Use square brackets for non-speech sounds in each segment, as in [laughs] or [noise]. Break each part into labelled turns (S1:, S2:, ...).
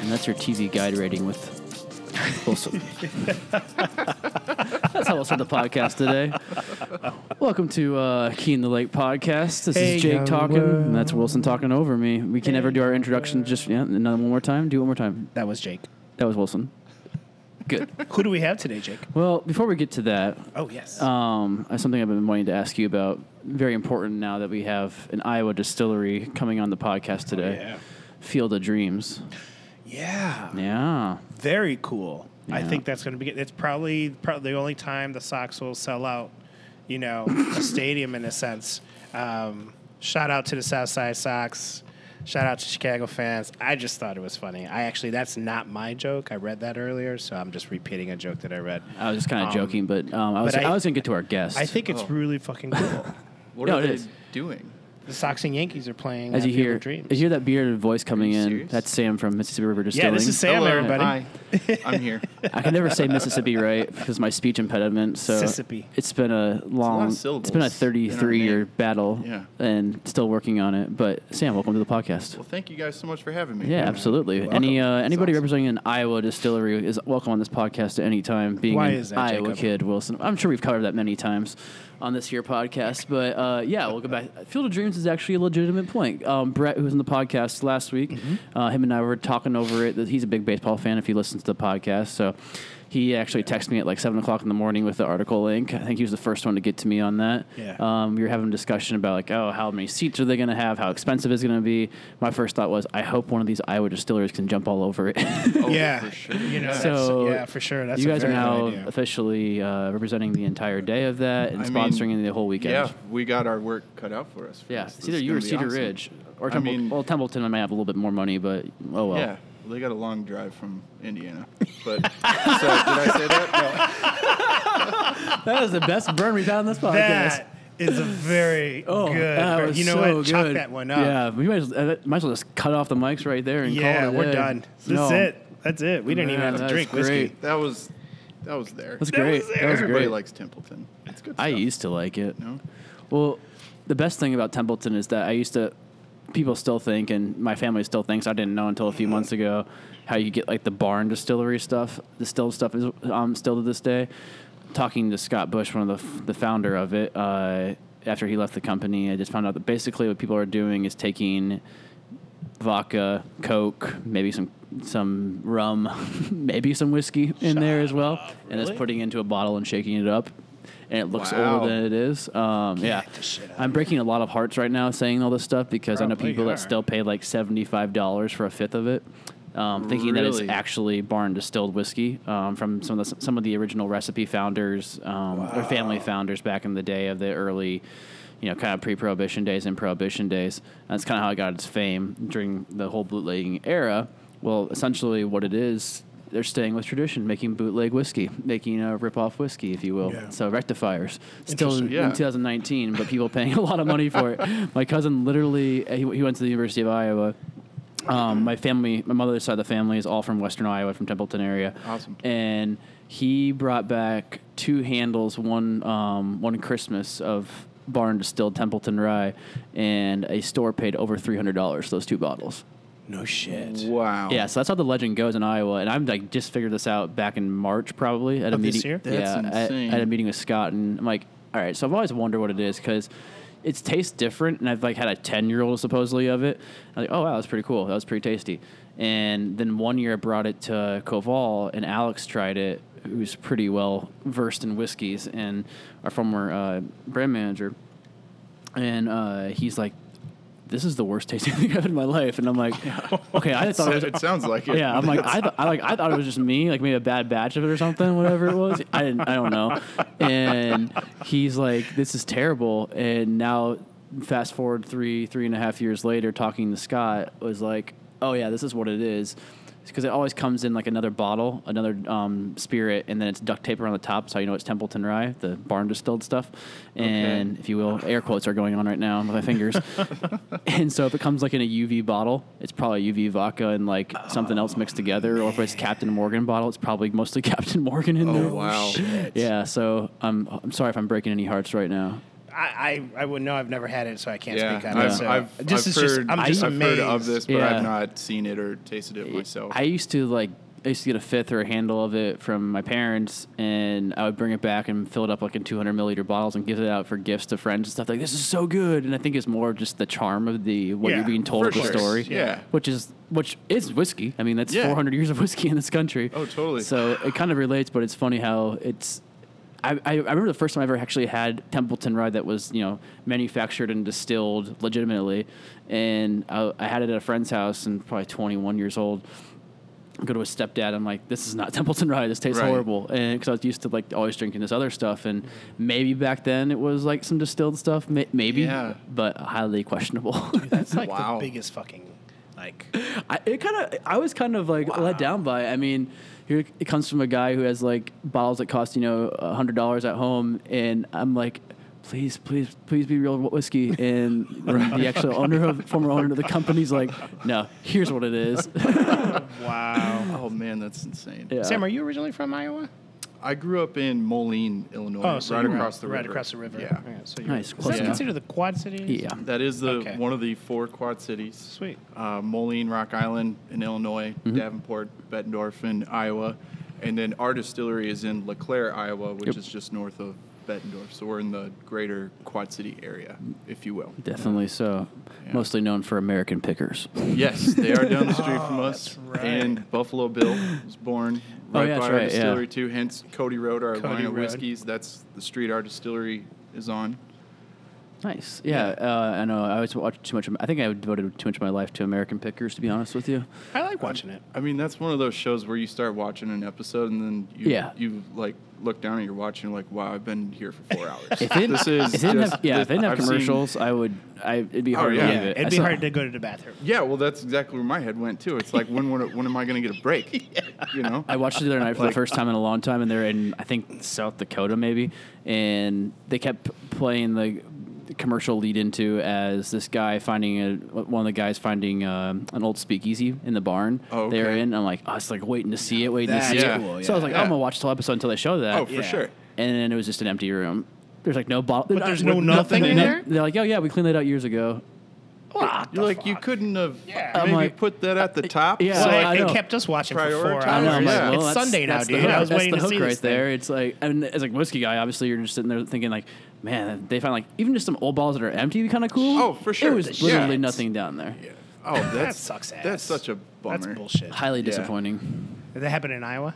S1: And that's your TZ guide rating with
S2: [laughs]
S1: Wilson. that's how we'll start the podcast today. Welcome to uh, Key in the Lake podcast. This
S2: Hey,
S1: is Jake
S2: yo,
S1: talking,
S2: world.
S1: and that's Wilson talking over me. We can never do our introduction. Just yeah, another one more time. Do it one more time.
S2: That was Jake.
S1: That was Wilson. Good.
S2: Who do we have today, Jake?
S1: well, before we get to that,
S2: Oh, yes.
S1: um, that's something I've been wanting to ask you about. Very important now that we have an Iowa distillery coming on the podcast today.
S2: Oh, yeah.
S1: Field of Dreams.
S2: yeah.
S1: Yeah.
S2: Very cool. I
S1: Yeah.
S2: think that's going to be. It's probably probably the only time the Sox will sell out, you know,
S1: [laughs]
S2: a stadium in a sense. Um, shout out to the South Side Sox. Shout out to Chicago fans. I just thought it was funny. I actually, that's not my joke. I read that earlier, so I'm just repeating a joke that I read.
S1: I was just kind of
S2: Um,
S1: joking, but um, I was
S2: but
S1: I,
S2: I-
S1: was gonna get to our guest.
S2: I think it's really fucking cool.
S1: [laughs]
S3: What
S1: No,
S3: are
S1: it
S3: they
S1: is.
S3: doing?
S2: the Sox and Yankees are playing.
S1: as
S2: uh,
S1: you
S2: Field of
S1: hear
S2: Dreams.
S1: as you hear that bearded voice coming
S3: you
S1: in,
S3: serious?
S1: that's Sam from Mississippi River
S2: yeah,
S1: Distilling.
S2: this is Sam,
S3: Hello,
S2: everybody.
S3: Hi,
S2: [laughs]
S3: I'm here.
S1: I can never say Mississippi right because my speech impediment. So
S2: Mississippi.
S1: it's been a long, it's
S3: syllables
S1: been a
S3: in our
S1: 33 year
S3: name.
S1: battle,
S3: Yeah.
S1: and still working on it. But Sam, welcome to the podcast.
S3: Well, thank you guys so much for having me.
S1: Yeah, absolutely. Any uh, anybody representing an Iowa distillery is welcome on this podcast at any time. Being
S2: Why
S1: an
S2: is that,
S1: Iowa
S2: Jacob?
S1: kid, Wilson, I'm sure we've covered that many times on this here podcast. But uh, yeah, we'll go back. Field of Dreams is actually a legitimate point. Um, Brett, who was on the podcast last week, uh, him and I were talking over it. That he's a big baseball fan. If he listens to the podcast, so. He actually texted me at like seven o'clock in the morning with the article link. I think he was the first one to get to me on that.
S2: Yeah.
S1: Um, we were having a discussion about like, oh, how many seats are they going to have? How expensive is it going to be? My first thought was, I hope one of these Iowa distilleries can jump all over it. [laughs]
S3: Oh,
S2: Yeah,
S3: for sure.
S2: You know,
S1: So,
S2: that's, yeah, for sure. That's
S1: you guys
S2: a
S1: are
S2: very
S1: now
S2: good idea.
S1: officially uh, representing the entire day of that and
S3: I mean,
S1: sponsoring the whole weekend.
S3: Yeah, we got our work cut out for us. for
S1: Yeah,
S3: this.
S1: it's
S3: This
S1: either
S3: is
S1: you or
S3: gonna be
S1: Cedar
S3: awesome.
S1: Ridge, or
S3: I
S1: Temple,
S3: mean-
S1: well, Templeton. I might have a little bit more money, but oh well.
S3: Yeah, well, they got a long drive from Indiana. But [laughs] so did I say that?
S1: that is the best burn we've had on this podcast.
S2: That is a
S1: [laughs]
S2: very good.
S1: Oh, that
S2: ver-
S1: was
S2: you know
S1: so
S2: what? Chalk
S1: good.
S2: that one up.
S1: Yeah, we might as, uh, might as well just cut off the mics right there and
S2: Yeah,
S1: call it a
S2: we're
S1: day.
S2: done. That's
S1: No.
S2: it. That's it. We didn't even
S1: Man,
S2: have to
S1: that
S2: drink
S1: is
S2: whiskey.
S1: great.
S3: No, that was that was there.
S1: That's
S2: That
S1: great.
S2: was
S1: That
S2: there.
S1: was
S3: Everybody
S1: great.
S3: likes Templeton. It's good.
S1: I
S3: stuff.
S1: used to like it.
S3: No?
S1: Well, the best thing about Templeton is that I used to. People still think, and my family still thinks. I didn't know until a few months ago how you get like the barn distillery stuff, distilled stuff is um, still to this day. Talking to Scott Bush, one of the f- the founder of it, uh, after he left the company, I just found out that basically what people are doing is taking vodka, Coke, maybe some some rum, [laughs] maybe some whiskey in there as well, and it's
S2: really?
S1: putting into a bottle and shaking it up, and it looks
S3: Wow.
S1: older than it is. Um, yeah,
S2: the shit out
S1: I'm breaking a lot of hearts right now saying all this stuff because I know
S2: Probably
S1: people
S2: are.
S1: that still pay like seventy five dollars for a fifth of it. Um, thinking that
S3: Really?
S1: it's actually barn distilled whiskey um, from some of the some of the original recipe founders um, or family founders back in the day of the early, you know, kind of pre-prohibition days and prohibition days. That's kind of how it got its fame during the whole bootlegging era. Well, essentially, what it is, they're staying with tradition, making bootleg whiskey, making a rip-off whiskey, if you will.
S2: Yeah.
S1: So rectifiers, still
S2: Interesting.
S1: in
S3: Yeah.
S1: 2019, but people paying [laughs] a lot of money for it. My cousin literally, he, he went to the University of Iowa. Um, my family, my mother's side of the family is all from Western Iowa, from Templeton area.
S3: Awesome.
S1: And he brought back two handles, one um, one Christmas of barn distilled Templeton rye, and a store paid over three hundred dollars those two bottles.
S2: No shit.
S3: Wow.
S1: Yeah, so that's how the legend goes in Iowa, and I'm like just figured this out back in March probably at a
S2: Of this
S1: meeting.
S2: year?
S1: Yeah,
S3: That's
S1: at-
S3: insane.
S1: at a meeting with Scott, and I'm like, all right. So I've always wondered what it is because it's tastes different, and I've like had a ten year old supposedly of it. I'm like, oh wow, that's pretty cool. That was pretty tasty. And then one year I brought it to Koval, and Alex tried it, who's pretty well versed in whiskeys, and our former uh, brand manager, and uh, he's like. This is the worst tasting [laughs] thing I've had in my life, and
S2: [laughs]
S1: I'm like, okay, I thought it was
S3: [laughs] it sounds like it.
S1: yeah, I'm like I, th- I like I thought it was just me, like maybe a bad batch of it or something, whatever it was. I didn't, I don't know. And he's like, "This is terrible." And now, fast forward three, three and a half years later, talking to Scott was like, "Oh yeah, this is what it is," because it always comes in like another bottle, another um, spirit, and then it's duct tape around the top, so you know it's Templeton Rye, the barn distilled stuff. And if you will, air quotes are going on right now with my
S3: [laughs]
S1: fingers. And so if it comes like in a UV bottle, it's probably UV vodka and like something else mixed together. Or if it's Captain Morgan bottle, it's probably mostly [laughs] Captain Morgan in there.
S3: Oh wow.
S1: Yeah. So I'm I'm sorry if I'm breaking any hearts right now.
S2: I, I, I would know. I've never had it, so I can't
S3: [laughs] Yeah,
S2: speak on it.
S3: I've,
S2: So
S3: I've,
S2: just,
S3: I've
S2: it's
S3: heard,
S2: just, I'm just
S3: I've
S2: amazed.
S3: heard of this, but
S1: Yeah.
S3: I've not seen it or tasted it myself.
S1: I used to like I used to get a fifth or a handle of it from my parents, and I would bring it back and fill it up like in 200 milliliter bottles and give it out for gifts to friends and stuff. Like this is so good, and I think it's more just the charm of the what
S2: Yeah,
S1: you're being told
S2: for
S1: of the
S2: sure.
S1: story,
S3: Yeah.
S1: Which is which is whiskey. I mean, that's
S3: Yeah.
S1: 400 years of whiskey in this country.
S3: Oh, totally.
S1: So it kind of relates, but it's funny how it's. I, I I remember the first time I ever actually had Templeton Rye that was you know manufactured and distilled legitimately, and uh, I, I had it at a friend's house and probably 21 years old, go to his stepdad. I'm like, this is not [laughs] Templeton Rye. This tastes
S3: Right.
S1: horrible. And because I was used to like always drinking this other stuff, and maybe back then it was like some distilled stuff, may- maybe,
S3: Yeah.
S1: but highly
S3: [laughs]
S1: questionable.
S2: It's like
S3: Wow.
S2: the biggest fucking like.
S1: [laughs] I, it kind of, I was kind of like let down by. it. I mean, here it comes from a guy who has like bottles that cost you know a hundred dollars at home, and I'm like. Please, please, please be real whiskey. And the actual owner of former owner of the company's like, no, here's what it
S3: [laughs]
S1: is. [laughs]
S2: Wow.
S3: oh man, that's insane.
S1: Yeah.
S2: Sam, are you originally from Iowa?
S3: I grew up in Moline, Illinois,
S2: Oh, so
S3: right
S2: you're
S3: across the
S2: right
S3: river.
S2: across the river.
S3: Yeah,
S2: All right, so you're,
S1: Nice,
S2: Is
S1: close
S2: that
S1: enough.
S2: considered the Quad Cities?
S1: yeah.
S3: that is the
S2: Okay.
S3: one of the four Quad Cities.
S2: Sweet.
S3: uh, Moline, Rock Island in Illinois,
S1: Mm-hmm.
S3: Davenport, Bettendorf in Iowa, and then our distillery is in LeClaire, Iowa, which
S1: Yep.
S3: is just north of Bettendorf. So we're in the greater Quad City area, if you will.
S1: Definitely so.
S3: Yeah.
S1: Mostly known for American pickers.
S3: Yes, they are down the street from us.
S2: Oh, that's right.
S3: And Buffalo Bill was born
S1: Oh,
S3: right
S1: yeah,
S3: by
S1: that's
S3: our
S1: right, yeah.
S3: distillery too. Hence Cody Road, our
S2: Cody
S3: line of
S2: Road.
S3: whiskeys. That's the street our distillery is on.
S1: Nice. Yeah, Uh, I know. I always watched too much. Of, I think I devoted too much of my life to American pickers, to be honest with you.
S2: I like watching it.
S3: I mean, that's one of those shows where you start watching an episode and then you,
S1: Yeah.
S3: you like look down and you're watching like, wow, I've been here for four hours.
S1: If it,
S3: [laughs] this is
S1: if it didn't
S3: just-
S1: have, yeah, if it didn't have
S3: I've seen- Oh,
S1: commercials, I would. I it'd be hard
S3: yeah.
S1: to
S2: Yeah,
S1: leave it.
S2: it'd
S1: I
S2: be
S1: saw-
S2: hard to go to the bathroom.
S3: yeah, well, that's exactly where my head went too. It's like when when, when am I going to get
S1: [laughs]
S3: a break? You know,
S1: I watched it the other night for the
S3: Like-
S1: first time in a long time, and they're in I think South Dakota maybe, and they kept p- playing the commercial lead into as this guy finding a one of the guys finding um, an old speakeasy in the barn
S3: Oh,
S1: they're
S3: okay.
S1: in. I'm like, oh, it's like waiting to see it, waiting
S2: That's
S1: to see it.
S3: cool,
S1: So I was like,
S3: yeah.
S1: I'm gonna watch the whole episode until they show that.
S3: oh, for
S2: Yeah.
S3: sure.
S1: and then it was just an empty room. There's like no bottle,
S2: But there's no
S1: with
S2: nothing in
S1: no-
S2: there?
S1: They're like, oh yeah, we cleaned that out years ago.
S2: What
S3: You're
S2: the
S3: like you
S2: fuck?
S3: couldn't have
S2: Yeah. I'm
S3: maybe
S1: like-
S3: put that at the top.
S1: yeah.
S2: So
S1: So
S2: it,
S1: I
S2: it
S1: know.
S2: kept us watching for four
S3: Prioritize.
S2: hours.
S3: I know, I'm like,
S1: well,
S2: it's
S1: that's-
S2: Sunday now,
S1: that's the
S2: dude.
S1: hook.
S2: I was
S1: That's
S2: waiting
S1: the
S2: to
S1: hook
S2: see
S1: right
S2: this thing.
S1: there. It's like, and as like whiskey guy, obviously you're just sitting there thinking like, man, they find like even just some old balls that are empty, would be kind of cool.
S3: Oh, for sure.
S1: It was
S3: The
S1: literally
S2: shit.
S1: nothing down there.
S3: Oh, that's,
S2: That sucks ass.
S3: That's such a bummer.
S2: That's bullshit.
S1: Highly
S3: Yeah.
S1: disappointing.
S2: Did that happen in Iowa?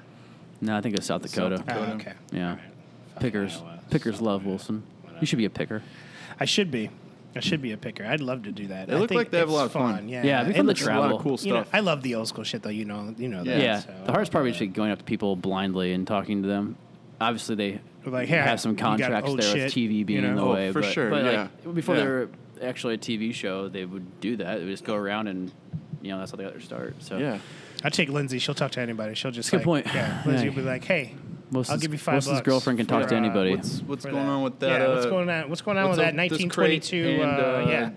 S1: No, I think it's South Dakota.
S3: Dakota.
S2: Oh,
S3: Dakota.
S2: okay.
S1: Yeah, pickers,
S2: Iowa,
S1: pickers
S2: South
S1: love
S2: Dakota,
S1: Wilson.
S2: whatever.
S1: You should be a picker.
S2: I should be. I should be a picker. I'd love to do that.
S3: They
S2: I
S3: look
S2: think
S3: like they have a
S2: it's
S3: lot of fun.
S2: Yeah,
S1: Yeah, it'd be
S2: it
S1: fun to
S2: looks-
S3: There's a lot
S1: Travel.
S3: of cool
S2: you know,
S3: stuff.
S2: I love the old school shit though. You know, you know that.
S1: Yeah,
S3: Yeah.
S2: so-
S1: the hardest part was actually going up to people blindly and talking to them. Obviously, they
S2: Like, "Hey,
S1: have some
S2: you got
S1: contracts
S2: old
S1: there
S2: shit,"
S1: with TV being
S2: you
S1: in the
S2: know?
S3: Oh,
S1: way.
S3: for
S1: but,
S3: sure,
S1: but
S3: yeah.
S1: like, before they
S3: Yeah.
S1: were actually a TV show, they would do that. They would just go around and, you know, that's how they got their start. So
S3: yeah.
S2: I take Lindsay. She'll talk to anybody. She'll just
S1: That's a
S2: like,
S1: good point.
S2: Yeah, Lindsay
S1: Yeah.
S2: will be like, "Hey, I'll
S1: Wilson's-
S2: give you five
S1: Wilson's
S2: bucks
S1: girlfriend can talk
S2: for,
S1: to
S2: uh,
S1: anybody.
S3: What's what's
S2: for
S3: going on with that?
S2: Yeah, what's
S3: uh,
S2: going on? What's going on with
S3: what's
S2: that
S3: up with this
S2: 1922?
S3: crate and,
S2: uh, yeah,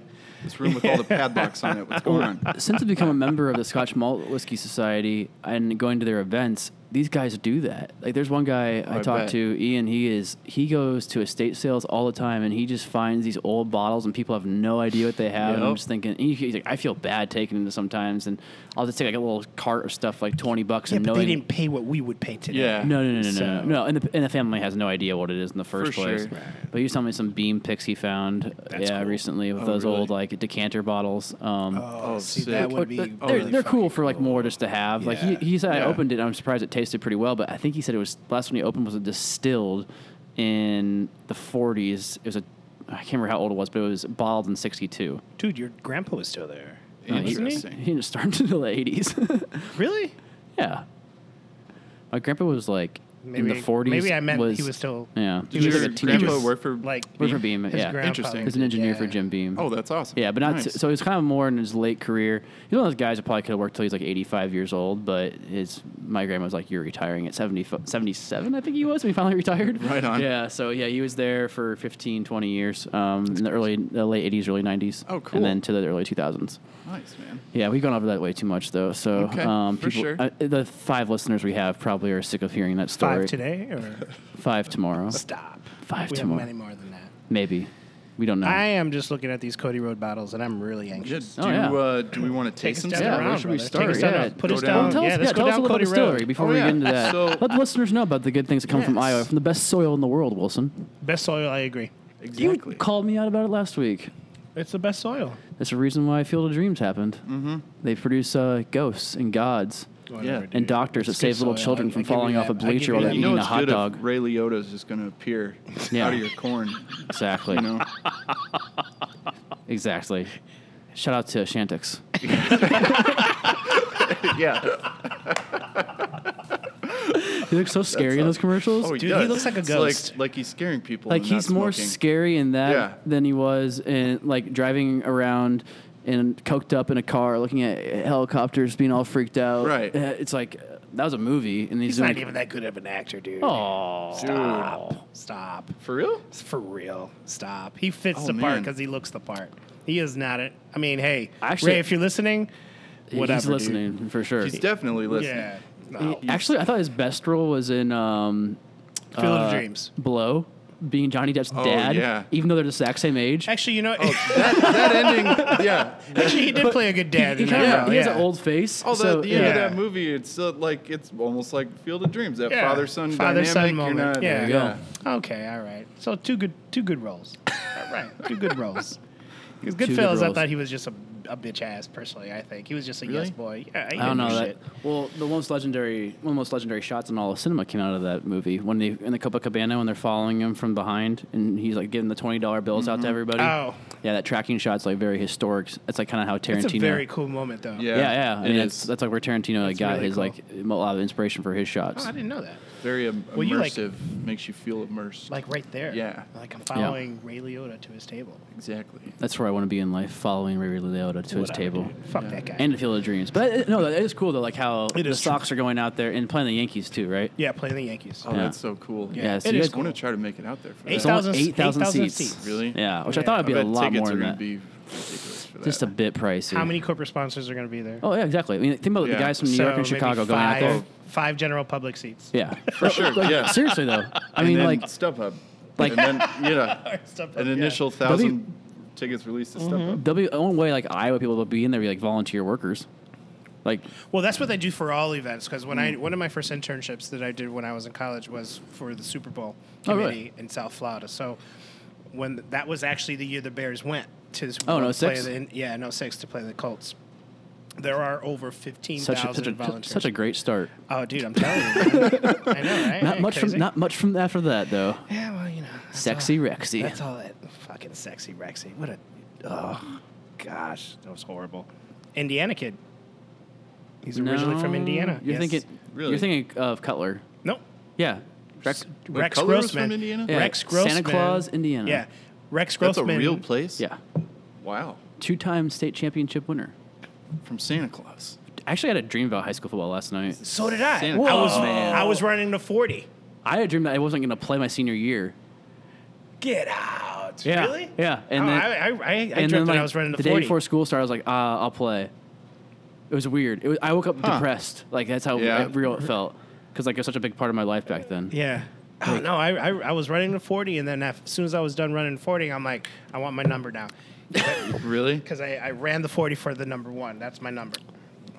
S3: This room with all the padlocks
S1: [laughs]
S3: on it. What's going on?
S1: Since I've become a member of the Scotch Malt Whiskey Society and going to their events, these guys do that. Like, there's one guy I,
S3: I
S1: talked
S3: bet.
S1: to, Ian. He is he goes to estate sales all the time, and he just finds these old bottles, and people have no idea what they have. And I'm
S3: Yep.
S1: just thinking, and he- he's like, I feel bad taking them sometimes, and I'll just take like a little cart of stuff, like twenty bucks,
S2: yeah,
S1: and
S2: but
S1: knowing
S2: they didn't pay what we would pay today.
S3: Yeah.
S1: no, no, no, no,
S2: So-
S1: no, no, and the, and the family has no idea what it is in the first
S3: For
S1: place.
S3: sure. Right.
S1: But you was telling me some beam picks he found, yeah,
S2: cool.
S1: recently with
S3: Oh,
S1: those
S3: really?
S1: old like decanter bottles. Um,
S2: Oh,
S3: Oh,
S2: see,
S3: sick.
S2: that
S3: Or-
S2: would be.
S1: they're,
S3: oh,
S1: they're,
S3: really
S1: they're cool
S2: fucking
S1: for like more just to have. Like he,
S2: Yeah.
S1: he said, I
S3: Yeah.
S1: opened it. I'm surprised it tasted pretty well, but I think he said it was last one he opened was a distilled in the 40s. It was a I can't remember how old it was, but it was bottled in 62.
S2: Dude, your grandpa was still there.
S1: Uh, he-
S3: Interesting.
S1: He didn't start until the 80s.
S2: Really?
S1: [laughs] yeah, my grandpa was like
S2: Maybe-
S1: in the 40s.
S2: maybe I meant he was still-
S1: Yeah,
S3: Did
S2: was
S3: your
S2: like a
S1: teenager.
S3: grandpa
S2: was
S3: work for
S2: like-
S1: Worked for Beam,
S2: His
S1: yeah.
S2: grandpa
S3: Interesting.
S1: He was an engineer
S2: yeah.
S1: for Jim Beam.
S3: Oh, that's awesome.
S1: Yeah, but not
S3: Nice.
S1: so. He's kind of more in his late career. He's one of those guys that probably could have worked till he's like 85 years old. But his my grandma was like, "You're retiring at 70, 77, I think he was. when he finally [laughs] retired.
S3: Right on.
S1: Yeah. So yeah, he was there for 15, 20 years. Um, in the early, the late 80s, early 90s.
S3: Oh, cool.
S1: And then to the early 2000s.
S3: nice man.
S1: Yeah, we've gone over that way too much though. So
S3: Okay,
S1: um,
S3: for
S1: people,
S3: sure.
S1: uh, the five listeners we have probably are sick of hearing that story.
S2: Five today, or
S1: Five
S2: [laughs]
S1: tomorrow.
S2: stop.
S1: Five
S2: we have
S1: tomorrow.
S2: many more than that.
S1: Maybe. We don't know.
S2: I am just looking at these Cody Road battles, and I'm really
S3: Yeah,
S2: anxious.
S3: do,
S1: Oh, yeah.
S3: uh, do we want to
S2: Take
S3: taste
S2: us
S3: some
S2: down the
S3: stuff?
S1: Yeah,
S2: round,
S1: where should we
S2: brother.
S1: start?
S2: Take us down
S1: Yeah.
S2: the- Put
S3: Go
S2: us
S3: down.
S2: down.
S1: Well, tell
S2: yeah,
S1: us,
S2: let's
S1: Um, yeah,
S2: go
S1: tell us a
S2: down
S1: little
S2: Cody
S1: bit of the
S2: Road.
S1: story before
S3: Oh,
S1: we
S3: yeah.
S1: get into that.
S3: So-
S1: Let listeners know about the good things that come from
S2: Yes.
S1: Iowa, from the best soil in the world, Wilson.
S2: Best soil, I agree.
S3: Exactly.
S1: You called me out about it last week.
S2: It's the best soil.
S1: That's the reason why Field of Dreams happened. Mm-hmm. They produce uh, ghosts and gods
S2: Whatever,
S3: And
S1: and
S2: dude.
S1: doctors that
S2: It's good
S1: save little
S2: soil.
S1: children
S2: I- I
S1: from
S2: give you
S1: falling off
S2: that.
S1: a
S2: I give you
S1: bleacher while
S2: that.
S1: they're
S3: you know
S1: eating a
S3: it's
S1: hot
S3: good
S1: dog.
S3: if Ray Liotta's just going to appear
S1: [laughs] Yeah.
S3: out of your corn.
S1: Exactly.
S3: You know,
S1: Exactly. Shout out to Shantix. [laughs]
S3: yeah.
S1: He looks so scary in those commercials.
S2: Dude, he looks like a
S3: Oh, It's
S2: ghost.
S3: Like, like he's scaring people.
S1: like
S3: and not
S1: he's more
S3: smoking.
S1: scary in that
S3: Yeah.
S1: than he was in like driving around and coked up in a car, looking at helicopters, being all freaked out.
S3: Right.
S1: Uh, It's like uh, that was a movie, and he's,
S2: He's not even that good of an actor, dude.
S1: Oh,
S2: Stop. Stop.
S3: For real?
S2: It's for real. Stop. He fits
S3: Oh,
S2: the part
S3: man.
S2: because he looks the part. He is not it. I mean, hey,
S1: Actually-
S2: Ray, if you're listening, whatever.
S1: he's
S2: dude.
S1: listening for sure.
S3: He's definitely listening.
S2: Yeah. No.
S1: Actually, I thought his best role was in um,
S2: Field of Dreams.
S1: Blow, being Johnny Depp's
S3: Oh,
S1: dad.
S3: yeah.
S1: Even though they're the exact same age,
S2: Actually, you know,
S3: That, that ending, yeah.
S2: [laughs] actually, he did play a good dad.
S1: he,
S2: in
S1: kinda-
S2: that role,
S1: he has
S2: yeah.
S1: an old face.
S3: Oh, the,
S1: so,
S3: the
S1: yeah.
S3: end
S2: yeah.
S3: of that movie, it's uh, like it's almost like Field of Dreams, that
S2: Yeah.
S3: father-son
S2: Father-son
S3: dynamic. uh,
S2: moment.
S3: You're not,
S2: Yeah. There you
S1: go.
S2: Okay, all right. So two good, two good roles. all right, two good roles. Because
S1: Two good
S2: Goodfellas, I
S1: roles.
S2: thought he was just a, a bitch ass. Personally, I think he was just a
S3: Really?
S2: yes boy. Yeah, he
S1: I
S2: didn't
S1: don't know
S2: do
S1: that.
S2: shit.
S1: Well, the most legendary, one of the most legendary shots in all of cinema came out of that movie when they in the Copacabana when they're following him from behind and he's like giving the twenty dollar bills out to everybody.
S2: Oh.
S1: yeah, that tracking shot's like very historic. It's like kind of how Tarantino.
S2: It's a very cool moment, though.
S3: Yeah.
S1: yeah, yeah. I
S3: it
S1: mean, that's,
S3: is.
S1: that's like where Tarantino like,
S2: That's
S1: got
S2: really
S1: his
S2: cool.
S1: like a lot of inspiration for his shots.
S2: Oh, I didn't know that.
S3: Very im- immersive.
S2: Well, you like-
S3: Makes you feel immersed.
S2: Like right there.
S3: Yeah.
S2: Like I'm following Ray Liotta to his table.
S3: exactly.
S1: that's where I want to be in life, following Ray Liotta to his
S2: Whatever,
S1: table.
S2: dude. Fuck that guy.
S1: And the Field of Dreams, but uh, no, that is cool though. Like how
S2: It
S1: the
S2: is true.
S1: Sox are going out there and playing the Yankees too, right?
S2: yeah, playing the Yankees.
S3: Oh,
S1: Yeah.
S3: that's so cool.
S2: Yeah,
S1: yeah, so
S2: it
S1: you
S2: is
S1: guys-
S3: I want to try to make it out there for
S2: Eight
S1: It's
S3: that.
S1: only
S2: 8,000
S1: 8,000
S2: 8,000
S1: seats.
S2: seats.
S3: Really?
S1: Yeah, which I
S2: Yeah.
S1: thought would be
S3: I
S1: a
S3: bet
S1: lot
S3: tickets
S1: more
S3: are
S1: than
S3: gonna
S1: that.
S3: be ridiculous for that.
S1: Just a bit pricey.
S2: How many corporate sponsors are going to be there?
S1: Oh yeah, exactly. I mean, think about the
S3: Yeah.
S1: guys from New York and
S2: maybe
S1: Chicago going out
S2: five,
S1: there.
S2: Five general public seats.
S3: [laughs]
S1: Yeah, [laughs]
S3: for sure. Yeah. [laughs]
S1: seriously though. I
S3: And
S1: mean,
S3: then
S1: like,
S3: StubHub.
S1: like-
S2: [laughs]
S3: and then yeah,
S2: StubHub,
S3: an
S2: yeah.
S3: initial
S1: be-
S3: thousand tickets released to StubHub.
S1: there'll be only way like Iowa people will be in there be like volunteer workers, like
S2: Well, that's what they do for all events. Because when
S1: Hmm.
S2: I one of my first internships that I did when I was in college was for the Super Bowl
S1: Oh,
S2: committee
S1: really?
S2: in South Florida. So when that was actually the year the Bears went to the Super
S1: Oh,
S2: Bowl
S1: no,
S2: to play
S1: six?
S2: the, yeah no six to play the Colts. There are over fifteen
S1: such a, such
S2: thousand
S1: a
S2: volunteers.
S1: such a great
S2: [laughs]
S1: start.
S2: oh, dude, I'm telling you, I
S1: [laughs]
S2: know, right?
S1: Not
S2: Ain't
S1: much from
S2: crazy?
S1: not much from after that though.
S2: yeah, well, you know, that's
S1: Sexy
S2: all-
S1: Rexy.
S2: That's all that fucking sexy Rexy. What a oh gosh, that was horrible. Indiana kid. He's originally from
S1: No,
S2: Indiana.
S1: You're
S2: Yes.
S1: thinking
S3: Really?
S1: you're thinking of Cutler.
S2: Nope.
S1: Yeah, Rex.
S3: Wait,
S2: Rex
S3: Cutler was
S2: Grossman.
S3: from Indiana?
S1: Yeah,
S2: Rex
S1: Santa
S2: Grossman.
S1: Claus, Indiana.
S2: Yeah. Rex
S3: That's a
S2: Grossman.
S3: real place.
S1: Yeah,
S3: Wow.
S1: two-time state championship winner.
S3: From Santa Claus.
S1: Actually, I had a dream about high school football last night.
S2: So did I.
S3: Santa
S2: I
S3: Claus,
S2: was
S3: man.
S2: I was running to 40.
S1: I had a dream that I wasn't going to play my senior year.
S2: Get out.
S1: Yeah.
S2: Really?
S1: Yeah. And
S2: oh,
S1: then-
S2: I, I, I, I
S1: and
S2: dreamt
S1: then
S2: that
S1: like
S2: I was running to
S1: the
S2: 40.
S1: day before school started, I was like, uh, I'll play. It was weird. It was, I woke up
S3: Huh.
S1: depressed. Like that's how
S3: Yeah.
S1: real it felt because like it was such a big part of my life back then.
S2: Yeah. Oh, no, I, I, I was running to 40, and then af- as soon as I was done running 40, I'm like, I want my number now.
S3: Really?
S2: Because I, I ran the 40 for the number one. That's my number.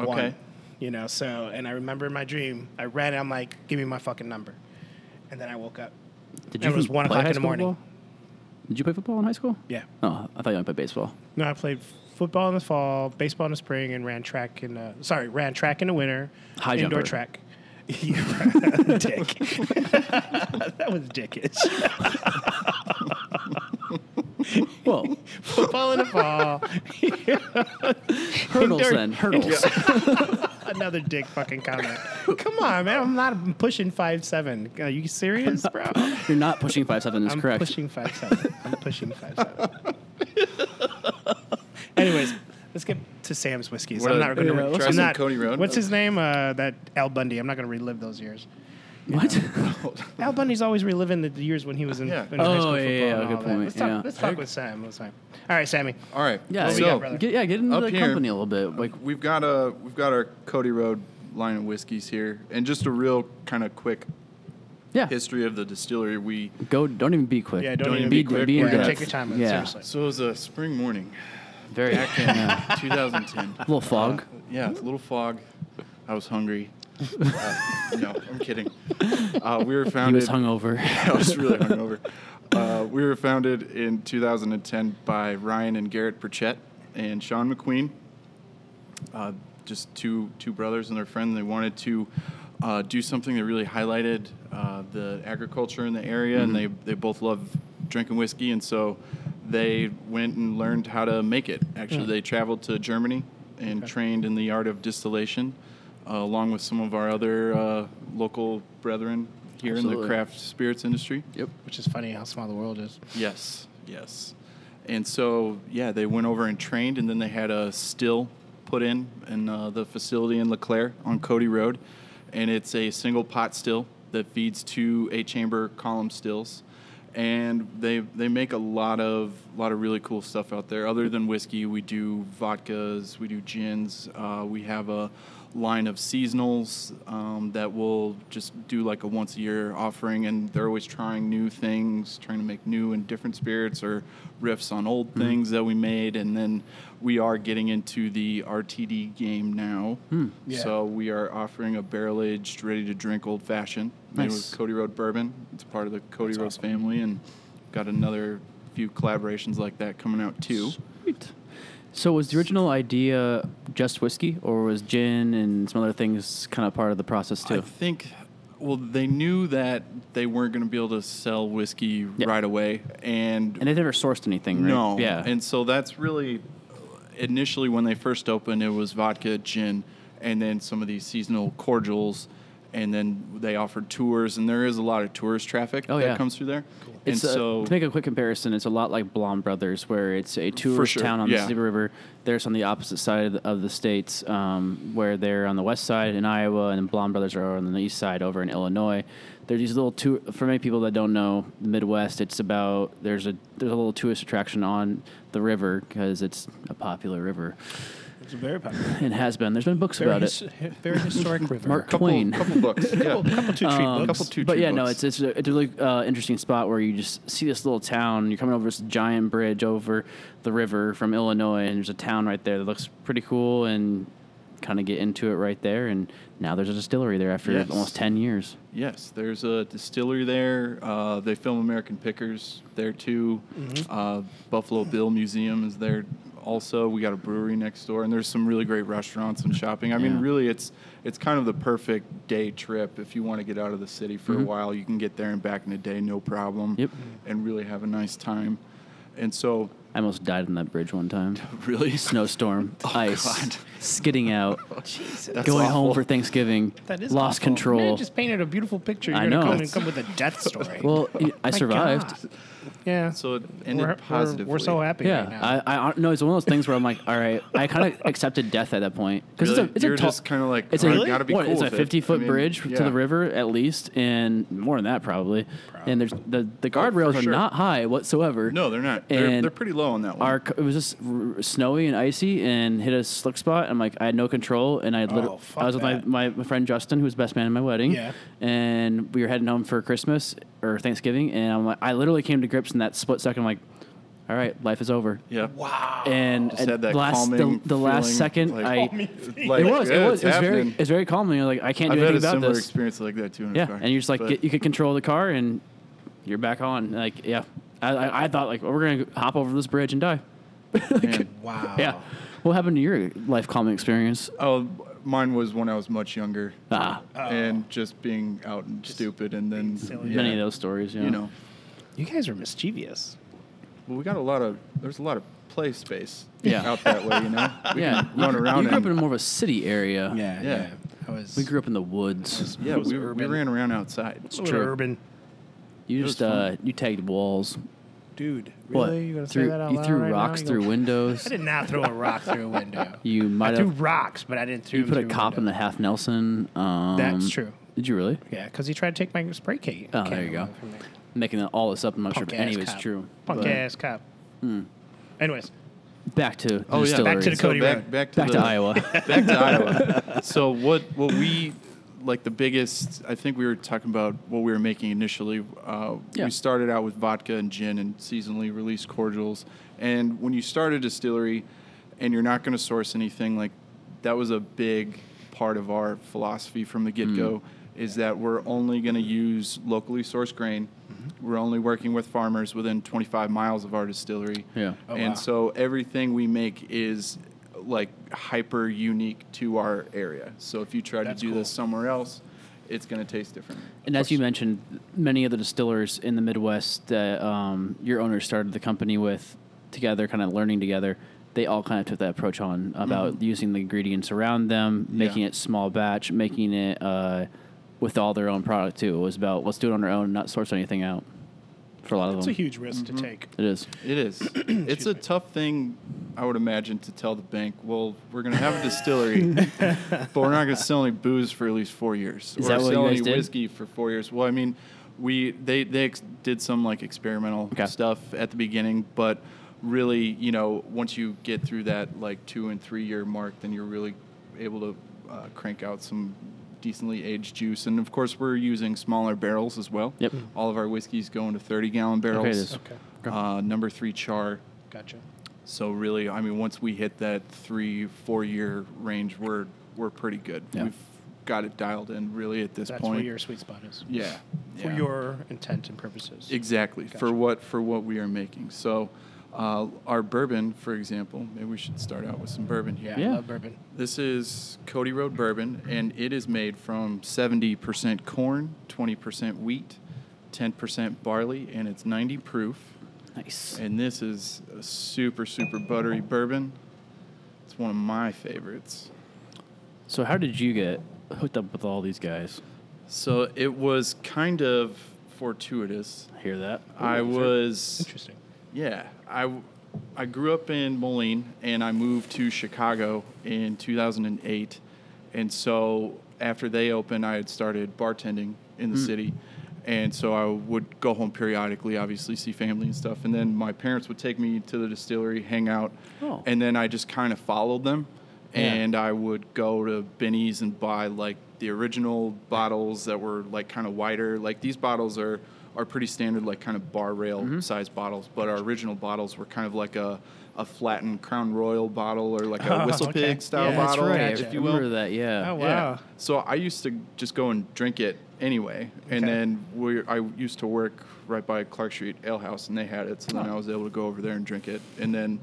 S3: Okay.
S2: One. You know, so, and I remember in my dream, I ran it, I'm like, give me my fucking number. And then I woke up.
S1: Did
S2: It was
S1: even
S2: one
S1: play
S2: o'clock
S1: high
S2: in the
S1: school
S2: morning.
S1: football? Did you play football in high school?
S2: Yeah.
S1: Oh, I thought you only
S2: [laughs]
S1: played baseball.
S2: No, I played football in the fall, baseball in the spring, and ran track in the sorry ran track in the winter.
S1: High
S2: indoor
S1: jumper.
S2: track. [laughs] Yeah, [laughs] Dick. that was dickish.
S1: Well,
S2: Football in the fall.
S1: hurdles
S2: Indoor-
S1: then hurdles.
S2: Another dick fucking comment. Come on, man. I'm not I'm pushing five seven. Are you serious, bro?
S1: You're not pushing five seven. That's
S2: I'm
S1: correct.
S2: pushing five seven. I'm pushing five seven.
S1: [laughs]
S2: Anyways, let's get to Sam's whiskeys.
S3: What
S2: I'm
S3: a-
S2: not going
S3: yeah,
S2: to.
S3: let's-
S2: I'm
S3: Try some
S2: not.
S3: Cody Road.
S2: What's his name? Uh, that Al Bundy. I'm not going to relive those years.
S1: What?
S2: Al Bundy's always reliving the years when he was in,
S3: Yeah.
S2: in high
S1: Oh,
S2: school
S1: yeah,
S2: football.
S1: yeah,
S2: and
S1: good
S2: all that.
S1: point,
S2: Let's talk,
S1: yeah.
S2: let's talk with Sam. Let's talk. All right, Sammy.
S3: All right.
S1: [laughs] Yeah,
S2: we
S3: So
S2: got, brother?
S1: get, yeah. Get into
S3: Up
S1: the
S3: here.
S1: company a little bit. Like
S3: we've got a we've got our Cody Road line of whiskeys here, and just a real kind of quick
S1: Yeah.
S3: history of the distillery. We
S1: Go. Don't even be quick.
S2: Yeah, don't,
S3: Don't
S2: even
S3: be
S2: be
S3: quick.
S2: quick.
S3: Be in
S2: yeah,
S3: depth.
S2: take your time with it,
S1: Yeah.
S2: seriously.
S3: so it was a spring morning, uh,
S1: Very. yeah.
S3: 2010.
S1: A [laughs] little fog.
S3: Yeah, it's a little fog. I was hungry. Uh, no, I'm kidding. Uh, we were
S1: He
S3: founded.
S1: was hungover.
S3: [laughs] I was really hungover. Uh, we were founded in 2010 by Ryan and Garrett Burchett and Sean McQueen. Uh, just two two brothers and their friend. They wanted to uh, do something that really highlighted uh, the agriculture in the area, and they they both love drinking whiskey, and so they went and learned how to make it. Actually, they traveled to Germany and trained in the art of distillation, uh, along with some of our other uh, local brethren here in the
S1: Absolutely.
S3: craft spirits industry.
S1: Yep.
S2: Which is funny how small the world is.
S3: Yes, yes. And so, yeah, they went over and trained, and then they had a still put in in uh, the facility in LeClaire on Cody Road. And it's a single pot still that feeds two eight chamber column stills. And they, they make a lot of lot of really cool stuff out there. Other than whiskey, we do vodkas, we do gins, uh, we have a line of seasonals um, that will just do like a once a year offering, and they're always trying new things, trying to make new and different spirits or riffs on old things that we made. And then we are getting into the RTD game now.
S2: Yeah.
S3: So we are offering a barrel aged, ready to drink old fashioned made
S1: Nice.
S3: with Cody Road Bourbon. It's part of the Cody Road family, and got another few collaborations like that coming out too.
S1: Sweet. So was the original idea just whiskey, or was gin and some other things kind of part of the process
S3: I
S1: too?
S3: think, well, they knew that they weren't going to be able to sell whiskey
S1: Yeah.
S3: right away, and,
S1: and they never sourced anything, right?
S3: no,
S1: Yeah.
S3: and so that's really initially when they first opened, it was vodka, gin, and then some of these seasonal cordials. And then they offered tours, and there is a lot of tourist traffic
S1: Oh,
S3: that
S1: yeah.
S3: comes through there.
S1: It's
S3: and
S1: a-
S3: so
S1: to make a quick comparison, it's a lot like Blom Brothers, where it's a tourist
S3: sure,
S1: town on
S3: yeah.
S1: the Mississippi River. There's on the opposite side of the, of the states, um, where they're on the west side in Iowa, and then Blom Brothers are on the east side over in Illinois. There's these little tour. For many people that don't know the Midwest, it's about there's a there's a little tourist attraction on the river because it's a popular river
S2: It's very popular.
S1: and has been. There's been books
S2: Very,
S1: about
S2: his-
S1: it.
S2: very [laughs] historic river.
S1: Mark
S3: couple,
S1: Twain.
S3: couple books, yeah.
S2: couple two treat
S3: a
S2: books.
S3: couple two.
S1: Um, but
S3: tree
S1: yeah, no,
S3: books.
S1: it's it's a, it's a really uh, interesting spot where you just see this little town. You're coming over this giant bridge over the river from Illinois, and there's a town right there that looks pretty cool, and kind of get into it right there. And now there's a distillery there after
S3: Yes.
S1: almost ten years.
S3: Yes, there's a distillery there. Uh, they film American Pickers there too.
S1: Mm-hmm.
S3: Uh, Buffalo Bill Museum is there also. We got a brewery next door, and there's some really great restaurants and shopping. I mean,
S1: Yeah.
S3: really, it's it's kind of the perfect day trip if you want to get out of the city for a while. You can get there and back in a day, no problem.
S1: Mm-hmm. Yep.
S3: And really have a nice time. And so, [laughs]
S1: I almost died on that bridge
S2: [laughs]
S1: one time.
S3: really,
S1: Snowstorm, ice,
S3: God.
S1: skidding out,
S2: Oh, [laughs] Jesus.
S1: going
S3: awful.
S1: home for Thanksgiving,
S2: That is
S1: lost
S2: awful. Man,
S1: control.
S2: you just painted a beautiful picture. You're
S1: I
S2: gonna
S1: know.
S2: come and come with a death story.
S1: [laughs] Well, y-
S2: Oh,
S1: I
S2: My
S1: survived.
S2: God. Yeah.
S3: so it ended
S2: we're, we're,
S3: positively.
S2: we're so happy. Right now.
S1: Yeah, I, I no, it's one of those things where I'm like, all right, I kind
S3: [laughs]
S1: of accepted death at that point because
S3: Really?
S1: it's a it's
S3: You're
S1: a tall,
S3: just kinda like,
S1: it's
S3: "Oh,
S1: a
S3: I've gotta be
S1: what,
S3: cool
S1: it's a
S3: with it."
S1: 50 foot
S3: I mean,
S1: bridge to
S3: yeah.
S1: the river at least, and more than that probably. And there's the the guardrails
S3: Oh, for
S1: are
S3: sure.
S1: not high whatsoever.
S3: no, they're not. They're,
S1: And
S3: they're pretty low on that one.
S1: Our, c- it was just r- snowy and icy and hit a slick spot. I'm like, I had no control. And I literally,
S2: Oh, fuck
S1: I was with my,
S2: that.
S1: my, my friend Justin, who was best man in my wedding.
S2: Yeah.
S1: And we were heading home for Christmas or Thanksgiving. And I'm like, I literally came to grips in that split second. I'm like, all right, life is over
S3: yeah.
S2: wow.
S3: [laughs]
S1: and
S3: Just had
S1: at
S3: that
S1: last the,
S3: calming
S1: the last
S3: feeling,
S1: second
S3: like-
S1: I
S2: Calming
S1: it
S3: Like,
S1: was
S3: yeah,
S1: it was
S3: it's
S1: it was very
S3: happening.
S1: it's very calming. You're like I can't
S3: I've
S1: do
S3: had a
S1: anything
S3: similar
S1: about this.
S3: experience like that too. In a
S1: Yeah,
S3: car.
S1: and you're just like
S3: But-
S1: get, you can control the car and you're back on. Like yeah, I, I, I thought like well, we're gonna hop over this bridge and die.
S3: Man.
S2: wow.
S1: Yeah, what happened to your life calming experience?
S3: Oh, mine was when I was much younger,
S1: Ah,
S3: and just being out and stupid, and then
S2: silly.
S1: many of those stories. Yeah.
S3: You know,
S2: You guys are mischievous.
S3: well, we got a lot of there's a lot of play space
S1: Yeah.
S3: out that way. You know, we
S1: yeah,
S3: can run
S1: you,
S3: around.
S1: You grew up in
S3: and,
S1: more of a city area.
S2: Yeah.
S3: Yeah.
S2: I was.
S1: we grew up in the woods.
S3: yeah,
S2: it was
S3: we, were- we
S2: urban.
S3: ran around outside.
S2: It's true. urban.
S1: You
S3: was
S1: just uh, you tagged walls.
S2: Dude,
S1: What?
S2: really? You gonna
S1: threw,
S2: say that out
S1: you
S2: loud
S1: threw
S2: right now?
S1: rocks
S2: You
S1: through
S2: gonna-
S1: windows.
S2: I did not throw a rock through a window.
S1: [laughs] You might
S2: I
S1: have
S2: threw rocks, but I didn't throw.
S1: You put a cop in the half Nelson. Um,
S2: That's true.
S1: Did you really?
S2: Yeah, because he tried to take my spray cake.
S1: Oh, there you go. Making that- all this up, I'm not
S2: Punk
S1: sure if any
S2: ass
S1: of it's
S2: cop.
S1: true.
S2: Punk
S1: but Hmm.
S2: ass cop. Anyways,
S1: Back to the
S3: Oh, yeah,
S1: distillery.
S3: back
S2: to the
S3: [laughs] So
S2: Cody
S3: back,
S2: Road.
S3: back to
S1: Back to
S3: the-
S1: Iowa.
S3: back to Iowa. So what what we like the biggest. I think we were talking about what we were making initially. Uh,
S1: Yeah.
S3: We started out with vodka and gin and seasonally released cordials. And when you start a distillery, and you're not going to source anything, like that was a big part of our philosophy from the get go. Is that we're only going to use locally sourced grain. We're only working with farmers within 25 miles of our distillery.
S1: Yeah.
S2: Oh,
S3: and
S2: wow.
S3: so everything we make is like hyper unique to our area. So if you try
S2: That's
S3: to do
S2: cool.
S3: this somewhere else, it's going to taste different.
S1: And as you mentioned, many of the distillers in the Midwest that um, your owner started the company with together, kind of learning together, they all kind of took that approach on about using the ingredients around them, making
S3: Mm-hmm. Yeah.
S1: it small batch, making it uh, with all their own product too. It was about let's do it on our own, not source anything out for a lot of
S2: It's a
S1: them.
S2: huge risk to take.
S1: it is. [clears throat]
S3: It is. it's a tough thing, I would imagine, to tell the bank, well, we're going to have a distillery,
S1: [laughs]
S3: but we're not going to sell any booze for at least four years.
S1: Is
S3: or
S1: that what you
S3: sell
S1: guys
S3: any
S1: did?
S3: whiskey for four years. Well, I mean, we they, they ex- did some like experimental
S1: Okay.
S3: stuff at the beginning, but really, you know, once you get through that like two and three year mark, then you're really able to uh, crank out some decently aged juice. And of course, we're using smaller barrels as well.
S1: Yep.
S3: All of our whiskeys go into 30 gallon barrels.
S1: it is.
S2: Okay,
S3: Uh, number three char.
S2: gotcha.
S3: So really, I mean, once we hit that three, four year range, we're we're pretty good.
S1: Yeah.
S3: We've got it dialed in really at this
S2: That's
S3: point.
S2: where your sweet spot is.
S3: yeah.
S2: For
S3: yeah.
S2: your intent and purposes.
S3: exactly for
S2: Gotcha.
S3: what for what we are making. So uh, our bourbon, for example, maybe we should start out with some bourbon here.
S2: yeah,
S1: Yeah.
S2: I love bourbon.
S3: This is Cody Road Bourbon, and it is made from 70% corn, 20% wheat, 10% barley, and it's 90 proof.
S1: Nice.
S3: And this is a super, super buttery bourbon. It's one of my favorites.
S1: So how did you get hooked up with all these guys?
S3: So it was kind of fortuitous.
S1: I hear that.
S3: I
S2: very
S3: was,
S2: Interesting.
S3: yeah, I, w- I grew up in Moline and I moved to Chicago in 2008. And so after they opened, I had started bartending in
S1: Hmm.
S3: the city. And so I would go home periodically, obviously, see family and stuff. And then my parents would take me to the distillery, hang out.
S1: Oh.
S3: And then I just kind of followed them.
S1: Yeah.
S3: And I would go to Benny's and buy like the original bottles that were like kind of wider. Like these bottles are are pretty standard, like kind of bar rail
S1: Mm-hmm.
S3: size bottles. But our original bottles were kind of like a a flattened Crown Royal bottle or like a
S1: [laughs]
S2: Oh,
S3: Whistle
S2: okay.
S3: Pig style
S2: Yeah,
S1: that's
S3: bottle,
S1: right.
S3: if
S1: I
S3: you
S1: remember
S3: will.
S1: that. Yeah.
S2: Oh, wow.
S3: Yeah. So I used to just go and drink it anyway, and
S2: Okay.
S3: then we I used to work right by Clark Street Ale House, and they had it, so then I was able to go over there and drink it, and then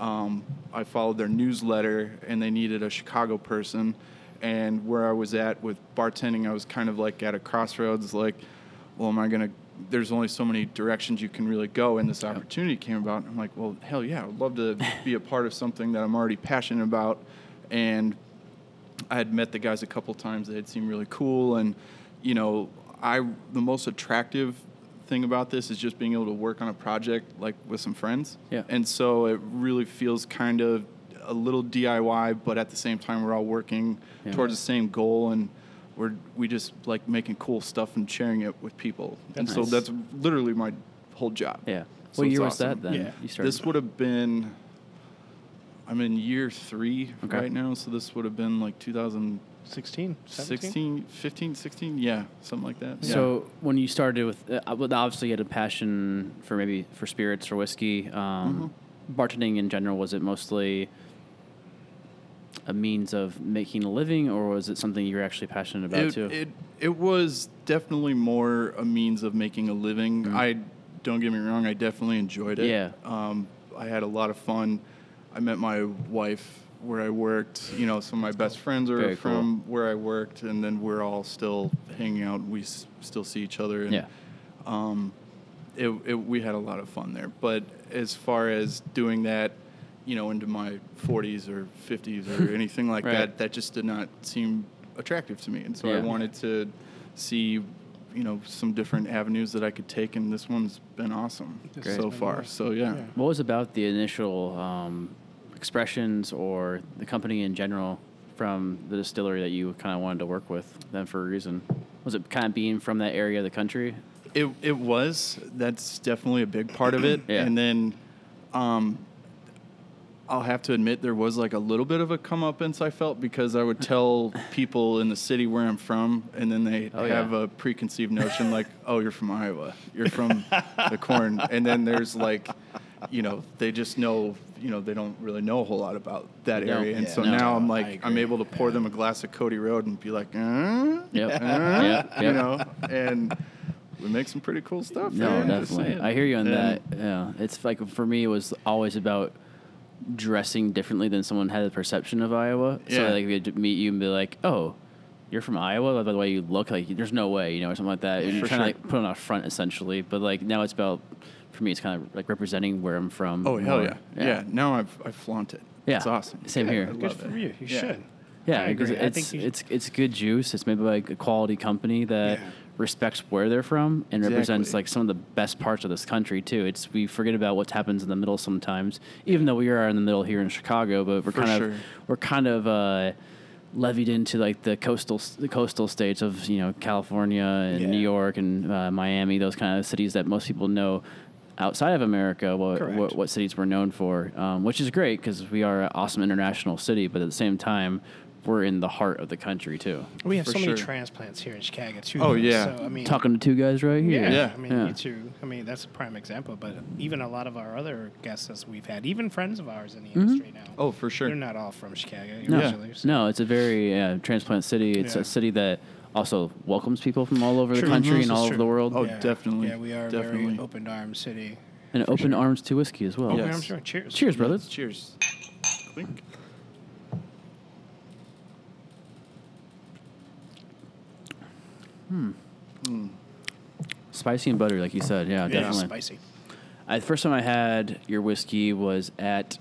S3: um, I followed their newsletter, and they needed a Chicago person, and where I was at with bartending, I was kind of like at a crossroads, like, well, am I gonna there's only so many directions you can really go, and this opportunity came about. And I'm like, well, hell yeah, I would love to be a part of something that I'm already passionate about, and I had met the guys a couple times. They had seemed really cool, and you know, I the most attractive thing about this is just being able to work on a project like with some friends.
S1: Yeah.
S3: And so it really feels kind of a little DIY, but at the same time, we're all working
S1: Yeah.
S3: towards the same goal, and we're we just like making cool stuff and sharing it with people. and
S1: That's
S3: so
S1: nice.
S3: that's literally my whole job.
S1: Yeah.
S3: So
S1: what
S3: it's
S1: year was
S3: awesome.
S1: that then?
S2: Yeah.
S1: You started.
S3: This would have been. I'm in year three
S1: Okay.
S3: right now, so this would have been like 2000.
S2: 16, 17?
S3: 16, 15, 16, yeah, something like that.
S1: So when you started with, uh, uh, well, obviously you had a passion for maybe for spirits or whiskey. Um,
S3: Mm-hmm.
S1: Bartending in general was it mostly a means of making a living, or was it something you were actually passionate about
S3: it,
S1: too?
S3: it it was definitely more a means of making a living. I don't get me wrong, I definitely enjoyed it.
S1: Mm-hmm. Yeah.
S3: Um, I had a lot of fun. I met my wife where I worked. You know, some of my best friends are
S1: Very
S3: from where I worked, and then we're all still hanging out. We s- still see each other. And
S1: yeah.
S3: it, it, we had a lot of fun there. But as far as doing that, you know, into my 40s or
S1: [laughs]
S3: 50s or anything like
S1: Right.
S3: that, that just did not seem attractive to me. And so I
S1: Yeah.
S3: wanted to see, you know, some different avenues that I could take. And this one's been awesome
S2: This
S1: has
S3: so
S2: been
S3: far.
S2: nice.
S3: So, yeah.
S2: Yeah.
S1: What was about the initial um, expressions or the company in general from the distillery that you kind of wanted to work with them for a reason? Was it kind of being from that area of the
S3: [laughs]
S1: country?
S3: It,
S1: [clears throat]
S3: it was. That's definitely a big part of it.
S1: Yeah.
S3: And then um, I'll have to admit there was like a little bit of a comeuppance I felt because I
S1: [laughs]
S3: would tell people in the city where I'm from, and then they
S1: Oh, yeah.
S3: have a preconceived notion like, [laughs] "Oh, you're from Iowa, you're from the corn," and then there's like, you know, they just know, you know, they don't really know a whole lot about that
S1: No.
S3: area, and
S1: Yeah,
S3: so
S1: no,
S3: now I'm
S4: no,
S3: like,
S4: I
S3: I'm
S4: agree.
S3: able to pour them a glass of Cody Road and be like, "Uh,
S1: Yep.
S3: uh,"
S1: Yep,
S3: [laughs] you
S1: yep.
S3: know, and we make some pretty cool stuff.
S1: No,
S3: man, just
S1: definitely.
S3: saying.
S1: I hear you on
S3: And-
S1: that. Yeah, it's like for me, it was always about dressing differently than someone had a perception of Iowa.
S3: Yeah.
S1: So like, if you meet you and be like, "Oh, you're from Iowa," by the way you look, like there's no way, you know, or something like that. You're
S3: For
S1: trying
S3: sure.
S1: to like put on a front essentially, but like now it's about. For me, it's kind of like representing where I'm from.
S3: Oh hell
S1: more.
S3: yeah. yeah! Now I've I flaunt it.
S1: Yeah.
S3: it's awesome.
S1: Same
S3: Yeah,
S1: here.
S3: I
S1: Good
S2: Good
S3: love
S2: for
S3: it.
S2: you. You
S3: Yeah.
S2: should.
S1: Yeah,
S2: I
S1: because
S2: agree. I
S1: it's
S2: think you-
S1: it's it's good juice. It's made by like a quality company that
S2: Yeah.
S1: respects where they're from and represents
S3: Exactly.
S1: like some of the best parts of this country too. It's we forget about what happens in the middle sometimes, even though we are in the middle here in Chicago. But we're
S3: For
S1: kind
S3: sure.
S1: of we're kind of uh, levied into like the coastal the coastal states of you know California and
S2: Yeah.
S1: New York and uh, Miami, those kind of cities that most people know. Outside of America, what, what,
S2: Correct.
S1: what cities we're known for, um, which is great because we are an awesome international city, but at the same time, we're in the heart of the country too.
S2: We have
S3: For
S2: so many
S3: sure.
S2: transplants here in Chicago too.
S3: Oh,
S2: though,
S3: yeah.
S2: So I mean,
S1: Talking to two guys right here.
S2: Yeah,
S3: Yeah.
S2: I mean,
S1: Yeah.
S2: you too. I mean, that's a prime example. But even a lot of our other guests that we've had, even friends of ours in
S1: Mm-hmm.
S2: the industry now,
S3: Oh, for sure.
S2: they're not all from Chicago.
S1: No,
S2: Usually, so-
S1: no, it's a very uh, transplant city. It's
S2: Yeah.
S1: a city that also welcomes people from all over the
S2: True.
S1: country
S2: Mhm.
S1: and
S2: This is
S1: all over
S2: true.
S1: the world.
S3: Oh,
S2: Yeah.
S3: definitely.
S2: Yeah, we are a
S3: Definitely.
S2: very open arm city.
S1: and open arms to whiskey as well.
S2: Open
S3: Yes.
S2: arms, sure. Cheers.
S1: Cheers, brothers.
S3: Cheers. Clink.
S1: Spicy and butter, like you said. Yeah,
S2: Yeah,
S1: definitely.
S2: spicy.
S1: I, the first time I had your whiskey was at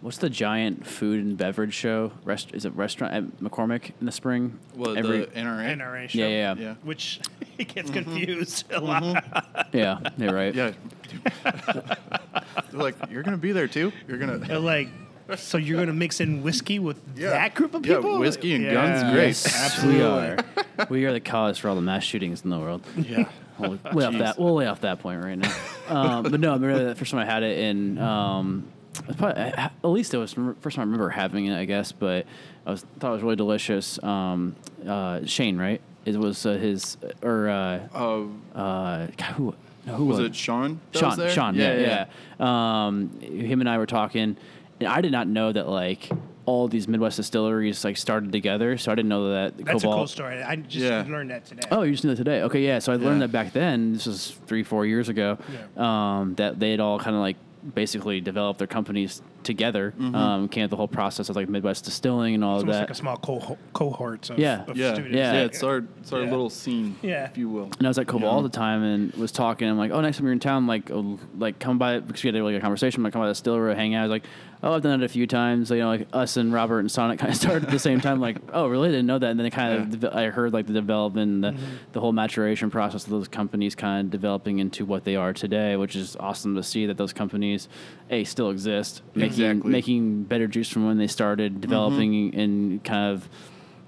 S1: what's the giant food and beverage show? Rest, is it restaurant at McCormick in the spring?
S3: Well,
S1: Every-
S3: the NRA.
S2: NRA show.
S1: yeah, yeah, yeah,
S3: Yeah.
S2: Which [laughs] it gets confused a lot.
S1: yeah, yeah, right.
S3: Yeah. [laughs] They're like, you're gonna be there too. You're
S2: They're
S3: gonna.
S2: like, so you're gonna mix in whiskey with that group of
S3: Yeah,
S2: people?
S3: whiskey and
S2: Yeah.
S3: guns, great.
S1: Yes, we are.
S3: [laughs]
S1: We are the cause for all the mass shootings in the world.
S3: Yeah.
S1: We'll lay off that. We'll lay off that point right
S3: [laughs]
S1: now. Um, but no, I remember the first time I had it, and um, it was probably, at least it was the first time I remember having it, I guess. But I was thought it was really delicious. Um, uh, Shane, right? It was uh, his or uh,
S3: Uh,
S1: uh, God, who no, who
S3: was it Sean? that was
S1: Sean,
S3: there?
S1: Sean, yeah, yeah. Um, him and I were talking, and I did not know that like all these Midwest distilleries like started together, so I didn't know that
S2: That's a
S1: Cobalt.
S2: cool story. I just
S3: Yeah.
S2: learned that today.
S1: Oh, you just knew that today. Okay, yeah. So I learned
S3: Yeah.
S1: that back then. This was three, four years ago. Um, that they had all kind of like basically developed their companies together.
S3: Mm-hmm.
S1: Um, came up with the whole process of like Midwest distilling and all
S2: It's
S1: of
S2: almost
S1: that.
S2: like a small coho- cohort of,
S1: Yeah.
S2: of
S3: Yeah.
S2: students.
S1: Yeah.
S3: Yeah. It's our it's our
S2: Yeah.
S3: little scene,
S2: Yeah.
S3: if you will.
S1: and I was at Cobalt
S3: Yeah.
S1: all the time and was talking. I'm like, oh, next time you're in town, like, oh, like come by because we had like a conversation. I'm like, come by the distillery, hang out. I was like, oh, I've done it a few times. You know, like us and Robert and Sonic [laughs] kind of started at the same time. Like, oh, really? Didn't know that. And then it kind of I heard like the development,
S2: Mm-hmm.
S1: the, the whole maturation process of those companies kind of developing into what they are today, which is awesome to see that those companies, a still exist, making
S3: Exactly.
S1: making better juice from when they
S2: Mm-hmm.
S1: started developing and kind of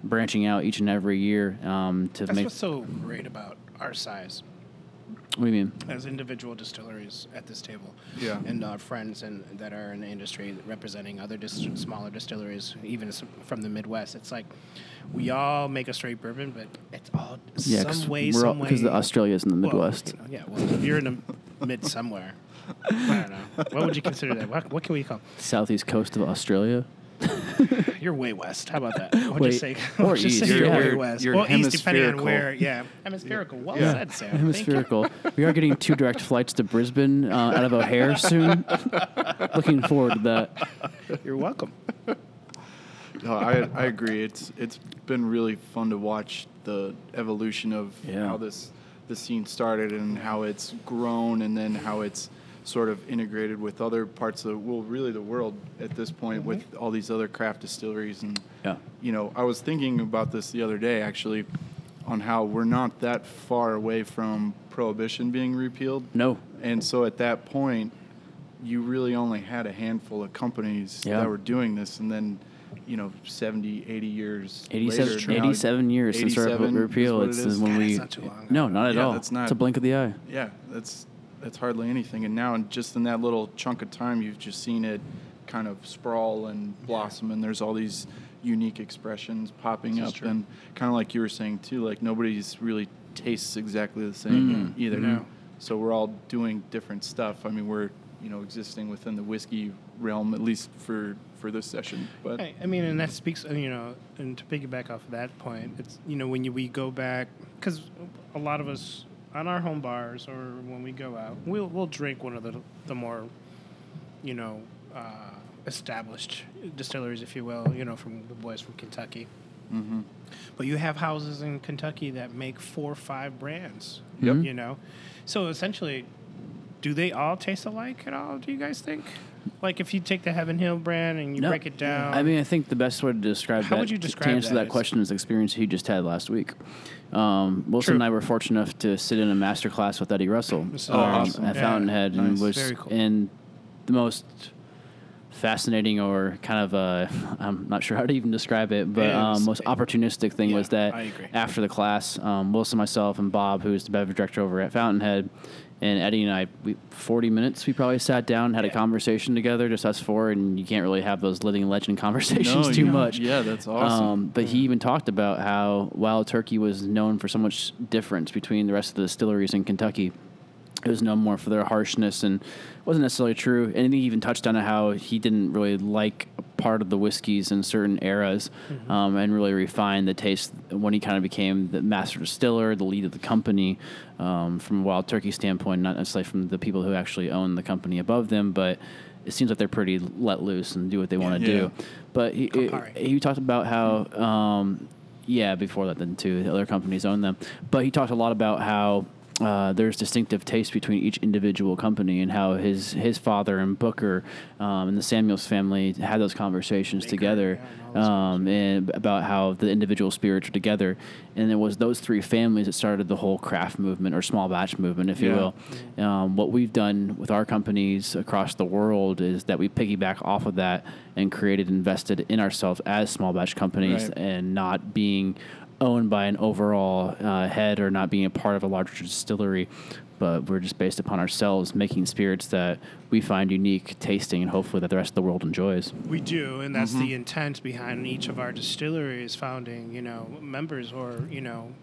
S1: branching out each and every year um, to
S2: That's
S1: make.
S2: what's so great about our size
S1: what do you mean?
S2: as individual distilleries at this table.
S3: Yeah.
S2: And our friends and that are in the industry representing other dis- smaller distilleries, even s- from the Midwest. It's like we all make a straight bourbon, but it's all
S1: Yeah,
S2: some way,
S1: we're all-
S2: some way.
S1: the Australia's in the
S2: well,
S1: Midwest.
S2: you know, yeah, well, if you're in the mid somewhere. I don't know. What would you consider that? What, what can we call?
S1: Southeast coast of Australia.
S2: You're way west. How about that? We'll
S1: Wait,
S2: just say, [laughs]
S1: or
S2: we'll just say
S1: east,
S2: you're
S1: yeah.
S2: way
S1: You're-
S2: west.
S3: you're
S2: well, east, depending on
S3: hemispherical.
S2: where. Yeah, hemispherical. Well
S3: Yeah.
S2: said, Sam. Thank you.
S3: [laughs]
S1: Hemispherical. we are getting two direct flights to Brisbane uh, out of O'Hare soon. [laughs] Looking forward to that.
S2: You're welcome.
S3: No, I I agree. It's it's been really fun to watch the evolution of
S1: Yeah.
S3: how this the scene started and how it's grown and then how it's sort of integrated with other parts of well really the world at this point with all these other craft distilleries and
S1: Yeah.
S3: you know I was thinking about this the other day actually on how we're not that far away from prohibition being repealed
S1: No.
S3: and so at that point, you really only had a handful of companies
S1: Yeah.
S3: that were doing this. And then, you know, 70, 80 years
S1: 87,
S3: later. now-
S1: 87 years since our
S3: 87
S1: repeal. It's
S3: is what it is.
S1: when
S2: God,
S1: we.
S2: that's not too long.
S1: No, not at
S3: Yeah,
S1: all.
S3: that's not-
S1: It's a blink of the eye.
S3: Yeah, that's that's hardly anything. And now, and just in that little chunk of time, you've just seen it kind of sprawl and blossom, and there's all these unique expressions popping up. And kind of like you were saying too, like nobody's really tastes exactly the same either.
S2: Mm-hmm. No.
S3: So we're all doing different stuff. I mean, we're you know existing within the whiskey realm at least for for this session. But
S2: I, I mean, and that speaks, uh, you know, and to piggyback off of that point, it's, you know, when you, we go back, because a lot of us on our home bars or when we go out, we'll, we'll drink one of the, the more, you know, uh, established distilleries, if you will, you know, from the boys from Kentucky. But you have houses in Kentucky that make four or five brands,
S3: Yep.
S2: you know? So essentially, do they all taste alike at all, do you guys think? Like if you take the Heaven Hill brand and you
S1: No.
S2: break it down.
S1: I mean, I think the best way to describe
S2: How
S1: that,
S2: would you
S1: to-
S2: describe
S1: to answer
S2: that
S1: that,
S2: is-
S1: question is the experience he just had last week. Um, Wilson
S2: True.
S1: and I were fortunate enough to sit in a master class with Eddie Russell
S2: is
S1: um,
S2: awesome.
S1: at
S2: Yeah.
S1: Fountainhead,
S3: Nice.
S1: and was
S2: Very cool.
S1: in the most fascinating or kind of uh, [laughs] I'm not sure how to even describe it, but
S2: It is-
S1: um, most opportunistic thing
S2: Yeah,
S1: was that
S2: I agree.
S1: after the class, um, Wilson, myself, and Bob, who's the beverage director over at Fountainhead, and Eddie and I, we, 40 minutes, we probably sat down, had a conversation together, just us four, and you can't really have those living legend [laughs] conversations
S3: No,
S1: too
S3: yeah.
S1: much.
S3: Yeah, that's awesome.
S2: Um,
S1: Um, but he even talked about how Wild Turkey was known for so much difference between the rest of the distilleries in Kentucky it was known more for their harshness and wasn't necessarily true. And he even touched on how he didn't really like part of the whiskeys in certain eras
S3: Mm-hmm.
S1: um, and really refined the taste when he kind of became the master distiller, the lead of the company um, from a wild turkey standpoint, not necessarily from the people who actually own the company above them, but it seems like they're pretty let loose and do what they want to
S3: Yeah.
S1: do. But he,
S2: Campari.
S1: he talked about how, um, yeah, before that, then too, the other companies own them. But he talked a lot about how uh, there's distinctive taste between each individual company and how his his father and Booker um, and the Samuels family had those conversations together
S2: yeah, and all those
S1: um, and about how the individual spirits are together. And it was those three families that started the whole craft movement or small batch movement, if you
S3: Yeah.
S1: will. Um, what we've done with our companies across the world is that we piggyback off of that and created, invested in ourselves as small batch companies
S3: Right.
S1: and not being owned by an overall uh, head or not being a part of a larger distillery. But we're just based upon ourselves making spirits that we find unique tasting and hopefully that the rest of the world enjoys.
S2: We do, and that's
S3: Mm-hmm.
S2: the intent behind each of our distilleries founding, you know, members or, you know,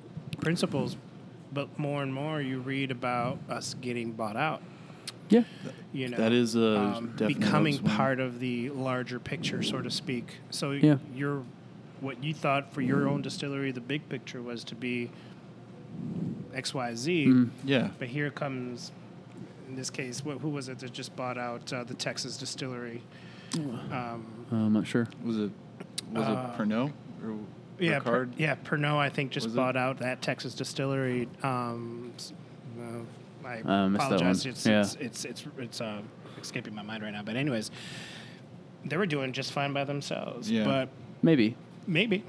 S2: principals. But more and more you read about us getting bought out,
S1: Yeah.
S2: you know. Um,
S3: That is uh, a definite
S2: becoming
S3: upswing.
S2: part of the larger picture, so to speak. So
S1: Yeah.
S2: you're what you thought for your own distillery the big picture was to be XYZ.
S3: yeah,
S2: But here comes, in this case, wh- who was it that just bought out uh, the Texas distillery? Um,
S1: I'm not sure.
S3: was it was it Pernod or
S2: Uh, yeah, per,
S3: Ricard?
S2: yeah. Pernod, I think, just
S3: Was it?
S2: bought out that Texas distillery. Um, s- uh, I
S1: Uh, missed that
S2: apologize.
S1: one.
S2: It's,
S1: Yeah.
S2: it's it's it's it's um, escaping my mind right now. But anyways, they were doing just fine by themselves.
S3: Yeah.
S2: But
S1: Maybe.
S2: maybe,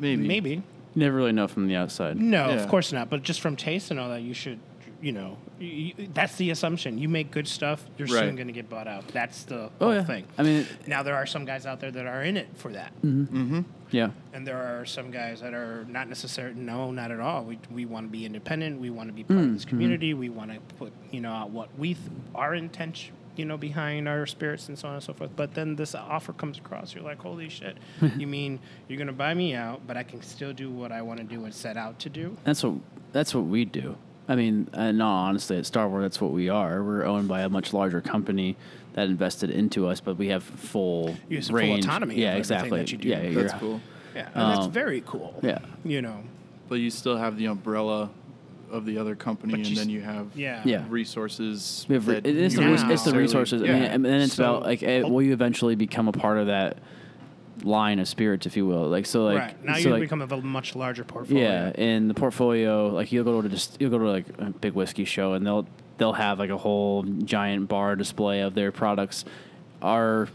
S3: Maybe.
S2: maybe,
S1: You never really know from the outside.
S2: No,
S3: Yeah.
S2: of course not. But just from taste and all that, you should, you know, y y that's the assumption. You make good stuff, you're
S3: Right.
S2: soon going to get bought out. That's the
S1: Oh,
S2: whole
S1: yeah.
S2: thing.
S1: I mean,
S2: now there are some guys out there that are in it for that,
S1: yeah.
S2: and there are some guys that are not necessarily. No, not at all. We we want to be independent. We want to be part
S1: Mm,
S2: of
S1: mm-hmm.
S2: this community. We want to put you know out what we th- our intention. You know, behind our spirits and so on and so forth. But then this offer comes across. You're like, holy
S1: [laughs]
S2: shit! you mean you're gonna buy me out, but I can still do what I want to do and set out to do?
S1: That's what that's what we do. I mean, uh, in all honestly, at Star Wars, that's what we are. We're owned by a much larger company that invested into us, but we have full
S2: You have full
S1: range.
S2: autonomy
S1: Yeah,
S2: over everything
S1: exactly.
S2: that you do.
S1: Yeah, yeah,
S3: That's
S1: you're-
S3: cool.
S2: Yeah, and that's
S1: Um,
S2: very cool.
S1: yeah.
S2: you know,
S3: But you still have the umbrella of the other company,
S2: But
S3: and
S2: you s-
S3: then you have
S2: yeah,
S1: Yeah.
S3: resources.
S1: We have re-
S3: that
S1: it is
S2: don't Oh.
S1: the, res-
S3: you wouldn't
S1: it's the
S3: necessarily-
S1: resources. I mean,
S3: Yeah.
S1: and then it's
S2: So-
S1: about like, eh, will you eventually become a part of that line of spirits, if you will? Like, so, like,
S2: right now
S1: so
S2: you
S1: like,
S2: become a much larger portfolio.
S1: Yeah, and the portfolio, like you'll go to just you'll go to like a big whiskey show, and they'll they'll have like a whole giant bar display of their products. Our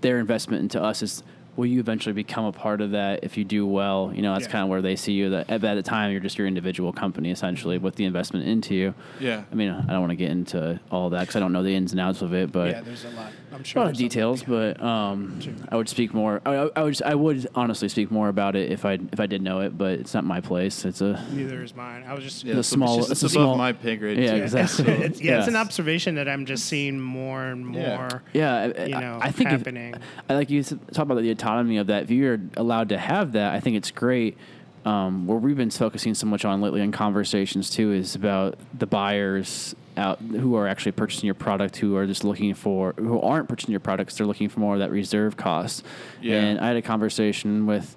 S1: their investment into us is will you eventually become a part of that if you do well? You know, that's
S2: Yeah.
S1: kind of where they see you. That at that time, you're just your individual company essentially with the investment into you.
S3: Yeah.
S1: I mean, I don't want to get into all that because I don't know the ins and outs of it, but
S2: Yeah, there's a lot. I'm
S1: a
S2: sure.
S1: lot of
S2: there's something.
S1: details, but um, I would speak more. I, I- I would I would honestly speak more about it if I if I did know it, but it's not my place. It's a
S2: Neither is mine. I was just.
S3: Yeah,
S1: the
S3: it's
S1: small-
S3: It's,
S1: it's
S3: just
S1: a
S3: above
S1: small-
S3: my pay grade.
S1: yeah,
S3: too.
S1: exactly.
S2: It's, yeah, it's an
S1: Yes.
S2: observation that I'm just seeing more and more.
S3: Yeah.
S1: Yeah, I-
S2: you
S1: I-
S2: know,
S1: I think if-
S2: happening.
S1: I like you s- talk about the autonomy of that. If you're allowed to have that, I think it's great. Um, where we've been focusing so much on lately in conversations too is about the buyers out who are actually purchasing your product, who are just looking for, who aren't purchasing your products, they're looking for more of that reserve cost.
S3: Yeah.
S1: And I had a conversation with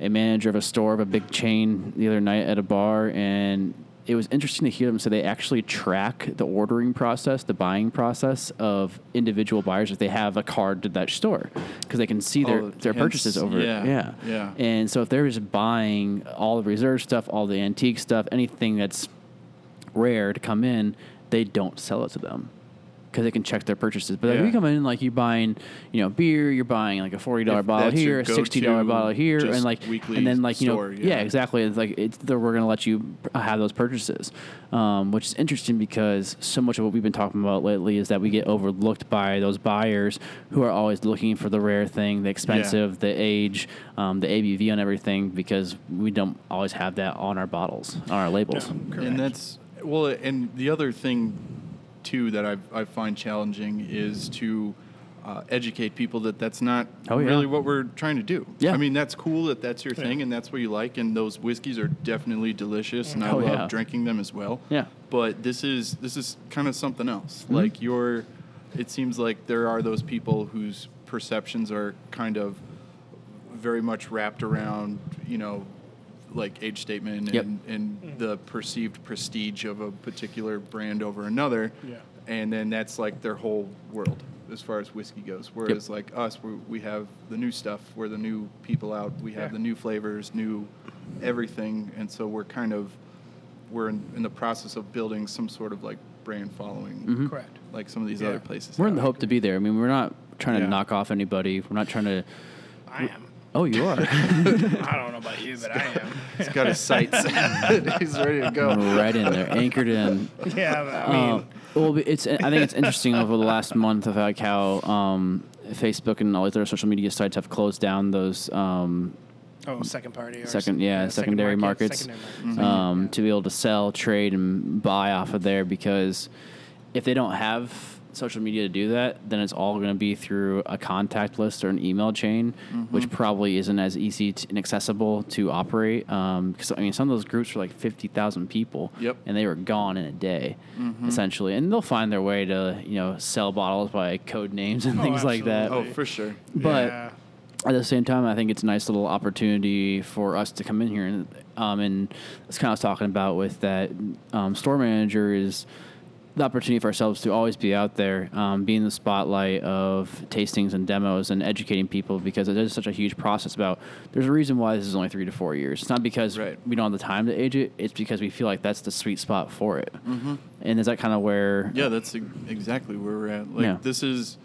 S1: a manager of a store of a big chain the other night at a bar, and it was interesting to hear them say they actually track the ordering process, the buying process of individual buyers if they have a card to that store because they can see their,
S3: Oh,
S1: their
S3: hence-
S1: purchases over
S3: yeah,
S1: yeah
S3: yeah.
S1: and so if they're just buying all the reserve stuff, all the antique stuff, anything that's rare to come in, they don't sell it to them because they can check their purchases. But if
S3: Yeah.
S1: you come in like you buying, you know, beer, you're buying like a forty dollar
S3: If
S1: bottle
S3: that's
S1: here,
S3: your
S1: a sixty dollar
S3: go-to
S1: bottle here, and
S3: just
S1: like
S3: weekly
S1: and then like you
S3: store,
S1: know,
S3: yeah.
S1: yeah, exactly. It's like it's they're, we're gonna let you p- have those purchases, um, which is interesting because so much of what we've been talking about lately is that we get overlooked by those buyers who are always looking for the rare thing, the expensive, the age, um, the ABV on everything because we don't always have that on our bottles, on our labels.
S3: And that's well, and the other thing too that I I find challenging is to uh, educate people that that's not
S1: Oh, yeah.
S3: really what we're trying to do.
S1: Yeah.
S3: I mean that's cool that that's your thing and that's what you like and those whiskeys are definitely delicious and I
S1: Oh,
S3: love
S1: yeah.
S3: drinking them as well.
S1: Yeah. Mm-hmm.
S3: But this is this is kind of something else. Like your it seems like there are those people whose perceptions are kind of very much wrapped around, you know, like age statement
S1: Yep.
S3: and,
S2: Mm-hmm.
S3: and the perceived prestige of a particular brand over another.
S2: Yeah.
S3: And then that's like their whole world as far as whiskey goes. Whereas like us, we, we have the new stuff, we're the new people out, we have
S2: Yeah.
S3: the new flavors, new everything. And so we're kind of, we're in, in the process of building some sort of like brand following,
S2: Correct.
S3: like some of these
S2: Yeah.
S3: other places.
S1: Mm-hmm. We're in the
S3: have.
S1: hope to be there. I mean, we're not trying to
S3: Yeah.
S1: knock off anybody. We're not trying to.
S2: I am.
S1: Oh, you
S3: [laughs]
S1: are
S2: I don't know about you, but I am.
S3: He's got
S1: [laughs]
S3: his sights. [laughs] He's ready to go.
S1: right in there, anchored in.
S2: yeah, but I mean,
S1: Um, well, it's I think it's interesting over the last month of like how um, Facebook and all these other social media sites have closed down those um,
S2: oh, second party. Or
S1: second yeah, secondary markets,
S2: secondary markets.
S1: Um, to be able to sell, trade, and buy off of there because if they don't have social media to do that, then it's all going to be through a contact list or an email chain, which probably isn't as easy to, and accessible to operate. Because I mean, some of those groups were like fifty thousand people,
S3: Yep.
S1: and they were gone in a day, essentially. And they'll find their way to you know sell bottles by code names and
S2: Oh,
S1: things like that.
S3: Oh, for sure.
S1: But
S2: Yeah.
S1: at the same time, I think it's a nice little opportunity for us to come in here and um, and that's kind of what I was talking about with that um, store manager is the opportunity for ourselves to always be out there, um, be in the spotlight of tastings and demos and educating people because it is such a huge process. About there's a reason why this is only three to four years. It's not because
S3: Right.
S1: we don't have the time to age it. It's because we feel like that's the sweet spot for it. Mm-hmm. And is that kind of where?
S3: Yeah, that's e- exactly where we're at. Like
S1: Yeah.
S3: this is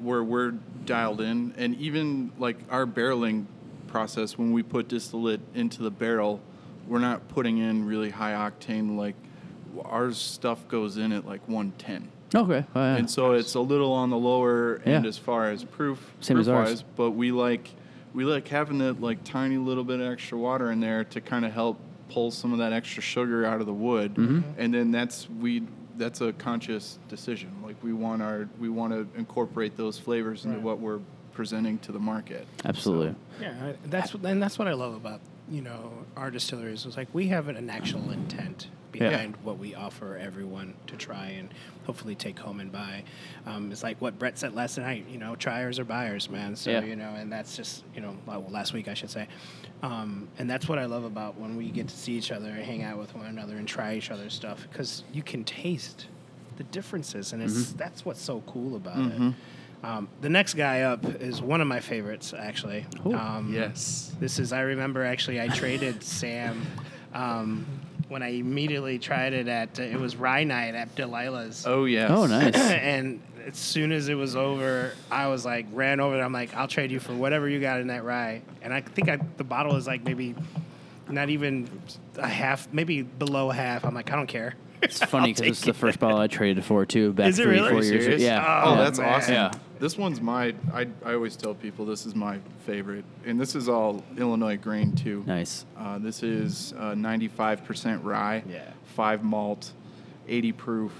S3: where we're dialed in, and even like our barreling process when we put distillate into the barrel, we're not putting in really high octane. Like our stuff goes in at like 110,
S1: Okay. Oh, yeah.
S3: and so it's a little on the lower end
S1: Yeah.
S3: as far as proof.
S1: Same as
S3: proof
S1: ours.
S3: wise, but we like we like having that like tiny little bit of extra water in there to kind of help pull some of that extra sugar out of the wood,
S1: Mm-hmm.
S3: and then that's we that's a conscious decision. Like we want our we want to incorporate those flavors into
S2: Right.
S3: what we're presenting to the market.
S1: Absolutely.
S2: Yeah, I- that's what- and that's what I love about you know our distilleries. It's like we have an actual intent behind what we offer everyone to try and hopefully take home and buy. Um, it's like what Brett said last night. You know, triers or buyers, man. So
S1: Yeah.
S2: you know, and that's just you know well, last week I should say, um, and that's what I love about when we get to see each other and hang out with one another and try each other's stuff because you can taste the differences, and it's that's what's so cool about it. Um, the next guy up is one of my favorites, actually.
S1: Cool.
S2: Um,
S3: Yes.
S2: this is I remember actually I traded Sam um, when I immediately tried it at uh, it was Rye Night at Delilah's. [clears throat]
S3: Oh yes.
S1: Oh, nice.
S2: and as soon as it was over, I was like ran over there. I'm like, I'll trade you for whatever you got in that rye. And I think I, the bottle is like maybe not even a half, maybe below half. I'm like, I don't care.
S1: It's funny because it's the first bottle I traded for too. Back
S2: Is it
S1: three,
S2: really?
S1: four
S2: Are you
S1: years.
S3: Serious?
S1: Yeah.
S3: Oh,
S1: yeah.
S3: that's
S2: man.
S3: awesome.
S1: Yeah.
S3: This one's my. I I always tell people this is my favorite, and this is all Illinois grain too.
S1: nice.
S3: Uh, this is uh, 95% rye,
S2: Yeah.
S3: five malt, 80 proof.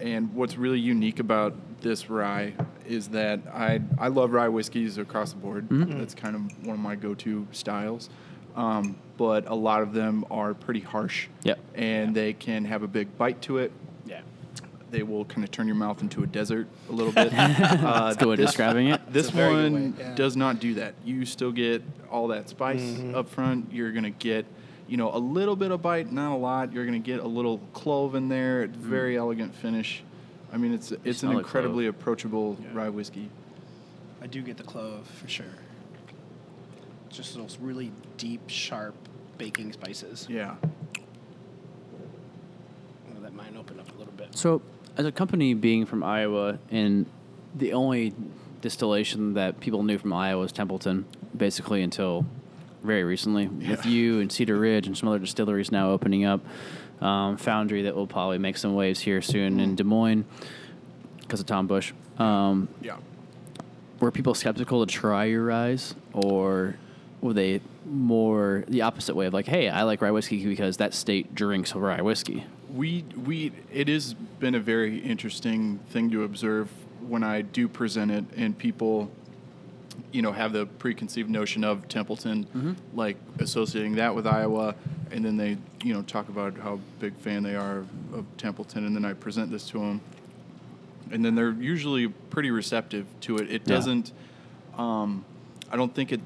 S3: And what's really unique about this rye is that I I love rye whiskeys across the board. That's kind of one of my go-to styles. Um, but a lot of them are pretty harsh.
S1: Yep.
S3: And they can have a big bite to it.
S2: Yeah.
S3: They will kind of turn your mouth into a desert a little bit. uh,
S1: That's the way of describing it.
S3: [laughs] this
S2: a very good way,
S3: one
S2: yeah.
S3: does not do that. You still get all that spice up front. You're gonna get, you know, a little bit of bite, not a lot. You're gonna get a little clove in there. It's Very elegant finish. I mean, it's it's an
S1: smell like
S3: incredibly approachable rye whiskey.
S2: I do get the clove for sure. Just those really deep, sharp baking spices.
S3: Yeah,
S2: I'm gonna Let mine open up a little bit.
S1: So, as a company being from Iowa, and the only distillation that people knew from Iowa was Templeton, basically until very recently, with you and Cedar Ridge and some other distilleries now opening up, um, Foundry that will probably make some waves here soon
S3: Hmm.
S1: in Des Moines because of Tom Bush. Um,
S3: yeah.
S1: were people skeptical to try your ryes, or were they more the opposite way of like, hey, I like rye whiskey because that state drinks rye whiskey?
S3: We we it has been a very interesting thing to observe when I do present it and people you know have the preconceived notion of Templeton, like associating that with Iowa, and then they you know talk about how big fan they are of, of Templeton, and then I present this to them, and then they're usually pretty receptive to it. It
S1: Yeah.
S3: doesn't, um, I don't think it,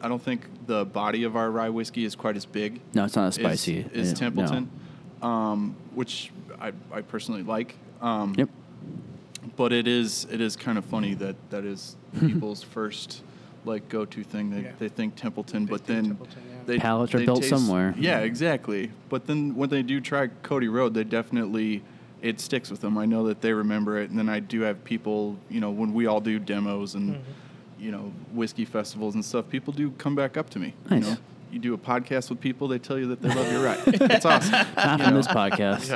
S3: I don't think the body of our rye whiskey is quite as big.
S1: No, it's not as
S3: as-
S1: spicy.
S3: as,
S1: Yeah, no.
S3: Templeton, um, which I I personally like. Um,
S1: Yep.
S3: but it is it is kind of funny that
S1: [laughs]
S3: that is people's first like go to thing. They,
S2: Yeah.
S3: they think Templeton, but
S2: think
S3: then
S2: Templeton, yeah.
S3: they
S1: Pallets are
S3: they
S1: built
S3: taste-
S1: somewhere.
S3: Yeah, exactly. But then when they do try Cody Road, they definitely it sticks with them. I know that they remember it, and then I do have people. You know, when we all do demos and
S2: Mm-hmm.
S3: you know whiskey festivals and stuff, people do come back up to me.
S1: Nice.
S3: You know, you do a podcast with people, they tell you that they love
S1: [laughs]
S3: your ride. It's awesome. [laughs]
S1: Not on this podcast.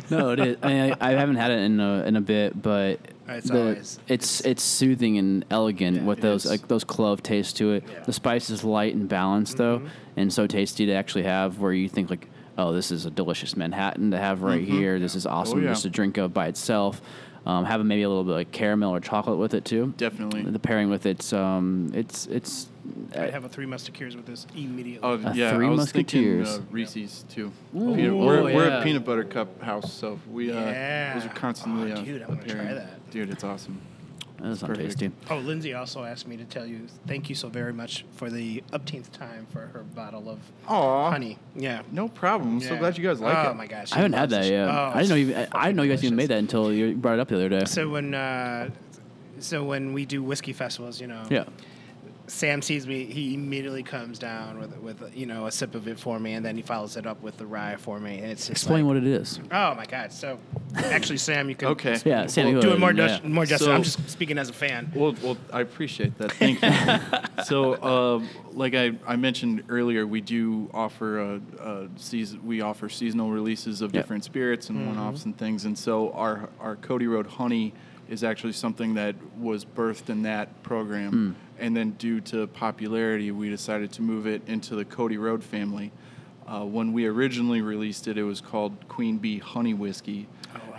S1: [laughs] no, it is. I, mean, I, I haven't had it in a, in a bit, but
S2: It's always-
S1: it's it's soothing and elegant with
S3: it
S1: those
S3: is.
S1: like those clove tastes to it.
S2: Yeah.
S1: The spice is light and balanced though,
S3: Mm-hmm.
S1: and so tasty to actually have. Where you think like, oh, this is a delicious Manhattan to have right here. This is awesome
S3: Mm-hmm. yeah.
S1: just to drink of by itself. Um, having maybe a little bit of like caramel or chocolate with it too.
S3: Definitely.
S1: The pairing with it's um it's it's eh,
S2: I have a three musketeers with this immediately.
S3: Oh
S1: A
S3: yeah,
S1: Three
S3: I was
S1: Musketeers.
S3: thinking uh, Reese's too.
S1: Ooh.
S3: Peanut- we're,
S1: Oh,
S3: we're
S1: yeah.
S3: a peanut butter cup house, so we uh,
S2: Yeah.
S3: those are constantly.
S2: Oh,
S3: uh,
S2: dude, I wanna try
S3: appearing.
S2: that.
S3: Dude, it's awesome.
S1: that's not
S3: perfect.
S1: tasty.
S2: Oh, Lindsay also asked me to tell you thank you so very much for the upteenth time for her bottle of
S3: Aw.
S2: honey. Yeah.
S3: No problem. I'm So
S2: Yeah.
S3: glad you guys like
S2: oh,
S3: it.
S2: Oh my gosh.
S1: I haven't had that yet. I didn't know even I, I didn't know you guys even made that until you brought it up the other day.
S2: Oh, So when uh, so when we do whiskey festivals, you know,
S1: yeah.
S2: Sam sees me. He immediately comes down with with you know a sip of it for me, and then he follows it up with the rye for me. And it's just
S1: Explain
S2: like,
S1: what it is.
S2: Oh my god. So actually, Sam, you can
S3: Okay.
S1: Yeah, Sammy
S3: Well,
S1: Hood,
S2: do it more
S1: yeah.
S2: just more justice.
S3: So-
S2: I'm just speaking as a fan.
S3: Well, well, I appreciate that. Thank you. so, um, like I, I mentioned earlier, we do offer a, a season. We offer seasonal releases of
S1: Yep.
S3: different spirits and one-offs and things. And so, our our Cody Road Honey is actually something that was birthed in that program, and then due to popularity, we decided to move it into the Cody Road family. Uh, when we originally released it, it was called Queen Bee Honey Whiskey.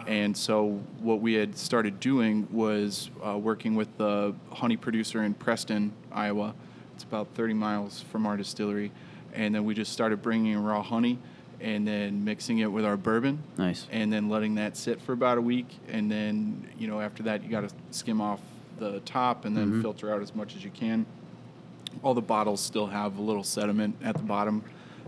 S3: And so what we had started doing was uh, working with the honey producer in Preston, Iowa. It's about 30 miles from our distillery. And then we just started bringing in raw honey and then mixing it with our bourbon.
S1: Nice.
S3: And then letting that sit for about a week. And then, you know, after that, you got to skim off the top and then filter out as much as you can all the bottles still have a little sediment at the bottom,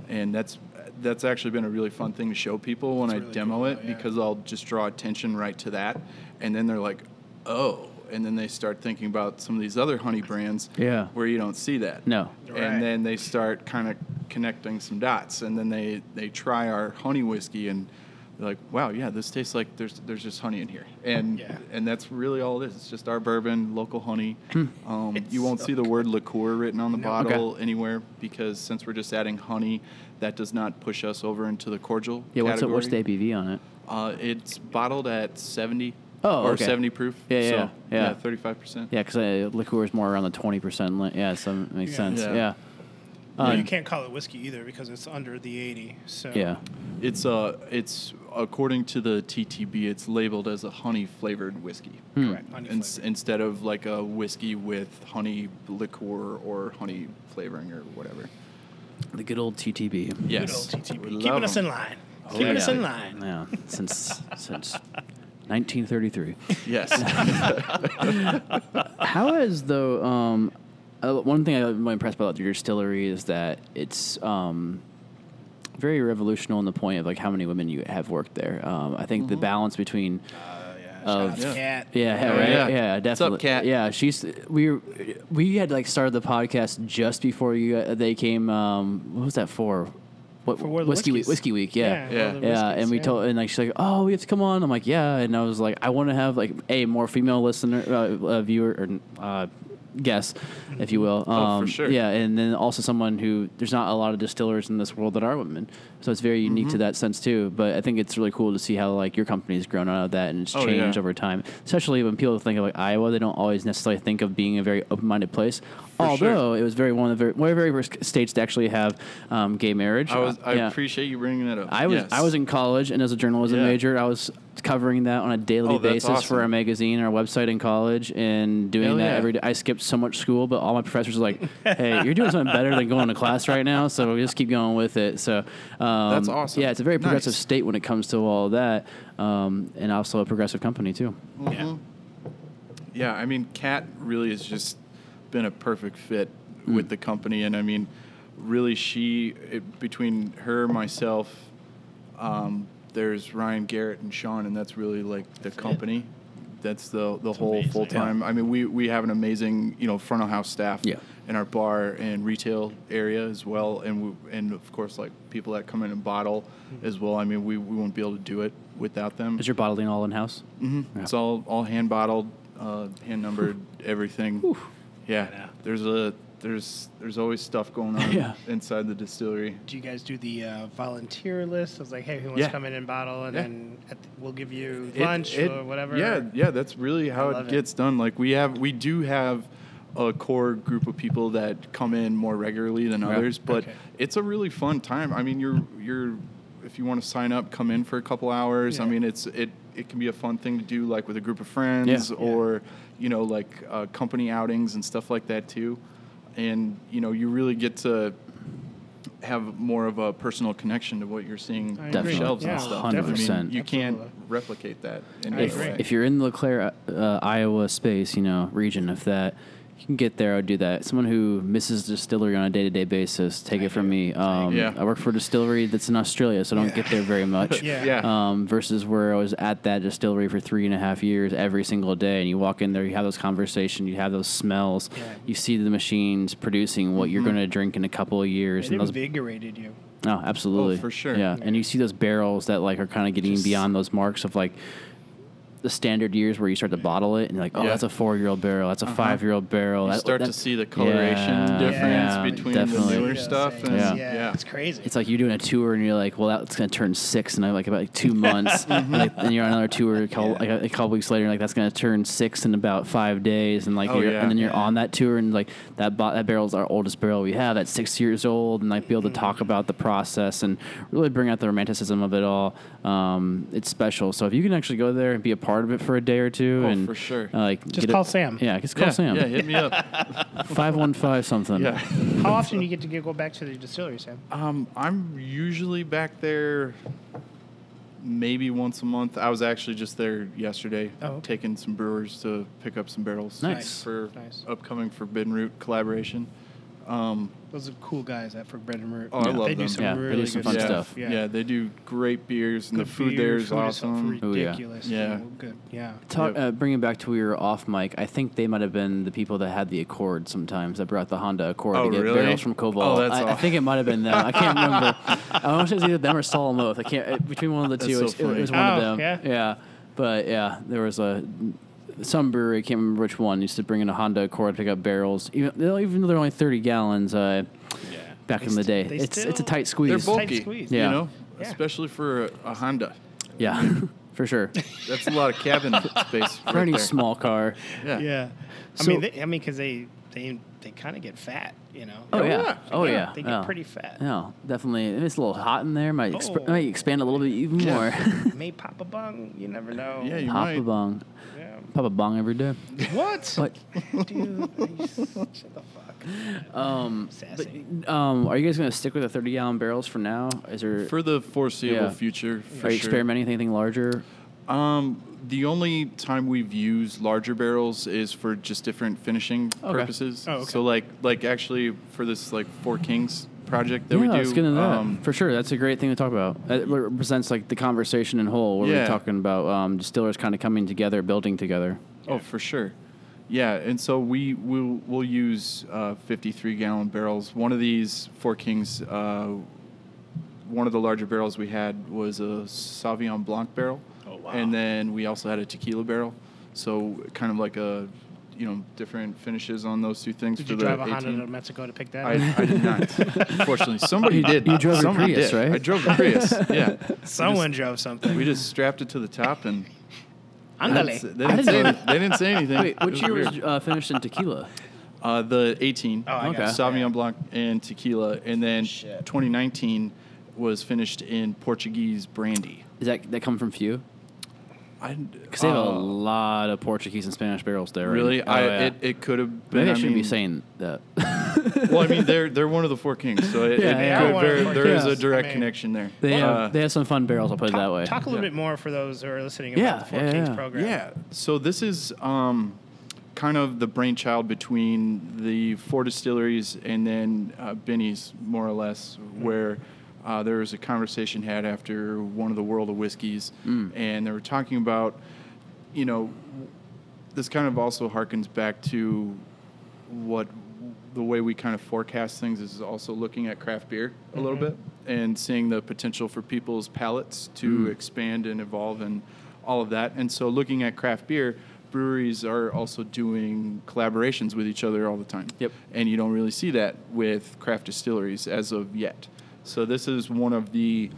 S3: and that's that's actually been a really fun thing to show people when I
S2: really
S3: demo
S2: cool,
S3: it
S2: yeah.
S3: because I'll just draw attention right to that, and then they're like, "Oh," and then they start thinking about some of these other honey brands
S1: Yeah.
S3: where you don't see that.
S1: No.
S2: Right.
S3: And then they start kind of connecting some dots, and then they, they try our honey whiskey, and they're like, wow, yeah, this tastes like there's there's just honey in here, and
S2: Yeah.
S3: and that's really all it is. It's just our bourbon, local honey.
S1: Hmm.
S3: Um, you won't see the word liqueur written on the bottle anywhere because since we're just adding honey, that does not push us over into the cordial.
S1: Yeah, what's the,
S3: category.
S1: what's the ABV on it?
S3: Uh, it's bottled at 70
S1: Oh,
S3: or
S1: okay.
S3: 70 proof.
S1: Yeah, yeah,
S3: so,
S1: yeah.
S3: 35%.
S1: Yeah, because uh, liqueur is more around the twenty percent. Li- yeah, so that makes
S2: Yeah.
S1: sense.
S3: Yeah.
S1: Yeah,
S2: Well, you
S1: Um,
S2: can't call it whiskey either because it's under the 80. So
S1: yeah.
S3: It's uh it's according to the TTB, it's labeled as a honey flavored whiskey.
S1: Hmm.
S2: correct. honey
S3: In-
S2: flavored.
S3: instead of like a whiskey with honey liqueur or honey flavoring or whatever.
S1: The good old TTB.
S2: Good
S3: Yes.
S2: old TTB.
S3: We
S2: Keeping
S3: love
S2: us
S3: 'em.
S2: in line. Keeping us
S3: yeah.
S2: in line.
S1: Yeah, since since 1933.
S3: [laughs] Yes.
S1: How is though? Um, uh, one thing I'm impressed about your distillery is that it's um, very revolutionary in the point of like how many women you have worked there. Um, I think
S2: Mm-hmm.
S1: the balance between
S2: Shout out
S1: Of-
S2: to
S3: Yeah.
S2: Kat.
S1: Yeah, yeah, right. Yeah,
S3: Oh, Yeah. What's
S1: definitely.
S3: up, Kat?
S1: Yeah, she's we were- we had like started the podcast just before you uh, they came. Um, what was that for? What
S2: For World of
S1: whiskey week?
S2: Whiskeys.
S1: Whiskey week. Yeah,
S3: Yeah.
S2: World of
S1: yeah.
S2: Whiskeys,
S1: and we
S2: yeah.
S1: told and like she's like, oh, we have to come on. I'm like, yeah. And I was like, I want to have like a more female listener, uh, uh, viewer, or uh, guest, if you will. Um,
S3: Oh, for sure.
S1: Yeah, and then also someone who there's not a lot of distillers in this world that are women, so it's very unique
S3: Mm-hmm.
S1: to that sense too. But I think it's really cool to see how like your company's grown out of that and it's
S3: Oh,
S1: changed
S3: yeah.
S1: over time. Especially when people think of like Iowa, they don't always necessarily think of being a very open-minded place.
S3: sure.
S1: Although it was very one of the very, one of the very first states to actually have um, gay marriage.
S3: I was I
S1: Yeah.
S3: appreciate you bringing that up.
S1: I was
S3: Yes.
S1: I was in college, and as a journalism
S3: Yeah.
S1: major, I was covering that on a daily
S3: Oh, that's
S1: basis
S3: awesome.
S1: for our magazine, our website in college, and doing
S3: Hell
S1: that
S3: yeah.
S1: every day. I skipped so much school, but all my professors were like, "Hey, you're doing something better than going to class right now, so just keep going with it." So um,
S3: That's awesome.
S1: Yeah, it's a very progressive
S3: Nice.
S1: state when it comes to all that, um, and also a progressive company too.
S2: Yeah.
S3: Yeah, I mean, Kat really has just been a perfect fit
S1: Mm.
S3: with the company, and I mean, really, she it, between her, myself, um, there's Ryan Garrett and Sean, and that's really like the company. That's the the whole
S2: amazing.
S3: full time. I mean, we we have an amazing you know front of house staff
S1: Yeah.
S3: in our bar and retail area as well, and we, and of course like people that come in and bottle
S1: Mm.
S3: as well. I mean, we, we won't be able to do it without them.
S1: Is your bottling all in house?
S3: Mm-hmm. It's all all hand bottled, uh, hand numbered, everything. Yeah.
S2: Yeah.
S3: there's a there's there's always stuff going on
S1: Yeah.
S3: inside the distillery.
S2: Do you guys do the uh, volunteer list? I was like, hey, who wants
S3: Yeah.
S2: to come in and bottle, and
S3: Yeah.
S2: then at the, we'll give you
S3: It-
S2: lunch
S3: it-
S2: or whatever.
S3: Yeah, yeah, that's really how
S2: love
S3: it
S2: it.
S3: gets done. Like we have we do have a core group of people that come in more regularly than others, but
S2: Okay.
S3: it's a really fun time. I mean, you're you're if you want to sign up, come in for a couple hours. I
S2: Yeah.
S3: mean, it's it it can be a fun thing to do like with a group of friends
S1: Yeah.
S3: or you know like uh, company outings and stuff like that too. And you know, you really get to have more of a personal connection to what you're seeing on the
S1: Definitely.
S3: shelves
S1: Yeah,
S3: and stuff. I
S1: 100%.
S3: mean, you can't
S2: Absolutely.
S3: replicate that. In
S2: I
S3: any
S1: if,
S2: agree.
S3: way.
S1: if you're in the Claire, uh, Iowa space, you know, region, if that you can get there, I'd do that. Someone who misses distillery on a day to day basis, take it from me. Um,
S3: Yeah.
S1: I work for a distillery that's in Australia, so I don't get there very
S2: [laughs]
S1: much.
S2: Yeah.
S3: Yeah.
S1: Um, versus where I was at that distillery for three and a half years every single day, and you walk in there, you have those conversations, you have those smells,
S2: Yeah.
S1: you see the machines producing what you're going to drink in a couple of years,
S2: It
S1: and those
S2: invigorated you.
S1: no, absolutely.
S3: Oh, for sure.
S1: Yeah. And you see those barrels that like are kind of getting
S3: Just-
S1: beyond those marks of like the standard years where you start to bottle it and you're like, oh,
S3: Yeah. Uh-huh.
S1: that's a four year old barrel, that's a five year old barrel.
S3: you
S1: that-
S3: start
S1: that-
S3: to see the coloration
S1: Yeah,
S3: difference
S1: Uh, yeah,
S3: between
S1: definitely.
S3: the newer
S2: Yeah.
S3: stuff and
S1: Yeah.
S2: yeah.
S3: yeah.
S2: it's crazy.
S1: It's like you're doing a tour and you're like, well, that's gonna turn six in like about like two
S3: [laughs]
S1: months,
S3: Mm-hmm.
S1: and, like, and you're on another tour a couple, like, a, a couple weeks later, and like that's gonna turn six in about five days, and like,
S3: Oh,
S1: you're,
S3: yeah.
S1: and then you're
S2: Yeah.
S1: on that tour and like that bo- that barrel's our oldest barrel we have, that's six years old, and like be able to
S3: Mm-hmm.
S1: talk about the process and really bring out the romanticism of it all. Um, it's special. So if you can actually go there and be a part of it for a day or two,
S3: Oh,
S1: and
S3: for sure.
S1: uh, like
S2: Just
S1: get a-
S2: call Sam.
S1: Yeah, just call
S3: yeah,
S1: Sam.
S3: yeah, hit
S1: [laughs]
S3: me up.
S1: Five one five something.
S3: yeah.
S2: How often do you get to go back to the distillery, Sam?
S3: Um, I'm usually back there maybe once a month. I was actually just there yesterday
S2: Oh, okay.
S3: taking some brewers to pick up some barrels
S1: Nice.
S3: for
S2: Nice.
S3: upcoming Forbidden Root collaboration. Um,
S2: Those are cool guys at for bread and root.
S3: Oh, I love
S2: they
S3: them.
S2: do some
S1: Yeah, they do
S2: really
S1: some
S2: good
S1: fun
S3: yeah,
S1: stuff.
S2: Yeah,
S3: Yeah. they do great beers and
S2: Good
S3: the food
S2: beer,
S3: there is
S2: food
S3: awesome.
S1: Ooh, yeah.
S2: ridiculous.
S3: Yeah.
S2: good. Yeah,
S1: Talk,
S3: Yep.
S1: uh, bringing back to where you're off mic, I think they might have been the people that had the Accord sometimes that brought the Honda Accord
S3: Oh,
S1: to get
S3: really?
S1: barrels from Cobalt.
S3: Oh, that's
S1: I, I
S3: aw-
S1: think it might have been them. I
S3: [laughs]
S1: can't remember. I want to say it was either them or Saul and Loth. I can't uh, between one of the
S3: That's
S1: two.
S3: so
S1: it's- it,
S3: funny.
S1: was one
S2: Oh,
S1: of them.
S2: yeah.
S1: but yeah, there was a some brewery. I can't remember which one. Used to bring in a Honda Accord, pick up barrels, even though- even though they're only thirty gallons. Uh, [laughs] Back in the
S2: sti-
S1: day,
S2: they
S1: it's it's a
S2: still-
S1: tight
S3: They're
S2: Tight
S1: squeeze.
S3: bulky,
S2: squeeze.
S1: Yeah.
S3: you know,
S2: Yeah.
S3: especially for a, a Honda.
S1: Yeah, [laughs] for
S3: [laughs]
S1: sure.
S3: That's a lot of cabin [laughs] space.
S1: For
S3: Right
S1: any
S3: there.
S1: small car.
S3: Yeah.
S2: [laughs] yeah. I
S1: So-
S2: mean, they, I mean, because they they they kind of get fat, you know.
S1: Oh, yeah. Oh, yeah.
S2: They get
S1: Yeah.
S2: pretty fat.
S1: No, Oh, definitely. If it's a little hot in there, might exp-
S2: Oh.
S1: might expand a little bit even
S3: Yeah.
S1: more.
S3: [laughs]
S2: May pop a bung. You never know.
S3: Yeah,
S1: [laughs]
S3: you
S1: Pop
S3: might.
S1: a bong.
S3: [laughs]
S2: Yeah.
S1: Pop a bong every day.
S2: What?
S1: What?
S2: Dude, you s- shut the fuck. Um, Sassy.
S1: Um, are you guys going to stick with the 30 gallon barrels for now? Is there,
S3: For the foreseeable
S1: Yeah.
S3: future, for
S1: are you
S3: sure.
S1: experimenting with anything larger?
S3: Um, the only time we've used larger barrels is for just different finishing purposes.
S2: Oh, okay.
S3: So like like actually for this like Four Kings project that
S1: yeah,
S3: we do.
S1: let's get into that.
S3: um,
S1: for sure. That's a great thing to talk about. It represents like the conversation in whole where we're
S3: Yeah.
S1: talking about um, distillers kind of coming together, building together.
S3: Oh, for sure. Yeah, and so we will we'll use uh, 53 gallon barrels. One of these Four Kings, uh, one of the larger barrels we had was a Sauvignon Blanc barrel.
S2: Oh, wow.
S3: And then we also had a tequila barrel. So kind of like a, you know, different finishes on those two things.
S2: Did
S3: for
S2: you
S3: the
S2: drive a Honda
S3: 18.
S2: to Mexico to pick that?
S3: I,
S2: up?
S3: [laughs] I did not. Fortunately, somebody did.
S1: you drove your
S3: Someone
S1: Prius,
S3: did.
S1: right?
S3: I drove the Prius. Yeah.
S2: Someone drove something.
S3: We just strapped it to the top and
S2: Andale.
S3: they didn't, say, any- they didn't say anything.
S1: Wait,
S3: It [laughs]
S1: which year was
S3: weird.
S1: uh, finished in tequila?
S3: Uh, the 18.
S2: Oh, I
S1: got Okay. it.
S3: Sauvignon Blanc and tequila, and then 2019 was finished in Portuguese brandy.
S1: Is that that come from few?
S3: I
S1: Because they have a
S3: uh,
S1: lot of Portuguese and Spanish barrels there. right?
S3: really.
S1: Oh,
S3: I
S1: yeah.
S3: it, it could have been.
S1: Maybe I
S3: I
S1: shouldn't
S3: mean-
S1: be saying that.
S3: Well, I mean, they're they're one of the four kings, so it,
S1: Yeah,
S3: it
S1: they are
S3: could
S2: one of the
S3: very-
S2: four
S3: there is a
S2: kings.
S3: direct
S2: I mean-
S3: connection there.
S1: They have,
S3: Uh,
S1: they have some fun barrels. I'll put it that way.
S2: Talk a little
S3: Yeah.
S2: bit more for those who are listening about
S1: Yeah,
S2: the Four
S1: yeah,
S2: Kings
S1: yeah.
S2: program.
S3: Yeah. So this is um, kind of the brainchild between the four distilleries and then uh, Benny's, more or less, where uh, there was a conversation had after one of the World of Whiskies, and they were talking about, you know, this kind of also harkens back to what the way we kind of forecast things is also looking at craft beer a little bit and seeing the potential for people's palates to expand and evolve and all of that. And so, looking at craft beer, breweries are also doing collaborations with each other all the time.
S1: Yep.
S3: And you don't really see that with craft distilleries as of yet. So, this is one of the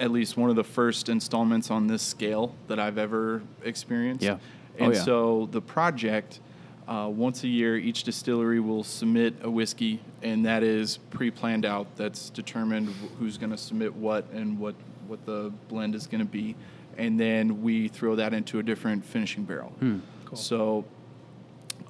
S3: at least one of the first installments on this scale that I've ever experienced.
S1: Yeah. Oh,
S3: And
S1: yeah.
S3: so the project, uh, once a year, each distillery will submit a whiskey, and that is pre-planned out. That's determined wh- who's going to submit what and what what the blend is going to be, and then we throw that into a different finishing barrel.
S1: Hmm.
S3: So.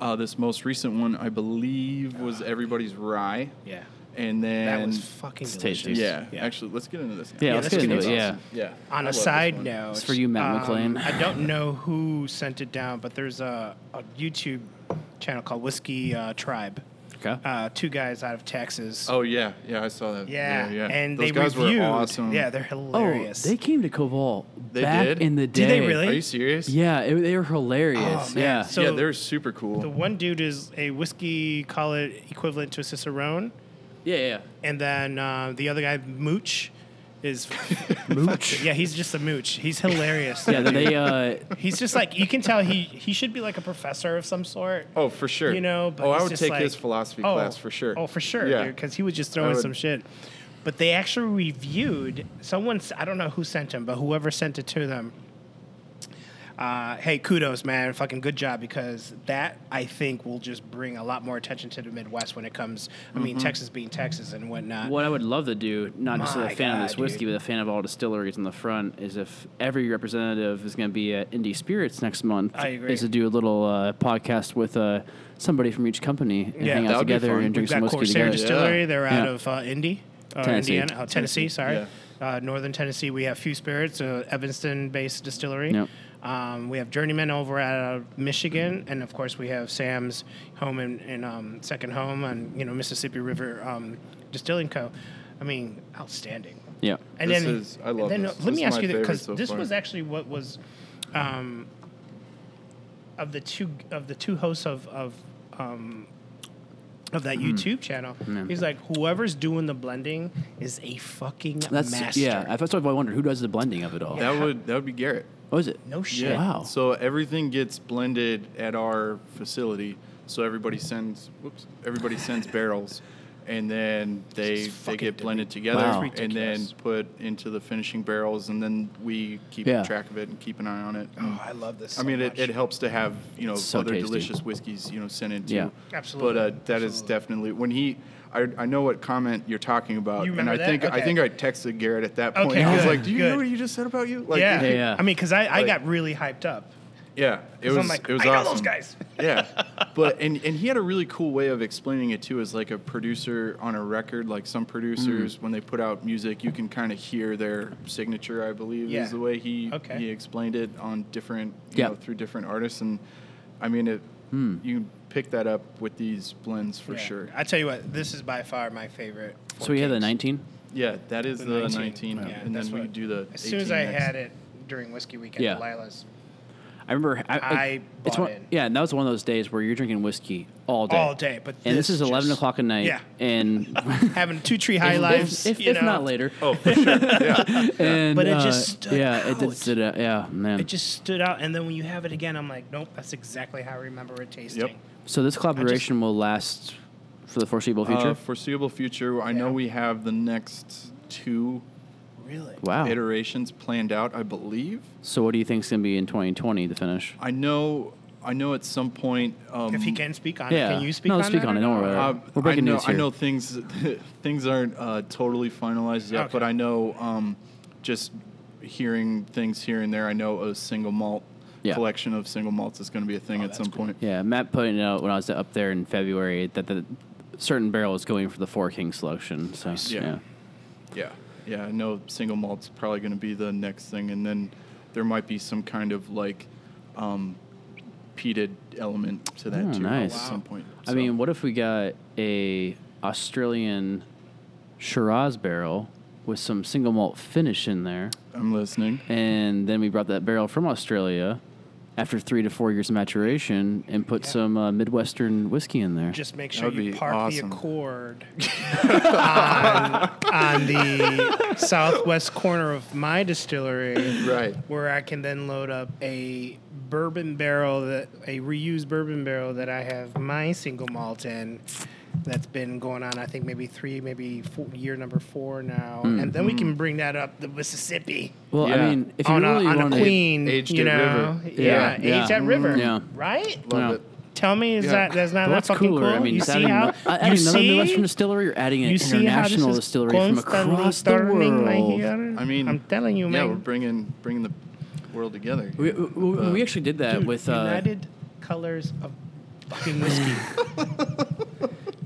S3: Uh, this most recent one, I believe, was everybody's rye,
S2: Ah. Yeah.
S3: and then
S2: That was fucking
S1: tasty.
S2: delicious.
S3: yeah,
S2: Yeah.
S3: Actually, let's get into this. Now.
S1: yeah, let's
S2: let's
S1: get
S2: get
S1: into it.
S2: into
S1: Yeah.
S3: Yeah.
S2: On a side note, um,
S1: It's for you, Matt McLean.
S2: I don't know who sent it down, but there's a, a YouTube channel called Whiskey uh, Tribe.
S1: Okay.
S2: Uh, two guys out of Texas.
S3: Oh yeah, yeah, I saw that.
S2: yeah,
S3: yeah.
S2: and they
S3: Those guys
S2: reviewed.
S3: were awesome.
S2: Yeah, they're
S1: oh,
S2: hilarious.
S1: they came to Cobalt
S3: They
S1: back
S3: did?
S1: in the day.
S2: Did they really?
S3: Are you serious?
S1: Yeah, it, they were hilarious.
S2: Oh, man.
S1: Yeah.
S2: So-
S3: yeah, they're super cool.
S2: the one dude is a whiskey, call it equivalent to a cicerone,
S1: yeah, yeah.
S2: and then uh, the other guy, Mooch, is [laughs]
S1: Mooch.
S2: yeah, he's just a mooch. He's hilarious.
S1: yeah, they. Uh,
S2: he's just like you can tell he he should be like a professor of some sort.
S3: oh, for sure.
S2: you know. But
S3: oh, I
S2: he's
S3: would
S2: just
S3: take
S2: like-
S3: his philosophy
S2: oh,
S3: class for sure.
S2: Oh, for sure.
S3: Yeah.
S2: because he was just throwing
S3: would-
S2: some shit. But they actually reviewed someone. s- I don't know who sent him, but whoever sent it to them. Uh, hey, kudos, man! Fucking good job because that I think will just bring a lot more attention to the Midwest when it comes. I
S3: Mm-hmm.
S2: mean, Texas being Texas and whatnot.
S1: What I would love to do, not just a
S2: My
S1: fan of this
S2: God,
S1: whiskey,
S2: dude.
S1: but a fan of all distilleries on the front, is if every representative is going to be at Indie Spirits next month,
S2: I agree.
S1: is to do a little uh, podcast with uh, somebody from each company and
S2: Yeah,
S1: hang
S2: that
S1: out
S3: would be
S1: together
S3: fun.
S1: and
S2: We've
S1: drink some
S2: got
S1: whiskey
S2: Corsair
S1: together.
S2: Distillery. They're out
S1: Yeah.
S2: of uh, Indy, uh,
S1: Tennessee.
S2: Indiana, oh, Tennessee. Sorry,
S3: Yeah.
S2: Uh, Northern Tennessee, we have Few Spirits, a Evanston-based distillery.
S1: Yep.
S2: Um, we have Journeyman over at uh, Michigan, and of course we have Sam's Home and, and um, Second Home on you know Mississippi River um, Distilling Co. I mean, outstanding.
S1: Yeah.
S2: And
S3: This
S2: then,
S3: is- I
S2: and
S3: love
S2: then
S3: this.
S2: let
S3: This
S2: me
S3: is
S2: ask
S3: my
S2: you that
S3: favorite
S2: because
S3: so
S2: this
S3: far.
S2: was actually what was um, of the two of the two hosts of of um, of that
S3: Mm-hmm.
S2: YouTube channel. He's like, whoever's doing the blending is a fucking
S1: That's
S2: master.
S1: yeah. I- That's what I wondered. Who does the blending of it all?
S3: That would that would be Garrett.
S1: What Oh, is it?
S2: no shit.
S1: Wow.
S3: So everything gets blended at our facility. So everybody sends whoops,
S2: [laughs]
S3: everybody sends barrels and then they
S2: This is
S3: they
S2: fucking
S3: get blended together
S1: Wow.
S2: That's
S3: and then
S2: ridiculous.
S3: put into the finishing barrels and then we keep
S1: Yeah.
S3: track of it and keep an eye on it.
S2: Oh, I love this.
S3: I
S2: so
S3: mean, it,
S2: much.
S3: it helps to have you know
S1: So
S3: other
S1: tasty.
S3: delicious whiskeys you know sent in too.
S1: Yeah.
S2: Absolutely.
S3: But uh, that is
S2: Absolutely.
S3: definitely when he. I, I know what comment you're talking about,
S2: You
S3: and
S2: remember
S3: I
S2: that?
S3: think I
S2: Okay.
S3: think I texted Garrett at that point.
S2: Okay,
S3: I was
S2: good,
S3: like, "Do you know
S2: good.
S3: what you just said about you?" Like,
S2: yeah.
S1: Yeah, yeah.
S2: I mean, because I, I
S3: Like-
S2: got really hyped up.
S3: yeah, it
S2: 'Cause
S3: was
S2: I'm like,
S3: it was
S2: I know
S3: awesome.
S2: those guys.
S3: [laughs] yeah, but and and he had a really cool way of explaining it too. As like a producer on a record, like some producers
S2: Mm.
S3: when they put out music, you can kind of hear their signature. I believe
S2: Yeah.
S3: is the way he
S2: Okay.
S3: he explained it on different you
S1: Yeah.
S3: know through different artists, and I mean it. You pick that up with these blends for
S2: Hmm. Yeah.
S3: sure.
S2: I tell you what, this is by far my favorite.
S1: So we had the
S2: nineteen.
S1: 19.
S3: Yeah, that is the, 19,
S2: Yeah,
S3: and
S2: that's
S3: then we
S2: what-
S3: do the.
S2: As soon as
S3: 18
S2: I
S3: next.
S2: had it during whiskey weekend,
S1: Yeah.
S2: at Lila's,
S1: I remember. I,
S2: I
S1: it's
S2: bought
S1: one,
S2: in.
S1: Yeah, and that was one of those days where you're drinking whiskey all day.
S2: All day, but
S1: and this
S2: this
S1: is 11
S2: just-
S1: o'clock at night.
S2: Yeah.
S1: [laughs]
S2: [laughs]
S1: And
S2: having two tree
S1: if-
S2: high
S1: if-
S2: lives,
S1: if,
S2: you
S1: if
S2: know,
S1: not later.
S3: Oh, for sure. [laughs] Yeah.
S1: And,
S2: But it
S1: uh,
S2: just stood
S1: yeah, it
S2: out.
S1: did stood out. Yeah, man.
S2: it just stood out. And then when you have it again, I'm like, nope, that's exactly how I remember it tasting.
S1: so this collaboration will last for the foreseeable future.
S3: Uh, foreseeable future, I
S2: Yeah.
S3: know we have the next two
S2: Really?
S1: wow.
S3: iterations planned out. I believe.
S1: So what do you think's gonna be in 2020 to finish?
S3: I know. I know at some point. Um,
S2: If he can speak on
S1: Yeah.
S2: it, can you speak
S1: No,
S2: on
S1: speak
S2: that
S1: on
S2: or
S1: it, don't
S2: no?
S1: worry.
S3: uh,
S1: We're breaking
S3: I know,
S1: news
S3: I
S1: here.
S3: know things [laughs] things aren't uh, totally finalized yet, but
S2: Okay.
S3: I know um, just hearing things here and there. I know a single malt
S1: Yeah.
S3: collection of single malts is going to be a thing at
S2: Oh, that's
S3: some
S2: cool.
S3: point.
S1: Yeah, Matt put it out when I was up there in February that the certain barrel is going for the Four King selection. So
S3: Yeah.
S1: yeah.
S3: Yeah, yeah. I know single malt's probably going to be the next thing, and then there might be some kind of like um, peated element to that
S1: Oh,
S3: too
S1: nice.
S3: at some point.
S1: I
S3: So,
S1: mean, what if we got a Australian Shiraz barrel with some single malt finish in there,
S3: I'm listening.
S1: and then we brought that barrel from Australia after three to four years of maturation and put some uh, Midwestern whiskey in there?
S2: Just make sure
S3: would
S2: you
S3: be
S2: park
S3: awesome.
S2: the
S3: [laughs]
S2: Accord on, on the southwest corner of my distillery.
S3: Right.
S2: where I can then load up a bourbon barrel that a reused bourbon barrel that I have my single malt in that's been going on I think maybe 3 maybe four, year number 4 now
S1: Hmm.
S2: and then we can bring that up the Mississippi
S1: well,
S3: Yeah.
S1: I mean, if you
S2: on,
S1: really
S2: Oh, a, on
S1: want
S2: a
S1: to,
S2: queen
S3: aged
S2: you
S3: at
S2: know
S3: river.
S2: yeah,
S1: Yeah,
S2: aged
S1: yeah.
S2: at river
S1: Yeah.
S2: right
S3: Love
S1: Yeah.
S3: it.
S2: tell me is
S3: Yeah.
S2: that that's not
S1: But
S2: that
S1: what's
S2: fucking
S1: cooler?
S2: cool
S1: I mean,
S2: you
S1: it's
S2: see
S1: adding,
S2: how
S1: uh, adding
S2: you
S1: another
S2: see
S1: Midwestern distillery, you're adding an
S2: you see how this
S1: international
S2: is
S1: distillery from
S2: constantly
S1: across the
S2: turning
S1: world.
S2: right here?
S3: I mean,
S2: I'm telling you,
S3: Yeah,
S2: man.
S3: we're bringing bringing the world together.
S1: We, we, we actually did that
S2: Dude,
S1: with uh,
S2: United Colors of
S1: [laughs]
S2: fucking whiskey.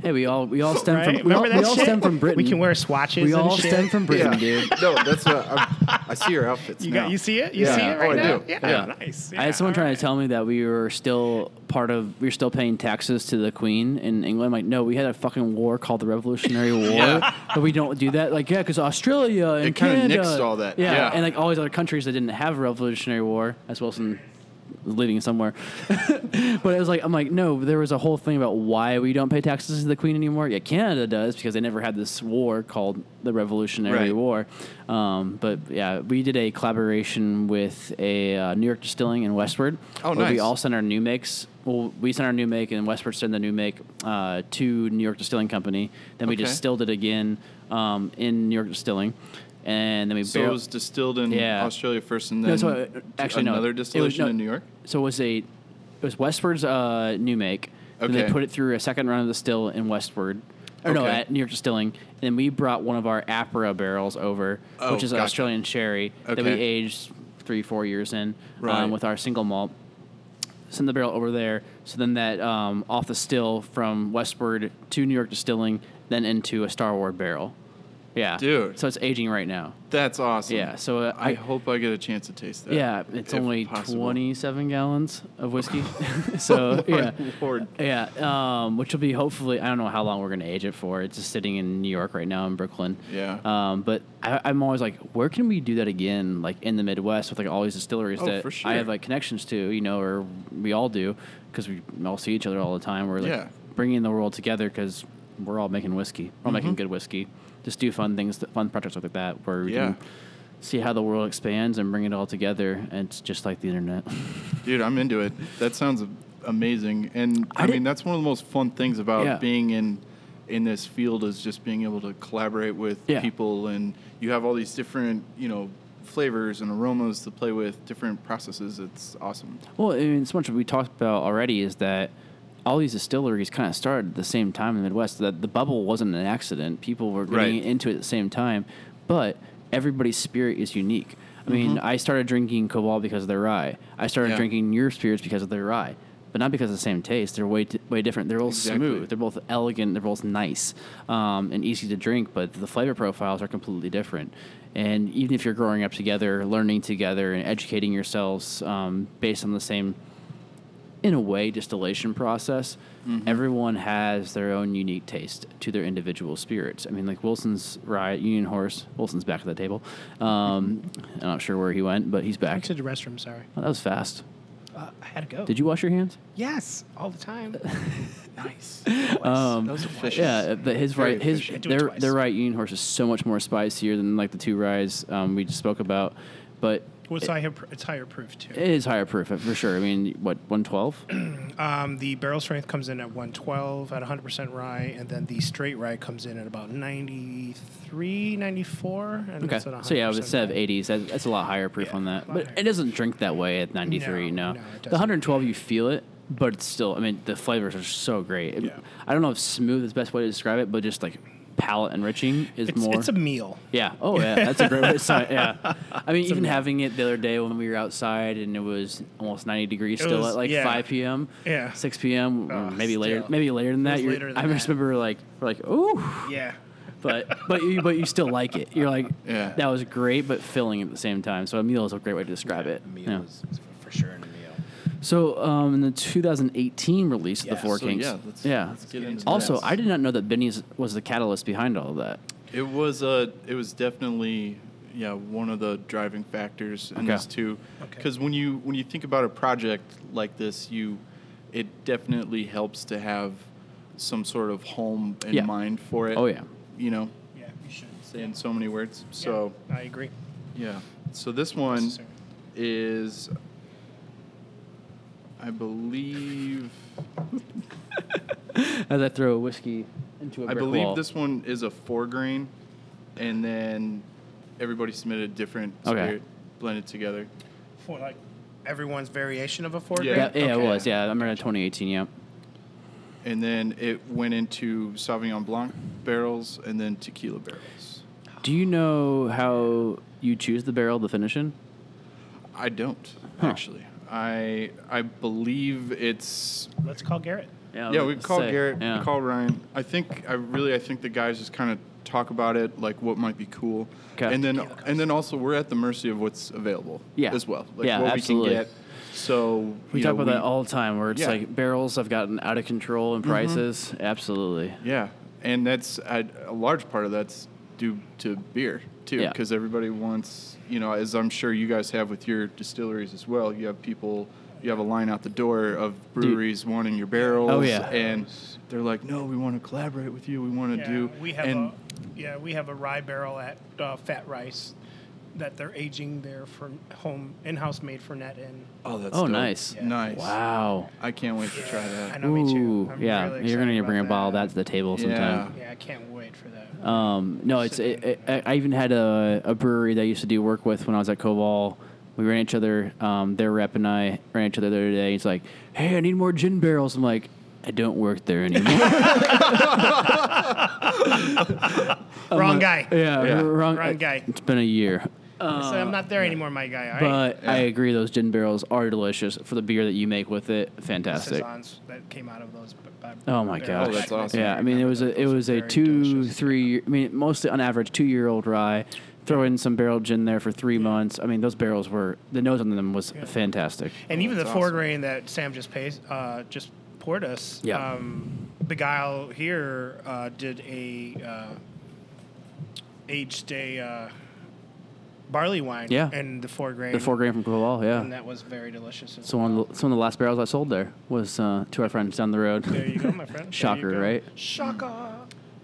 S1: Hey, we all we all stem
S2: right?
S1: from we all,
S2: Remember that
S1: we all
S2: shit?
S1: stem from Britain.
S2: We can wear swatches.
S1: We
S2: and
S1: all
S2: shit.
S1: stem from Britain, dude.
S3: [laughs] no, that's what i I see your outfits
S2: You
S3: now.
S2: got. You see it. You
S3: Yeah.
S2: see it
S3: Oh,
S2: right
S3: I
S2: now.
S3: do.
S2: Yeah,
S3: Yeah.
S2: Nice.
S1: I had someone
S2: all
S1: trying to tell me that we were still part of we were still paying taxes to the Queen in England. I'm like, no, we had a fucking war called the
S3: [laughs]
S1: Revolutionary War,
S3: Yeah.
S1: but we don't do that. Like, yeah, because Australia and
S3: It kinda
S1: Canada,
S3: nixed all that.
S1: Yeah,
S3: Yeah.
S1: and like all these other countries that didn't have a Revolutionary War, as Wilson was leading somewhere. [laughs] but it was like, I'm like, no, there was a whole thing about why we don't pay taxes to the Queen anymore. Yeah, Canada does because they never had this war called the Revolutionary
S3: Right.
S1: War. war. Um, but yeah, we did a collaboration with a uh, New York Distilling in Westward.
S3: Oh,
S1: where We
S3: nice.
S1: all sent our new makes. Well, we sent our new make, and Westward sent the new make uh, to New York Distilling Company. Then we
S3: Okay.
S1: distilled it again um, in New York Distilling, and then we
S3: So it
S1: barrel-
S3: was distilled in
S1: Yeah.
S3: Australia first, and then
S1: No, so, uh, actually no.
S3: another
S1: It was-
S3: distillation
S1: no.
S3: in New York.
S1: So it was a it was Westward's uh, new make. Then they
S3: Okay.
S1: put it through a second run of the still in Westward. Or no,
S3: Okay.
S1: at New York Distilling. And then we brought one of our Apra barrels over,
S3: Oh,
S1: which is
S3: gotcha.
S1: an Australian sherry that we
S3: Okay.
S1: aged three, four years in
S3: Right.
S1: um, with our single malt. Send the barrel over there. So then that um, off the still from Westward to New York Distilling, then into a Star Wars barrel. Yeah,
S3: Dude.
S1: So it's aging right now.
S3: That's awesome.
S1: Yeah. So uh,
S3: I, hope I get a chance to taste that.
S1: Yeah, it's
S3: if
S1: only
S3: possible.
S1: 27 gallons of whiskey. [laughs] so, yeah.
S3: [laughs] Lord.
S1: Yeah, um, which will be hopefully, I don't know how long we're going to age it for. It's just sitting in New York right now in Brooklyn.
S3: Yeah.
S1: Um, but I, I'm always like, where can we do that again, like in the Midwest with like all these distilleries
S3: Oh,
S1: that
S3: for
S1: I
S3: sure.
S1: have like connections to, you know, or we all do because we all see each other all the time. We're like
S3: Yeah.
S1: bringing the world together because we're all making whiskey. We're all
S3: Mm-hmm.
S1: making good whiskey. Just do fun things, fun projects like that where we
S3: Yeah.
S1: can see how the world expands and bring it all together. And it's just like the internet.
S3: Dude, I'm into it. That sounds amazing. And
S1: I
S3: I, mean,
S1: didn't-
S3: that's one of the most fun things about
S1: Yeah.
S3: being in in this field is just being able to collaborate with
S1: Yeah.
S3: people and you have all these different, you know, flavors and aromas to play with, different processes. It's awesome.
S1: well, I mean, so much we talked about already is that all these distilleries kind of started at the same time in the Midwest. That the bubble wasn't an accident. People were getting
S3: Right.
S1: into it at the same time, but everybody's spirit is unique. I mean, I started drinking Cobalt because of their rye. I started
S3: Mm-hmm. Yeah.
S1: drinking your spirits because of their rye, but not because of the same taste. They're way t- way different. They're all
S3: Exactly.
S1: smooth. They're both elegant. They're both nice um, and easy to drink, but the flavor profiles are completely different. And even if you're growing up together, learning together, and educating yourselves um, based on the same, in a way, distillation process, everyone has their own unique taste to their individual spirits. I mean, like Wilson's Riot, Union Horse, Wilson's back at the table. Um, I'm not sure where he went, but he's
S2: I
S1: back.
S2: to the restroom. Sorry,
S1: Oh, that was fast.
S2: uh, I had to go.
S1: Did you wash your hands?
S2: Yes, all the
S1: [laughs]
S2: time.
S3: Nice.
S1: Um,
S3: that was efficient.
S1: Yeah, but his
S3: Very
S1: right, his
S3: efficient.
S2: Do it
S1: their
S2: twice.
S1: their right union horse is so much more spicier than like the two ryes um, we just spoke about, but
S2: well, it's higher, pr- it's higher proof too.
S1: it is higher proof uh, for sure. I mean, what
S2: [clears throat]
S1: one twelve?
S2: Um, the barrel strength comes in at 112 at 100 percent rye, and then the straight rye comes in at about 93, 94. And
S1: Okay,
S2: it's at
S1: so yeah,
S2: 100%
S1: instead of
S2: rye.
S1: eighties, that, that's a lot higher proof on that.
S2: lot
S1: But
S2: higher.
S1: it doesn't drink that way at ninety three.
S2: No,
S1: No,
S2: no, it doesn't.
S1: the hundred twelve you feel it, but it's still. I mean, the flavors are so great. It-
S2: Yeah.
S1: I don't know if smooth is the best way to describe it, but just like palate enriching is
S2: It's,
S1: more.
S2: it's a meal.
S1: Yeah. [laughs] Oh, yeah. That's a great way to say it. Yeah.
S2: [laughs]
S1: I mean, even having it the other day when we were outside and it was almost 90 degrees
S2: It
S1: still
S2: was-
S1: at like
S2: yeah.
S1: 5 p.m.
S2: Yeah.
S1: 6 p.m. or
S2: Oh,
S1: maybe later.
S2: still.
S1: Maybe later than
S2: It
S1: that.
S2: was
S1: You're-
S2: later than
S1: I just
S2: that.
S1: remember like we're like ooh,
S2: Yeah.
S1: but but you but you still like it. You're like
S3: Yeah.
S1: that was great, but filling at the same time. So a meal is a great way to describe it.
S4: A meal
S1: Yeah.
S4: is is for sure in a meal.
S1: So um, in the 2018 release of
S4: Yeah,
S1: the Four
S3: so
S1: Kings.
S3: yeah, let's-
S1: yeah.
S3: let's get into
S1: also,
S3: this.
S1: I did not know that Benny's was the catalyst behind all of that.
S3: It was uh, it was definitely yeah one of the driving factors in
S1: Okay.
S3: this too,
S2: Okay.
S3: because when you when you think about a project like this, you it definitely helps to have some sort of home in
S1: Yeah.
S3: mind for it.
S1: Oh, yeah.
S3: you know,
S2: Yeah, you should.
S3: in so many words. So
S2: I agree.
S3: yeah, so this one
S2: Necessary.
S3: is, I believe,
S1: As I throw a whiskey into a
S3: I
S1: brick
S3: believe
S1: wall.
S3: this one is a four grain, and then everybody submitted a different
S1: Okay.
S3: spirit blended together.
S2: For like everyone's variation of a four
S1: [clears throat]
S3: Yeah.
S1: Yeah,
S2: grain?
S1: yeah, it
S2: Okay.
S1: was. Yeah, I remember in 2018. Yeah.
S3: and then it went into Sauvignon Blanc barrels and then tequila barrels.
S1: Do you know how you choose the barrel to finish in?
S3: I don't actually. I I believe it's
S2: Let's call Garrett.
S3: yeah. We call
S1: say,
S3: Garrett.
S1: yeah.
S3: We call Ryan. I think I really I think the guys just kind of talk about it like what might be cool,
S1: 'Kay.
S3: and then and then also we're at the mercy of what's available.
S1: Yeah.
S3: As well. Like
S1: Yeah,
S3: What
S1: absolutely.
S3: we can get. So
S1: We
S3: you
S1: talk
S3: know,
S1: about
S3: we-
S1: that all the time, where it's
S3: Yeah.
S1: like barrels have gotten out of control in prices. Absolutely.
S3: Yeah, and that's I, a large part of that's due to beer too,
S1: Yeah.
S3: because everybody wants you know, as I'm sure you guys have with your distilleries as well. You have people, you have a line out the door of breweries wanting your barrels.
S1: Oh, yeah.
S3: and they're like, no, we want to collaborate with you. We want to
S2: yeah,
S3: do.
S2: We have
S3: and
S2: a yeah, we have a rye barrel at uh, Fat Rice that they're aging their from home in-house made Fernet in.
S3: oh, that's
S1: Oh,
S3: dope.
S1: nice. Yeah.
S3: nice.
S1: Wow.
S3: I can't wait to try
S2: I
S3: that.
S2: know me too. I'm
S1: yeah,
S2: really
S1: you're gonna
S2: excited
S1: need to bring a
S2: about
S1: bottle of that to the table
S3: Yeah.
S1: sometime.
S2: Yeah, I can't wait for that.
S1: Um, no, it's it, it, I I even had a, a brewery that I used to do work with when I was at Cobol. We ran each other. Um, their rep and I ran each other the other day. He's like, "Hey, I need more gin barrels." I'm like, "I don't work there anymore."
S2: Wrong guy.
S1: Yeah,
S3: Yeah.
S1: Wrong,
S2: Wrong guy.
S1: It's been a year.
S2: so I'm not there anymore, my guy. All right.
S1: uh, But I agree, those gin barrels are delicious for the beer that you make with it. Fantastic.
S2: Saisons that came out of those. b- b-
S1: Oh my
S2: barrels.
S1: gosh!
S3: Oh, that's awesome.
S1: Yeah, I mean it was a it
S2: Those
S1: was
S2: are
S1: a
S2: very
S1: two
S2: delicious.
S1: three. I mean mostly on average two year old rye. Throw in some barrel gin there for three months. I mean those barrels were the nose on them was fantastic.
S2: And even the
S3: that's
S2: Ford
S3: awesome.
S2: rain that Sam just pays, uh, just poured us.
S1: Yeah.
S2: Um, Beguile here uh, did a uh, aged a uh, barley wine.
S1: Yeah.
S2: And the Ford grain.
S1: The four grain from Koval,
S2: And
S1: yeah.
S2: that was very delicious. as
S1: So one of the, some of the last barrels I sold there was uh, to our friends down the road.
S2: well. there you go, my friend. There you
S1: Shocker,
S2: go.
S1: right?
S2: Shocker.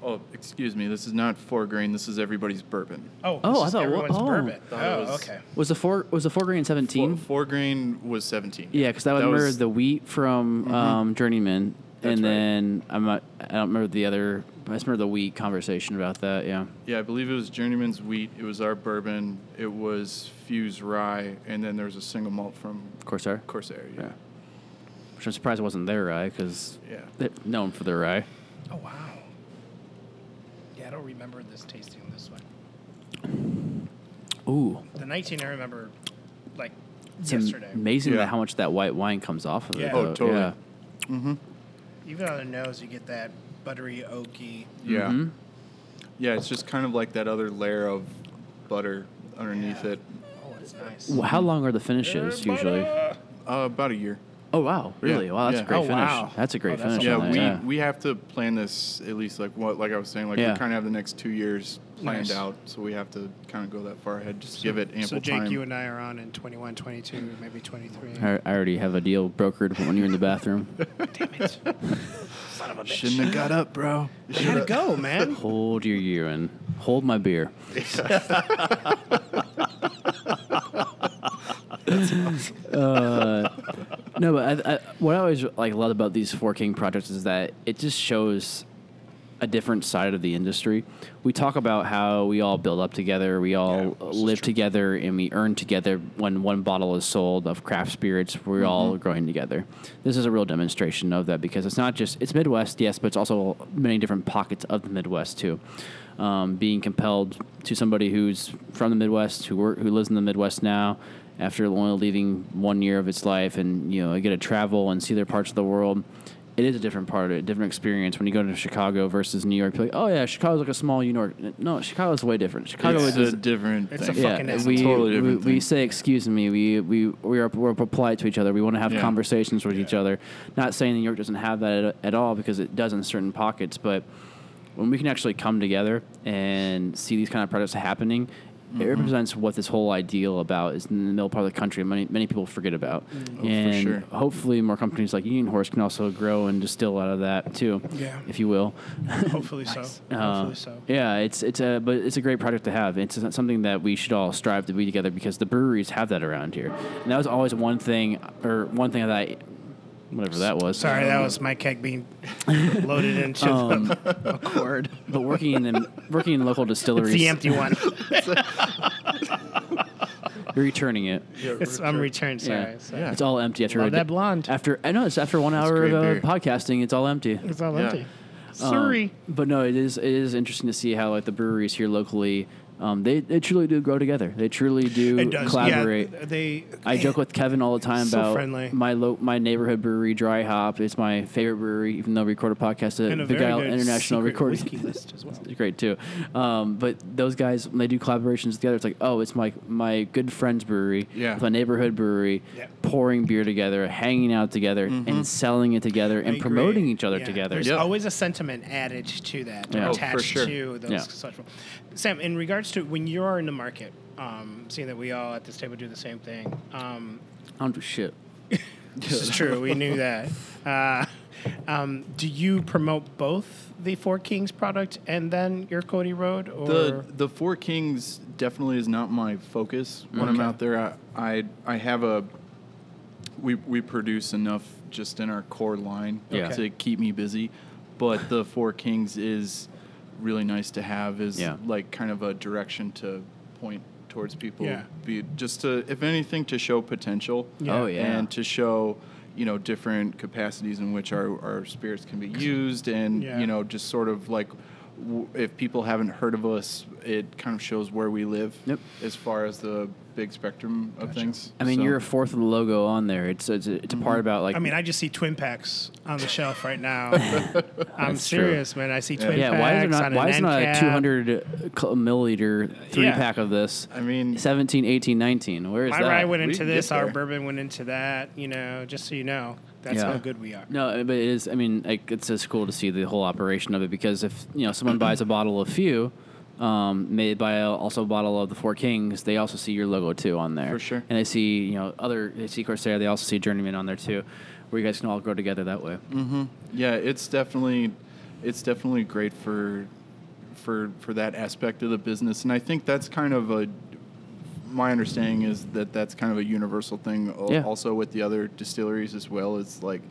S3: Oh, excuse me. This is not four grain. This is everybody's bourbon.
S2: Oh,
S1: Oh,
S2: this
S1: I
S2: is
S1: thought-
S2: everyone's
S1: oh.
S2: bourbon.
S3: Thought it
S2: Oh,
S3: was-
S2: okay.
S1: [laughs] Was the four was the four grain
S3: Four,
S1: seventeen?
S3: four grain was 17.
S1: Yeah, because that would mirror the wheat from um, Journeyman,
S3: That's
S1: and
S3: right.
S1: then I'm not, I don't remember the other. I just remember the wheat conversation about that. Yeah,
S3: Yeah, I believe it was Journeyman's wheat. It was our bourbon. It was Fuse rye, and then there was a single malt from
S1: Corsair.
S3: Corsair. Yeah.
S1: Which I'm surprised it wasn't their rye because
S3: Yeah.
S1: they're known for their rye.
S2: Oh wow. Yeah, I don't remember this tasting this one.
S1: Ooh,
S2: The 19 I remember, like
S1: it's am-
S2: yesterday.
S1: amazing
S3: Yeah.
S1: how much that white wine comes off of it.
S2: Yeah.
S1: though.
S2: Oh,
S3: totally.
S1: Yeah.
S2: Even on the nose, you get that buttery oaky.
S3: Yeah.
S1: Mm-hmm.
S3: Yeah, it's just kind of like that other layer of butter underneath
S2: Yeah.
S3: it.
S2: Oh, it's nice.
S1: Wh- How long are the finishes usually?
S3: Uh, about a year.
S1: Oh wow, really?
S3: Yeah.
S1: Wow, that's
S3: Yeah.
S1: a great
S2: Oh,
S1: finish.
S2: wow.
S1: That's a great
S2: Oh, that's
S1: finish.
S2: a
S3: Yeah,
S1: on that,
S3: we
S1: yeah.
S3: we have to plan this at least like what like I was saying like
S1: Yeah.
S3: we kind of have the next two years planned
S2: Nice.
S3: out, so we have to kind of go that far ahead. Just give it ample
S2: So Jake,
S3: time.
S2: you and I are on in 21, 22, maybe 23.
S1: I I already have a deal brokered when you're in the bathroom.
S2: Damn
S3: [laughs]
S2: it. Son of a bitch.
S3: Shouldn't have got up, bro. You
S2: Way to
S3: should've-
S2: go, man.
S1: hold your urine. Hold my beer. uh, no, but I, I, what I always like love about these Four King projects is that it just shows a different side of the industry. We talk about how we all build up together, we all
S3: Yeah, this is
S1: live
S3: true.
S1: together, and we earn together when one bottle is sold of craft spirits. We're all
S3: Mm-hmm.
S1: growing together. This is a real demonstration of that because it's not just it's Midwest, yes, but it's also many different pockets of the Midwest too. Um, being compelled to somebody who's from the Midwest, who work, who lives in the Midwest now, after only leaving one year of its life, and you know, I get to travel and see their parts of the world it is a different part of it, a different experience when you go to Chicago versus New York. You're like, oh yeah, Chicago's like a small New York. No, Chicago's way different. Chicago
S3: It's
S1: is
S3: a different.
S2: It's a
S3: thing.
S2: fucking
S1: yeah.
S2: essence.
S1: We,
S3: Totally
S1: we,
S3: different
S1: we
S3: thing.
S1: say excuse me. We we we are we're polite to each other. We want to have
S3: Yeah.
S1: conversations with each other. Not saying New York doesn't have that at, at all because it does in certain pockets, but when we can actually come together and see these kind of projects happening, it
S3: Mm-hmm.
S1: represents what this whole ideal about is in the middle part of the country. Many many people forget about, and
S3: Mm. Oh, sure.
S1: hopefully more companies like Union Horse can also grow and distill out of that too,
S2: Yeah.
S1: if you will.
S2: [laughs] Hopefully so.
S1: Uh,
S2: Hopefully so.
S1: Yeah, it's it's a but it's a great project to have. It's something that we should all strive to be together because the breweries have that around here, and that was always one thing or one thing that I, whatever that was.
S2: Sorry, that was my keg being
S3: [laughs]
S2: loaded into
S3: Um,
S2: the a cord.
S1: [laughs] But working in the, working in local distilleries,
S2: It's the empty
S3: [laughs]
S2: one.
S1: you're returning it.
S2: It's, I'm returned. Sorry. sorry.
S3: Yeah.
S1: It's all empty after
S2: Love
S1: a
S2: that
S1: di-
S2: blonde.
S1: After I know it's after one hour
S3: great
S1: of uh,
S3: beer.
S1: podcasting, it's all empty.
S2: It's all
S3: Yeah. Um,
S2: empty. Sorry.
S1: But no, it is it is interesting to see how like the breweries here locally, um, they they truly do grow together. They truly do
S2: It does.
S1: collaborate.
S2: Yeah, they.
S1: I joke with Kevin all the time
S2: So
S1: about
S2: friendly.
S1: my lo- my neighborhood brewery, Dry Hop. It's my favorite brewery, even though I record a podcast at
S2: And a
S1: Big
S2: very
S1: Isle
S2: good
S1: International
S2: secret
S1: Recording. [laughs]
S2: whiskey list as well.
S1: It's great too. Um, but those guys, when they do collaborations together, it's like, oh, it's my my good friend's brewery,
S3: Yeah.
S1: with my neighborhood brewery,
S2: Yeah.
S1: pouring beer together, hanging out together,
S3: Mm-hmm.
S1: and selling it together, and
S2: I
S1: promoting
S2: agree.
S1: each other
S2: Yeah.
S1: together.
S2: There's
S3: Yeah.
S2: always a sentiment added to that,
S1: Yeah. Oh,
S3: for
S2: attached
S3: sure.
S2: to those
S1: Yeah.
S2: such. Sam, in regards to when you're in the market, um, seeing that we all at this table do the same thing,
S1: [laughs]
S2: um,
S1: I don't do shit.
S2: this is true. We knew that. Uh, um, do you promote both the Four Kings product and then your Cody Road, or
S3: the the Four Kings definitely is not my focus when I'm
S2: Okay.
S3: out there. I, I I have a we we produce enough just in our core line
S1: Yeah.
S3: to keep me busy, but the Four Kings is really nice to have. Is
S1: Yeah.
S3: like kind of a direction to point towards people.
S2: Yeah.
S3: Be just to if anything to show potential.
S2: Yeah.
S1: Oh yeah.
S3: And to show, you know, different capacities in which our, our spirits can be used and,
S2: Yeah.
S3: you know, just sort of like w- if people haven't heard of us, it kind of shows where we live
S1: Yep.
S3: as far as the big spectrum of things.
S1: I mean,
S3: So-
S1: you're a fourth of the logo on there. It's it's, it's a part about like
S2: Mm-hmm. I mean, I just see twin packs on the shelf right
S1: [laughs]
S2: now. I'm
S1: That's true.
S2: serious, man. I see twin
S1: yeah.
S2: packs.
S1: Why is there not
S2: on
S1: why
S2: an
S1: is there
S2: end
S1: not a
S2: cap.
S1: 200 cl- milliliter three pack of this?
S3: I mean-
S1: 17, 18, 19. Where is
S2: My
S1: that?
S2: rye went
S3: We
S2: into
S3: can get
S2: this. Our
S3: there.
S2: bourbon went into that. You know, just so you know, that's
S1: Yeah.
S2: how good we are.
S1: No, but it is. I mean, like, it's just cool to see the whole operation of it because if you know someone buys a bottle of few, um, made by a, also a bottle of the Four Kings, they also see your logo too on there
S3: For sure.
S1: and they see you know other they see Corsair, they also see Journeyman on there too, where you guys can all grow together that way.
S3: yeah it's definitely it's definitely great for for for that aspect of the business and i think that's kind of a my understanding is that that's kind of a universal thing al-
S1: Yeah.
S3: also with the other distilleries as well it's like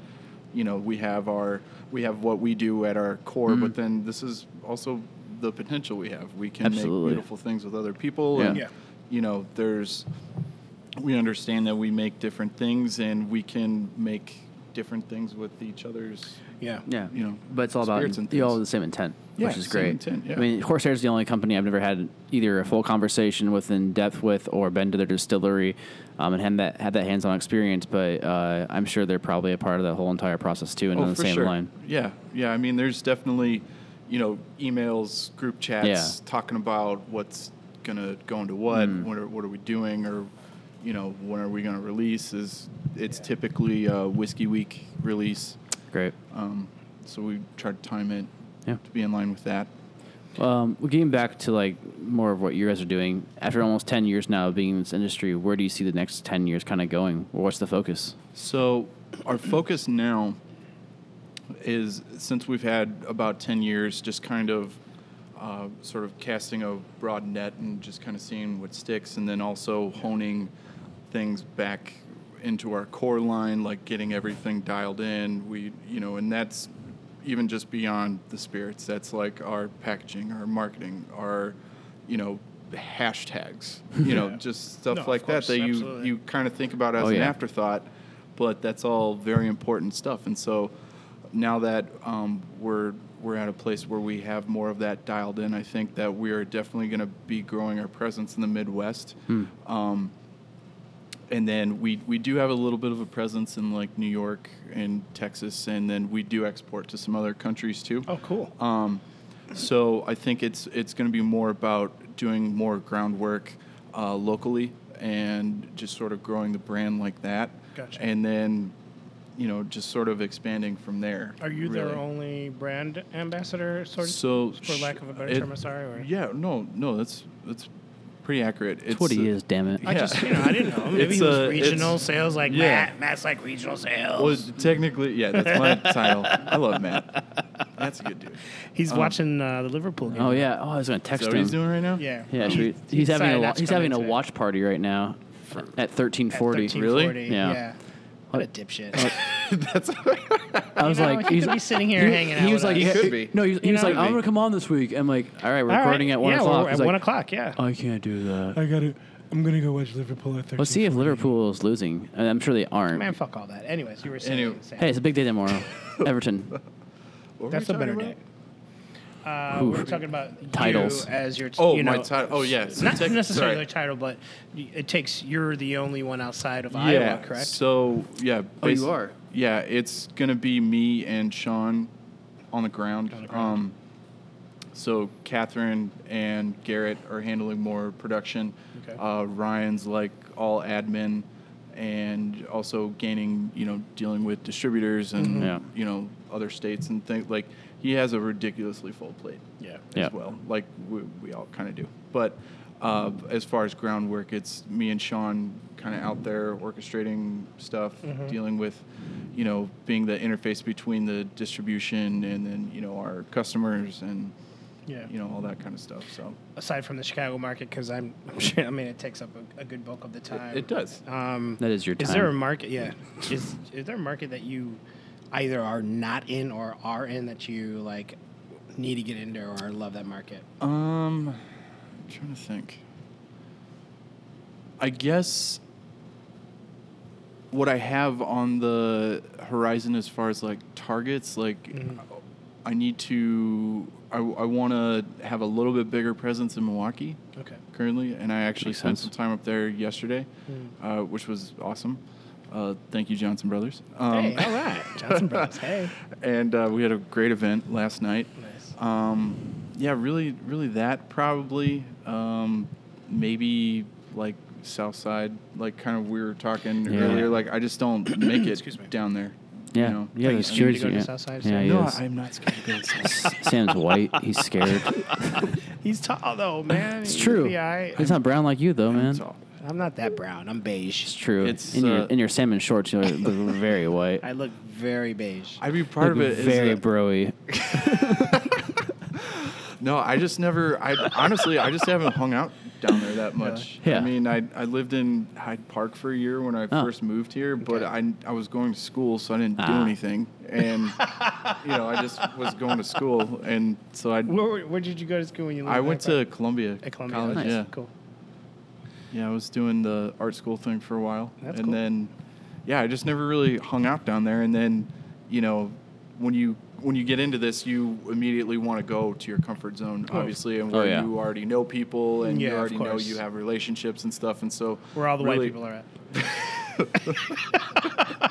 S3: you know we have our we have what we do at our core but
S1: Mm-hmm.
S3: then this is also the potential we have we can
S1: Absolutely.
S3: make beautiful things with other people
S1: Yeah.
S3: and
S2: Yeah.
S3: you know there's we understand that we make different things and we can make different things with each other's
S2: Yeah.
S1: Yeah,
S3: You know,
S1: but it's all about
S3: spirits and
S1: you all
S3: things.
S1: have the same intent,
S3: Yeah,
S1: which is
S3: same
S1: great.
S3: intent, yeah.
S1: I mean, Corsair's the only company I've never had either a full conversation with in depth with or been to their distillery um, and had that had that hands on experience. But uh, I'm sure they're probably a part of that whole entire process too, and on the
S3: Oh, for
S1: same line.
S3: Yeah, yeah. I mean, there's definitely, you know, emails, group chats,
S1: Yeah. Mm.
S3: talking about what's gonna go into what, what are what are we doing, or you know, when are we gonna release? Is it's typically a whiskey week release,
S1: Great.
S3: um, so we try to time it
S1: Yeah.
S3: to be in line with that.
S1: Um, well, getting back to like more of what you guys are doing after almost ten years now of being in this industry, where do you see the next ten years kind of going? Or what's the focus?
S3: So our focus now is since we've had about 10 years, just kind of uh, sort of casting a broad net and just kind of seeing what sticks, and then also honing things back into our core line, like getting everything dialed in. We, you know, and that's even just beyond the spirits. That's like our packaging, our marketing, our, you know, hashtags. You know, just stuff
S2: No, of
S3: like
S2: course,
S3: that that you
S2: absolutely.
S3: you kind of think about as
S1: Oh,
S3: an
S1: yeah.
S3: after afterthought, but that's all very important stuff. And so now that um, we're we're at a place where we have more of that dialed in, I think that we are definitely going to be growing our presence in the Midwest.
S1: Hmm.
S3: Um, and then we, we do have a little bit of a presence in like New York and Texas, and then we do export to some other countries too.
S2: Oh, cool.
S1: Uh,
S3: Um, so I think it's it's going to be more about doing more groundwork uh, locally and just sort of growing the brand like that.
S2: Gotcha.
S3: And then, you know, just sort of expanding from there.
S2: Are you their
S3: really.
S2: only brand ambassador, sort of?
S3: So
S2: for
S3: sh-
S2: lack of a better
S3: it-
S2: term, I'm sorry. Or?
S3: Yeah. No. No. That's that's pretty accurate.
S1: That's what he
S3: uh,
S1: is, damn it.
S2: I just, you know, I didn't
S1: [laughs]
S2: know. Maybe
S3: It's,
S2: he was
S3: uh, it's-
S2: regional sales, like
S3: yeah.
S2: Matt. Matt's like regional sales.
S3: [laughs] Well, technically, yeah,
S2: [laughs]
S3: that's my title. I love Matt. That's a good dude.
S2: he's watching uh, the Liverpool game.
S1: Oh yeah. Oh, I was gonna text
S3: Is that what
S1: him.
S3: he's doing right now?
S2: Yeah. Um,
S1: Yeah,
S2: He-
S1: should we- he's,
S2: he
S1: having a
S2: decided
S1: wa-
S2: not to
S1: he's
S2: come
S1: having a
S2: in today.
S1: watch party right now at thirteen
S2: At
S1: forty.
S2: 1340,
S3: Really?
S1: Yeah.
S2: Yeah. What a
S1: What-
S2: dipshit.
S3: that's.
S1: I was
S2: [laughs] You know,
S1: like,
S2: he
S1: he's
S2: could be sitting here hanging out
S1: He was
S2: with
S1: like,
S2: us.
S3: He could be.
S1: No, he, was- he
S2: You
S1: was
S2: know?
S1: like,
S3: Could
S1: I'm
S3: be.
S1: gonna come on this week. I'm like, all right, we're
S2: All right.
S1: recording at one
S2: yeah,
S1: o'clock.
S2: We're
S1: He's
S2: at
S1: like, Oh.
S2: one o'clock.
S1: [laughs]
S2: Yeah.
S1: I can't do that.
S4: I gotta. I'm gonna go watch Liverpool at 13.
S1: Let's see if Liverpool is losing. And I'm sure they aren't.
S2: Man, fuck all that. Anyways, you were saying.
S3: Anyway.
S2: Sam.
S1: Hey, it's a big
S2: [laughs]
S1: day tomorrow. Everton.
S2: that's a better
S3: day.
S2: day. Uh, we we're
S1: Oof.
S2: talking about
S1: Titles.
S2: you as your. T-
S3: Oh,
S2: you
S3: my
S2: know,
S3: title. Oh, yeah. So
S2: Not
S3: tech-
S2: necessarily
S3: sorry.
S2: a title, but y- it takes you're the only one outside of Iowa, correct?
S3: So yeah.
S1: Oh, you
S3: basi-
S1: are?
S3: Yeah, it's gonna be me and Sean on the ground.
S2: On the ground.
S3: Um, so Catherine and Garrett are handling more production.
S2: Okay.
S3: Uh, Ryan's like all admin, and also gaining you know dealing with distributors and
S1: Yeah.
S3: you know other states and things like he has a ridiculously full plate
S2: yeah.
S1: Yeah.
S3: as well, like we, we all kind of do. But uh, as far as groundwork, it's me and Sean kind of out there orchestrating stuff, dealing with, you know, being the interface between the distribution and then you know our customers and
S2: Yeah.
S3: you know all that kind of stuff. So
S2: Aside from the Chicago market, because I'm, [laughs] I'm sure. I mean, it takes up a, a good bulk of the time.
S3: it does.
S2: Um,
S1: That is your time.
S2: Is there a market? Yeah. Is is there a market that you either are not in or are in that you like need to get into or love that market?
S3: Um, I'm trying to think. I guess what I have
S2: Mm-hmm.
S3: on the horizon as far as like targets, like I need to I, I want to have a little bit bigger presence in Milwaukee
S2: Okay.
S3: currently, and I actually
S1: Makes
S3: spent
S1: sense.
S3: some time up there yesterday,
S2: Mm.
S3: uh, which was awesome. Uh, thank you, Johnson Brothers. Um,
S2: hey, all right, Johnson Brothers. Hey,
S3: [laughs] and uh, we had a great event last night. [laughs] Um, yeah, really, really that probably. Um, maybe like Southside, like kind of we were talking
S1: Yeah.
S3: earlier. Like I
S1: [clears throat]
S3: just don't make
S2: Excuse me.
S3: it down there.
S1: Yeah,
S3: You know?
S1: yeah,
S2: Are you
S1: that's
S2: scared
S1: Jersey.
S2: to go to
S1: yeah.
S2: Southside,
S1: yeah,
S2: Sam?
S1: he
S3: no,
S1: is.
S3: I'm not scared to go.
S1: [laughs]
S3: to Southside.
S1: Sam's white.
S2: [laughs]
S1: He's scared.
S2: he's tall though, man.
S1: It's
S2: He'd
S1: true.
S2: be all right.
S1: He's not brown like you though, man.
S3: That's all.
S2: I'm not that brown. I'm beige.
S1: It's true.
S3: It's,
S1: in your
S3: uh,
S1: in your salmon shorts, [laughs] you're very white.
S2: I look very beige.
S3: I mean, part of
S1: Look
S3: it is
S1: very
S3: that-
S1: broy.
S3: No, I just never. I honestly, I just haven't hung out down there that much.
S1: Really? Yeah.
S3: I mean, I I lived in Hyde Park for a year when I
S1: Oh.
S3: first moved here, but
S2: Okay.
S3: I I was going to school, so I didn't do
S1: Ah.
S3: anything, and you know, I just was going to school, and so I
S2: Where, were- where did you go to school when you lived
S3: I
S2: in
S3: went to
S2: Hyde
S3: Columbia,
S2: Park? at Columbia.
S3: College.
S2: Nice.
S3: Yeah,
S2: Cool.
S3: yeah, I was doing the art school thing for a while,
S2: That's
S3: and
S2: cool.
S3: then yeah, I just never really hung out down there, and then you know when you. When you get into this, you immediately want to go to your comfort zone,
S2: Oh.
S3: obviously, and
S1: Oh,
S3: where
S1: yeah.
S3: you already know people and
S2: Yeah,
S3: you
S2: of
S3: already know
S2: course.
S3: you have relationships and stuff. And so,
S2: Where all the white
S3: really-
S2: people are at.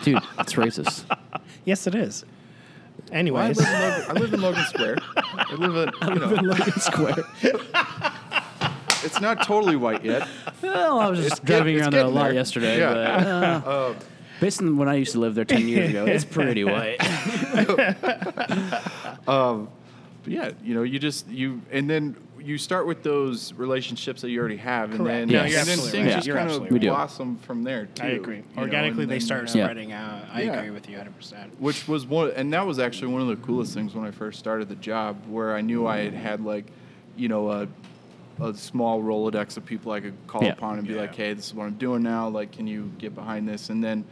S1: Dude, it's
S3: [laughs]
S1: racist.
S2: Yes, it is.
S3: Well, I,
S2: Anyways,
S3: live
S2: [laughs]
S3: in Logan, I live in Logan Square. I live at, you know,
S1: Logan Square.
S3: it's not totally white yet.
S1: well, I was just
S3: It's get-
S1: driving
S3: it's
S1: around there a
S3: getting
S1: lot
S3: there.
S1: yesterday,
S3: Yeah. Um,
S1: but uh,
S3: [laughs]
S1: based on when I used to live there ten years ago, it's pretty white.
S3: But yeah, you know, you just, you, and then you start with those relationships that you already have. And
S2: Correct.
S3: then,
S1: No,
S3: and
S1: you're
S3: then
S2: absolutely
S3: things
S1: right.
S3: just
S2: You're
S3: kind
S2: absolutely
S1: right.
S3: of
S1: We do.
S3: blossom from there, too.
S2: I agree.
S3: you know, and
S2: Organically, they
S3: then- uh,
S2: start
S1: Yeah.
S2: spreading out. I
S3: Yeah.
S2: agree with you 100. percent
S3: which was one and that was actually one of the coolest things when i first started the job where i knew i had had like you know a, a small rolodex of people i could call
S1: Yeah.
S3: upon and be
S2: Yeah.
S3: like hey this is what i'm doing now like can you get behind this and then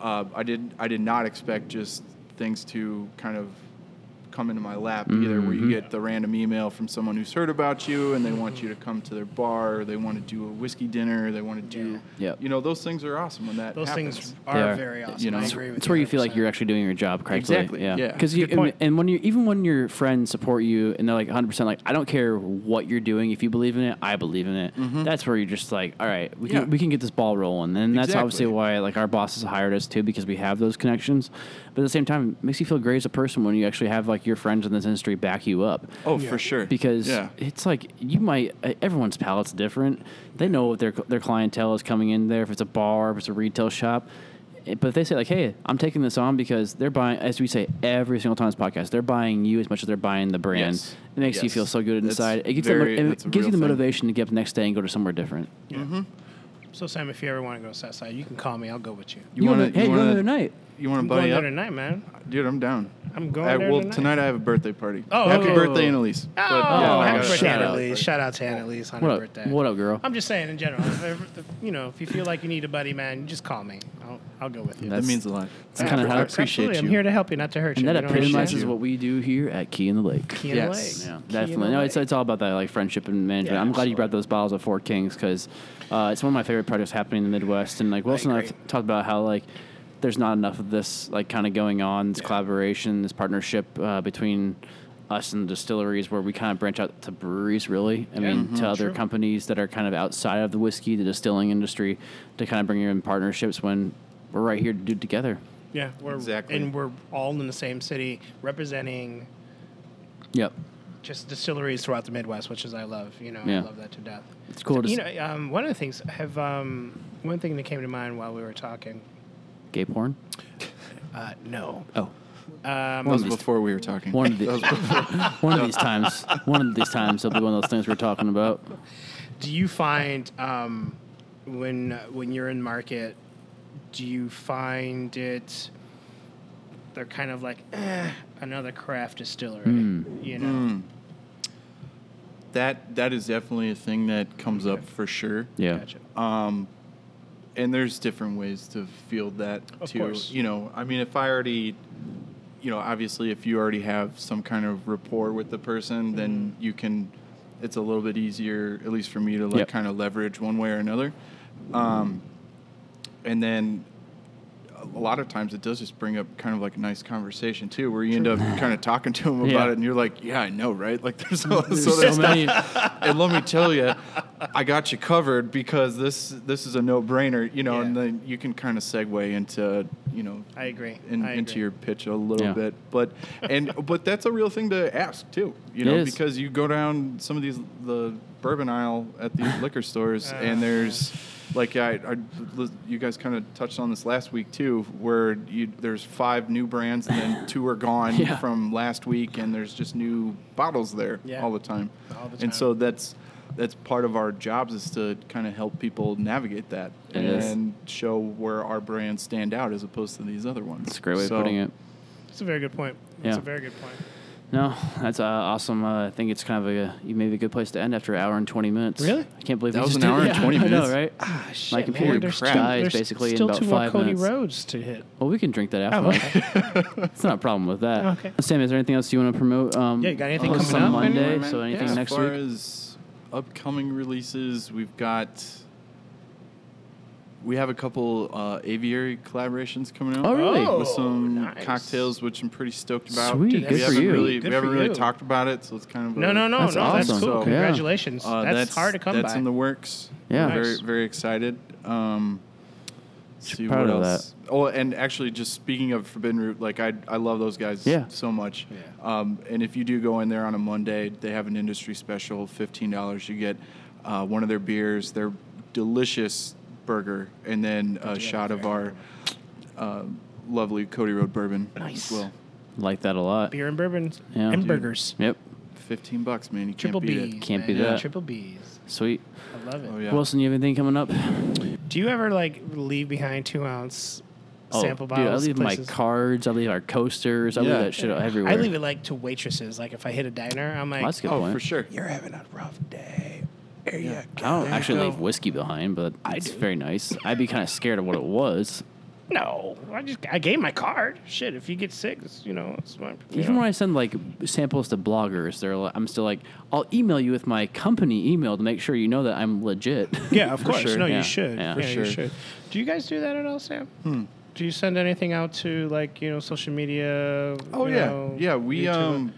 S3: uh, i did i did not expect just things to kind of come into my lap either where
S1: Mm-hmm.
S3: you get the random email from someone who's heard about you and they want you to come to their bar or they want to do a whiskey dinner they want to do
S1: Yeah. Yep.
S3: you know those things are awesome when that
S2: Those
S3: happens.
S2: things
S1: They
S2: are
S1: are.
S2: very awesome.
S3: You know,
S2: I
S3: it's-
S2: agree with
S1: It's
S2: you
S1: where you feel like
S2: 100%.
S1: you're actually doing your job correctly.
S3: Exactly, yeah.
S1: Because
S2: Good point.
S1: and when you even when your friends support you and they're like 100 percent like I don't care what you're doing if you believe in it I believe in it. That's where you're just like all right we
S3: Yeah.
S1: can we can get this ball rolling and that's
S3: Exactly.
S1: obviously why like our bosses hired us too because we have those connections. But at the same time, it makes you feel great as a person when you actually have like your friends in this industry back you up
S3: oh
S2: Yeah.
S3: for sure
S1: because
S3: yeah
S1: it's like you might e, everyone's palate's different. They know what their their clientele is coming in there if it's a bar, if it's a retail shop. It- But if they say like, "Hey, I'm taking this on because they're buying," as we say every single time on this podcast, they're buying you as much as they're buying the brand.
S3: Yes.
S1: It makes you
S3: Yes.
S1: feel so good
S3: That's
S1: inside. It gives,
S3: very-
S1: you, the mo-
S3: that's a
S1: it gives you
S3: real
S1: the
S3: thing.
S1: motivation to get up the next day and go to somewhere different.
S2: Yeah. So Sam, if you ever want to go to Southside, you can call me. I'll go with you.
S3: You want
S1: wanna-
S3: to?
S1: hey, you
S3: you
S1: want
S3: want
S1: another night?
S3: You want
S2: I'm
S3: to
S2: going
S3: buddy
S2: there
S3: up,
S2: tonight, man.
S3: dude? I'm down.
S2: I'm going there
S3: well,
S2: tonight.
S3: I have a birthday party.
S2: Oh,
S3: happy
S2: okay.
S3: birthday, Annalise!
S2: Oh,
S3: But, yeah, I
S2: happy
S3: gotta-
S2: birthday,
S1: shout out.
S2: Annalise. Shout out to Annalise on
S1: What
S2: her
S1: up?
S2: birthday.
S1: What up, girl?
S2: I'm just saying in general. if ever- if- you know, if you feel like you need a buddy, man, just call me. I'll, I'll go with you.
S3: That means a lot.
S1: That's kinda how-
S3: I appreciate
S2: Absolutely. I'm
S3: you.
S2: here to help you, not to hurt
S1: and
S2: you.
S1: that
S2: You know what I'm
S1: epitomizes
S2: saying?
S1: what we do here at Key in the Lake.
S2: Key in the
S3: Yes.
S2: Lake.
S1: Yeah,
S2: Key in the
S1: definitely. No, it's,
S2: Lake.
S1: it's all about that like friendship and management.
S2: Yeah,
S1: I'm glad you brought
S2: absolutely.
S1: those bottles at Four Kings because uh, it's one of my favorite projects happening in the Midwest. And like Wilson and I
S2: agree.
S1: have talked about how like there's not enough of this like kind of going on, this collaboration, this partnership uh, between us and the distilleries where we kind of branch out to breweries really. I mean to
S2: Mm-hmm.
S1: other
S2: true.
S1: companies that are kind of outside of the whiskey, the distilling industry to kind of bring in partnerships when we're right here to do it together.
S2: Yeah, we're
S3: Exactly.
S2: and we're all in the same city representing
S1: Yep.
S2: just distilleries throughout the Midwest, which is I love. You know, I
S1: Yeah.
S2: love that to death.
S1: It's cool
S2: So,
S1: to
S2: you
S1: s-
S2: know, um, one of the things I have um, one thing that came to mind while we were talking.
S1: Gay porn?
S2: Uh, no,
S1: Oh.
S3: That was
S1: One of these-
S3: before we were talking.
S1: [laughs] One of, the,
S3: [laughs]
S1: one of these times, one of these times, it'll be one of those things we're talking about.
S2: do you find um, when when you're in market, do you find it? They're kind of like eh, another craft distillery,
S1: Hmm.
S2: you know.
S3: Hmm. that that is definitely a thing that comes up for sure.
S1: Yeah.
S2: Gotcha.
S3: and there's different ways to field that
S2: Of
S3: too.
S2: course.
S3: You know, I mean, if I already, you know, obviously, if you already have some kind of rapport with the
S2: Mm-hmm.
S3: person, then you can. It's a little bit easier, at least for me, to like
S1: Yep.
S3: kind of leverage one way or another. Um, and then, uh, a lot of times it does just bring up kind of like a nice conversation too, where you end up kind of talking to them
S1: [laughs]
S3: about
S1: Yeah.
S3: it, and you're like, "Yeah, I know, right?"
S1: [laughs]
S3: Like there's all this
S1: There's so
S3: other stuff.
S1: many.
S3: and let me tell you, I got you covered because this this is a no brainer, you know. And
S2: Yeah.
S3: then you can kind of segue into you know
S2: I agree.
S3: Um, in,
S2: I
S3: into
S2: agree.
S3: your pitch a little
S1: Yeah.
S3: bit, but
S2: [laughs]
S3: and but that's a real thing to ask too, you
S1: It
S3: know,
S1: is.
S3: because you go down some of these the bourbon aisle at these
S2: [laughs]
S3: liquor
S2: Uh.
S3: stores, and there's like I, I you guys kind of touched on this last week too, where you there's five new brands and then two are
S1: [laughs]
S3: gone
S1: Yeah.
S3: from last week, and there's just new bottles there
S2: Yeah.
S3: all the time,
S2: All the time.
S3: and so that's. That's part of our jobs is to kind of help people navigate that
S1: It is.
S3: and show where our brands stand out as opposed to these other ones.
S1: That's a great way
S3: So-
S1: of putting it.
S2: It's a very good point. It's
S1: Yeah.
S2: a very good point.
S1: No, that's uh, awesome. Uh, I think it's kind of a maybe a good place to end after an hour and twenty minutes.
S2: Really?
S1: I can't believe
S3: That
S1: we
S3: was
S1: just
S3: an
S1: did-
S3: hour and
S1: yeah, [laughs]
S3: 20
S1: I
S3: minutes?
S1: know, right?
S2: Ah, shit,
S1: My computer
S2: man, there's
S3: crap.
S2: two-
S1: dies
S2: there's
S1: basically in
S2: still
S1: about
S2: two more
S1: five
S2: Cody
S1: minutes.
S2: Rhodes to hit.
S1: Well, we can drink that after.
S2: Oh, okay.
S3: [laughs]
S1: It's not a problem with that.
S2: Okay.
S1: Sam, is there anything else you want to promote? Um,
S2: Yeah, you got anything
S1: on
S2: coming
S1: some
S2: up?
S1: Monday,
S2: Anyway,
S1: so
S2: man?
S1: anything
S2: Yeah.
S1: next
S3: as far
S1: week?
S3: as upcoming releases, we've got we have a couple uh, aviary collaborations coming out.
S1: Oh, really?
S2: Oh,
S3: With some
S2: nice.
S3: cocktails, which I'm pretty stoked about.
S1: Sweet,
S3: we
S1: Dude, good for
S3: haven't
S1: you.
S3: Really,
S2: Good
S3: we
S2: for
S3: haven't really
S2: you.
S3: talked about it, so it's kind of
S2: No,
S3: a-
S2: no, no,
S1: That's
S2: no.
S1: awesome.
S2: That's cool.
S3: So-
S2: Congratulations.
S3: Uh,
S2: that's, hard to come
S3: that's
S2: by.
S3: in the works.
S1: Yeah.
S3: We're
S2: Nice.
S3: very very excited. Um, let's see
S1: proud
S3: what
S1: of
S3: else. Oh, and actually, just speaking of Forbidden Root, like I I love those guys
S1: Yeah.
S3: so much.
S2: Yeah.
S3: Um, and if you do go in there on a Monday, they have an industry special, fifteen dollars. You get uh, one of their beers, their delicious burger, and then a shot of our uh, lovely Cody Road bourbon.
S2: Nice.
S3: As well.
S1: Like that a lot.
S2: Beer and bourbons
S1: Yeah.
S2: and
S1: Dude.
S2: burgers.
S1: Yep.
S3: Fifteen bucks, man. You
S2: Triple
S3: can't beat
S2: B's.
S3: it.
S1: Can't
S2: man.
S1: beat that.
S2: Triple B's.
S1: Sweet.
S2: I love it.
S3: Oh yeah.
S1: Wilson, you have anything coming up?
S2: Do you ever like leave behind two ounce
S1: Oh,
S2: sample
S1: dude, I
S2: bottles?
S1: leave
S2: places?
S1: my cards. I leave our coasters. I leave
S3: Yeah.
S1: that shit everywhere.
S2: I leave it like to waitresses. Like if I hit a diner, I'm like,
S1: Well, that's a good
S3: oh,
S1: point.
S3: for sure.
S2: you're having a rough day. There you
S1: I
S2: go.
S1: don't
S2: There you
S1: actually
S2: go.
S1: leave whiskey behind, but
S2: I
S1: it's
S2: do.
S1: very nice. I'd be kind of scared of what it was.
S2: No, I just I gave my card. Shit, if you get sick, it's, you know, it's my. you
S1: Even
S2: know.
S1: when I send like samples to bloggers, they're like, I'm still like, I'll email you with my company email to make sure you know that I'm legit.
S2: Yeah,
S1: [laughs]
S2: of
S3: For
S2: course.
S3: sure.
S2: No,
S1: Yeah,
S2: you should. Yeah,
S1: yeah. For
S3: sure.
S2: you should. Do you guys do that at all, Sam?
S3: Hmm.
S2: Do you send anything out to like you know social media?
S3: Oh
S2: you
S3: yeah,
S2: know,
S3: yeah. We
S2: YouTube?
S3: um,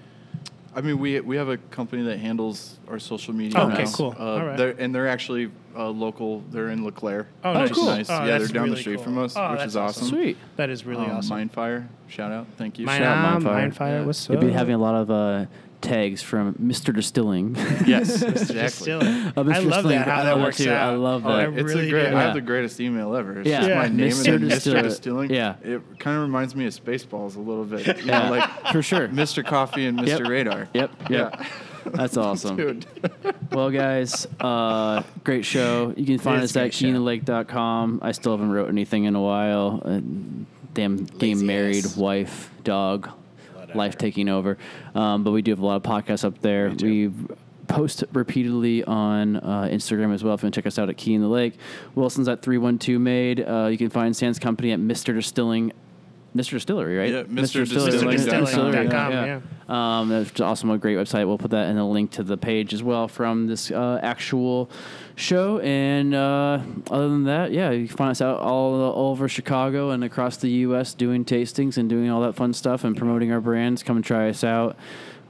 S3: I mean we we have a company that handles our social media.
S2: Okay,
S3: now.
S2: cool.
S3: Uh,
S2: All right.
S3: they're, and they're actually uh, local. They're in Leclaire.
S2: Oh,
S3: which
S2: nice.
S3: is
S2: cool.
S3: Nice.
S2: Oh,
S3: yeah, they're
S2: that's
S3: down the
S2: really
S3: street
S2: cool.
S3: from us,
S2: Oh,
S3: which
S2: that's
S3: is awesome.
S1: Sweet.
S2: that is really
S3: Um,
S2: awesome.
S3: Mindfire, shout out. Thank you.
S2: Mine,
S1: Shout out
S2: um,
S1: Mindfire.
S2: Mindfire.
S3: Yeah. [laughs]
S2: What's
S1: You'll
S2: up?
S1: be having a lot of uh, tags from Mr. Distilling.
S3: yes,
S2: Just
S1: [laughs]
S3: exactly.
S2: still- I love
S1: Distilling.
S2: that. How
S1: I
S2: that
S1: love
S2: works
S1: too. I
S2: out.
S1: love
S3: Oh,
S1: that.
S2: I
S3: it's
S2: really
S3: a great.
S2: do.
S3: I
S1: Yeah.
S3: have the greatest email ever. It's
S1: Yeah.
S3: just
S2: Yeah.
S3: my name
S1: Mr.
S3: and then
S1: Distil-
S3: Mr. Distilling.
S1: Yeah.
S3: it kind of reminds me of Spaceballs a little bit. You
S1: Yeah,
S3: know, like
S1: [laughs] for sure.
S3: Mr. Coffee and Mr.
S1: Yep.
S3: Radar.
S1: Yep. Yep.
S3: Yeah.
S1: That's awesome.
S3: Dude.
S1: [laughs] Well, guys, uh, great show. You can find
S2: is
S1: us
S2: a
S1: at
S2: great show.
S1: keenalake.com. I still haven't wrote anything in a while. Uh, damn, game
S2: Lazy
S1: married,
S2: ass.
S1: wife, dog, life taking over. Um, but we do have a lot of podcasts up there. We post repeatedly on uh, Instagram as well. If you want to check us out at Key in the Lake, Wilson's at 312 Made. Uh, you can find Sam's company at Mr. Distilling. Mr. Distillery, right?
S3: Yeah, Mr.
S1: Distillery.
S2: Distilling.
S1: Distillery,
S2: Distilling.com,
S1: yeah.
S2: yeah.
S1: Um, that's awesome. A great website. We'll put that in a link to the page as well from this uh, actual show. And uh, other than that, yeah, you can find us out all, all over Chicago and across the U.S. doing tastings and doing all that fun stuff and promoting our brands. Come and try us out.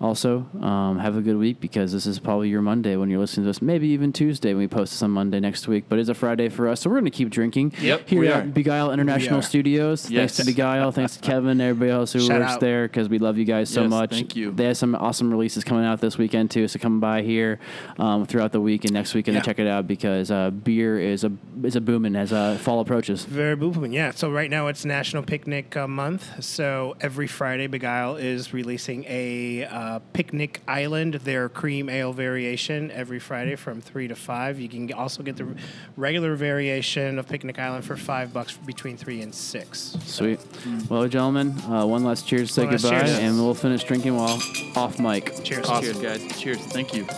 S1: Also, um, have a good week because this is probably your Monday when you're listening to this. Maybe even Tuesday when we post this on Monday next week. But it's a Friday for us, so we're going to keep drinking.
S3: Yep,
S1: Here
S3: we
S1: at
S3: are.
S1: Beguile International
S2: are.
S1: Studios.
S3: Yes.
S1: Thanks to Beguile. thanks
S3: [laughs]
S1: to Kevin and everybody else who
S2: Shout
S1: works
S2: out.
S1: there because we love you guys so
S3: Yes,
S1: much.
S3: thank you.
S1: They have some awesome releases coming out this weekend too. So come by here um, throughout the week and next weekend
S2: Yeah.
S1: and check it out because uh, beer is a is a booming as uh, fall approaches.
S2: Very booming, yeah. So right now it's National Picnic uh, Month. So every Friday, Beguile is releasing a uh, Picnic Island, their cream ale variation, every Friday from three to five. You can also get the regular variation of Picnic Island for five bucks between three and six.
S1: Sweet. Well, gentlemen, uh, one last cheers to say
S2: One last
S1: goodbye,
S2: cheers.
S1: and we'll finish drinking while off mic.
S2: Cheers.
S3: Awesome. Cheers, guys. Cheers. Thank you.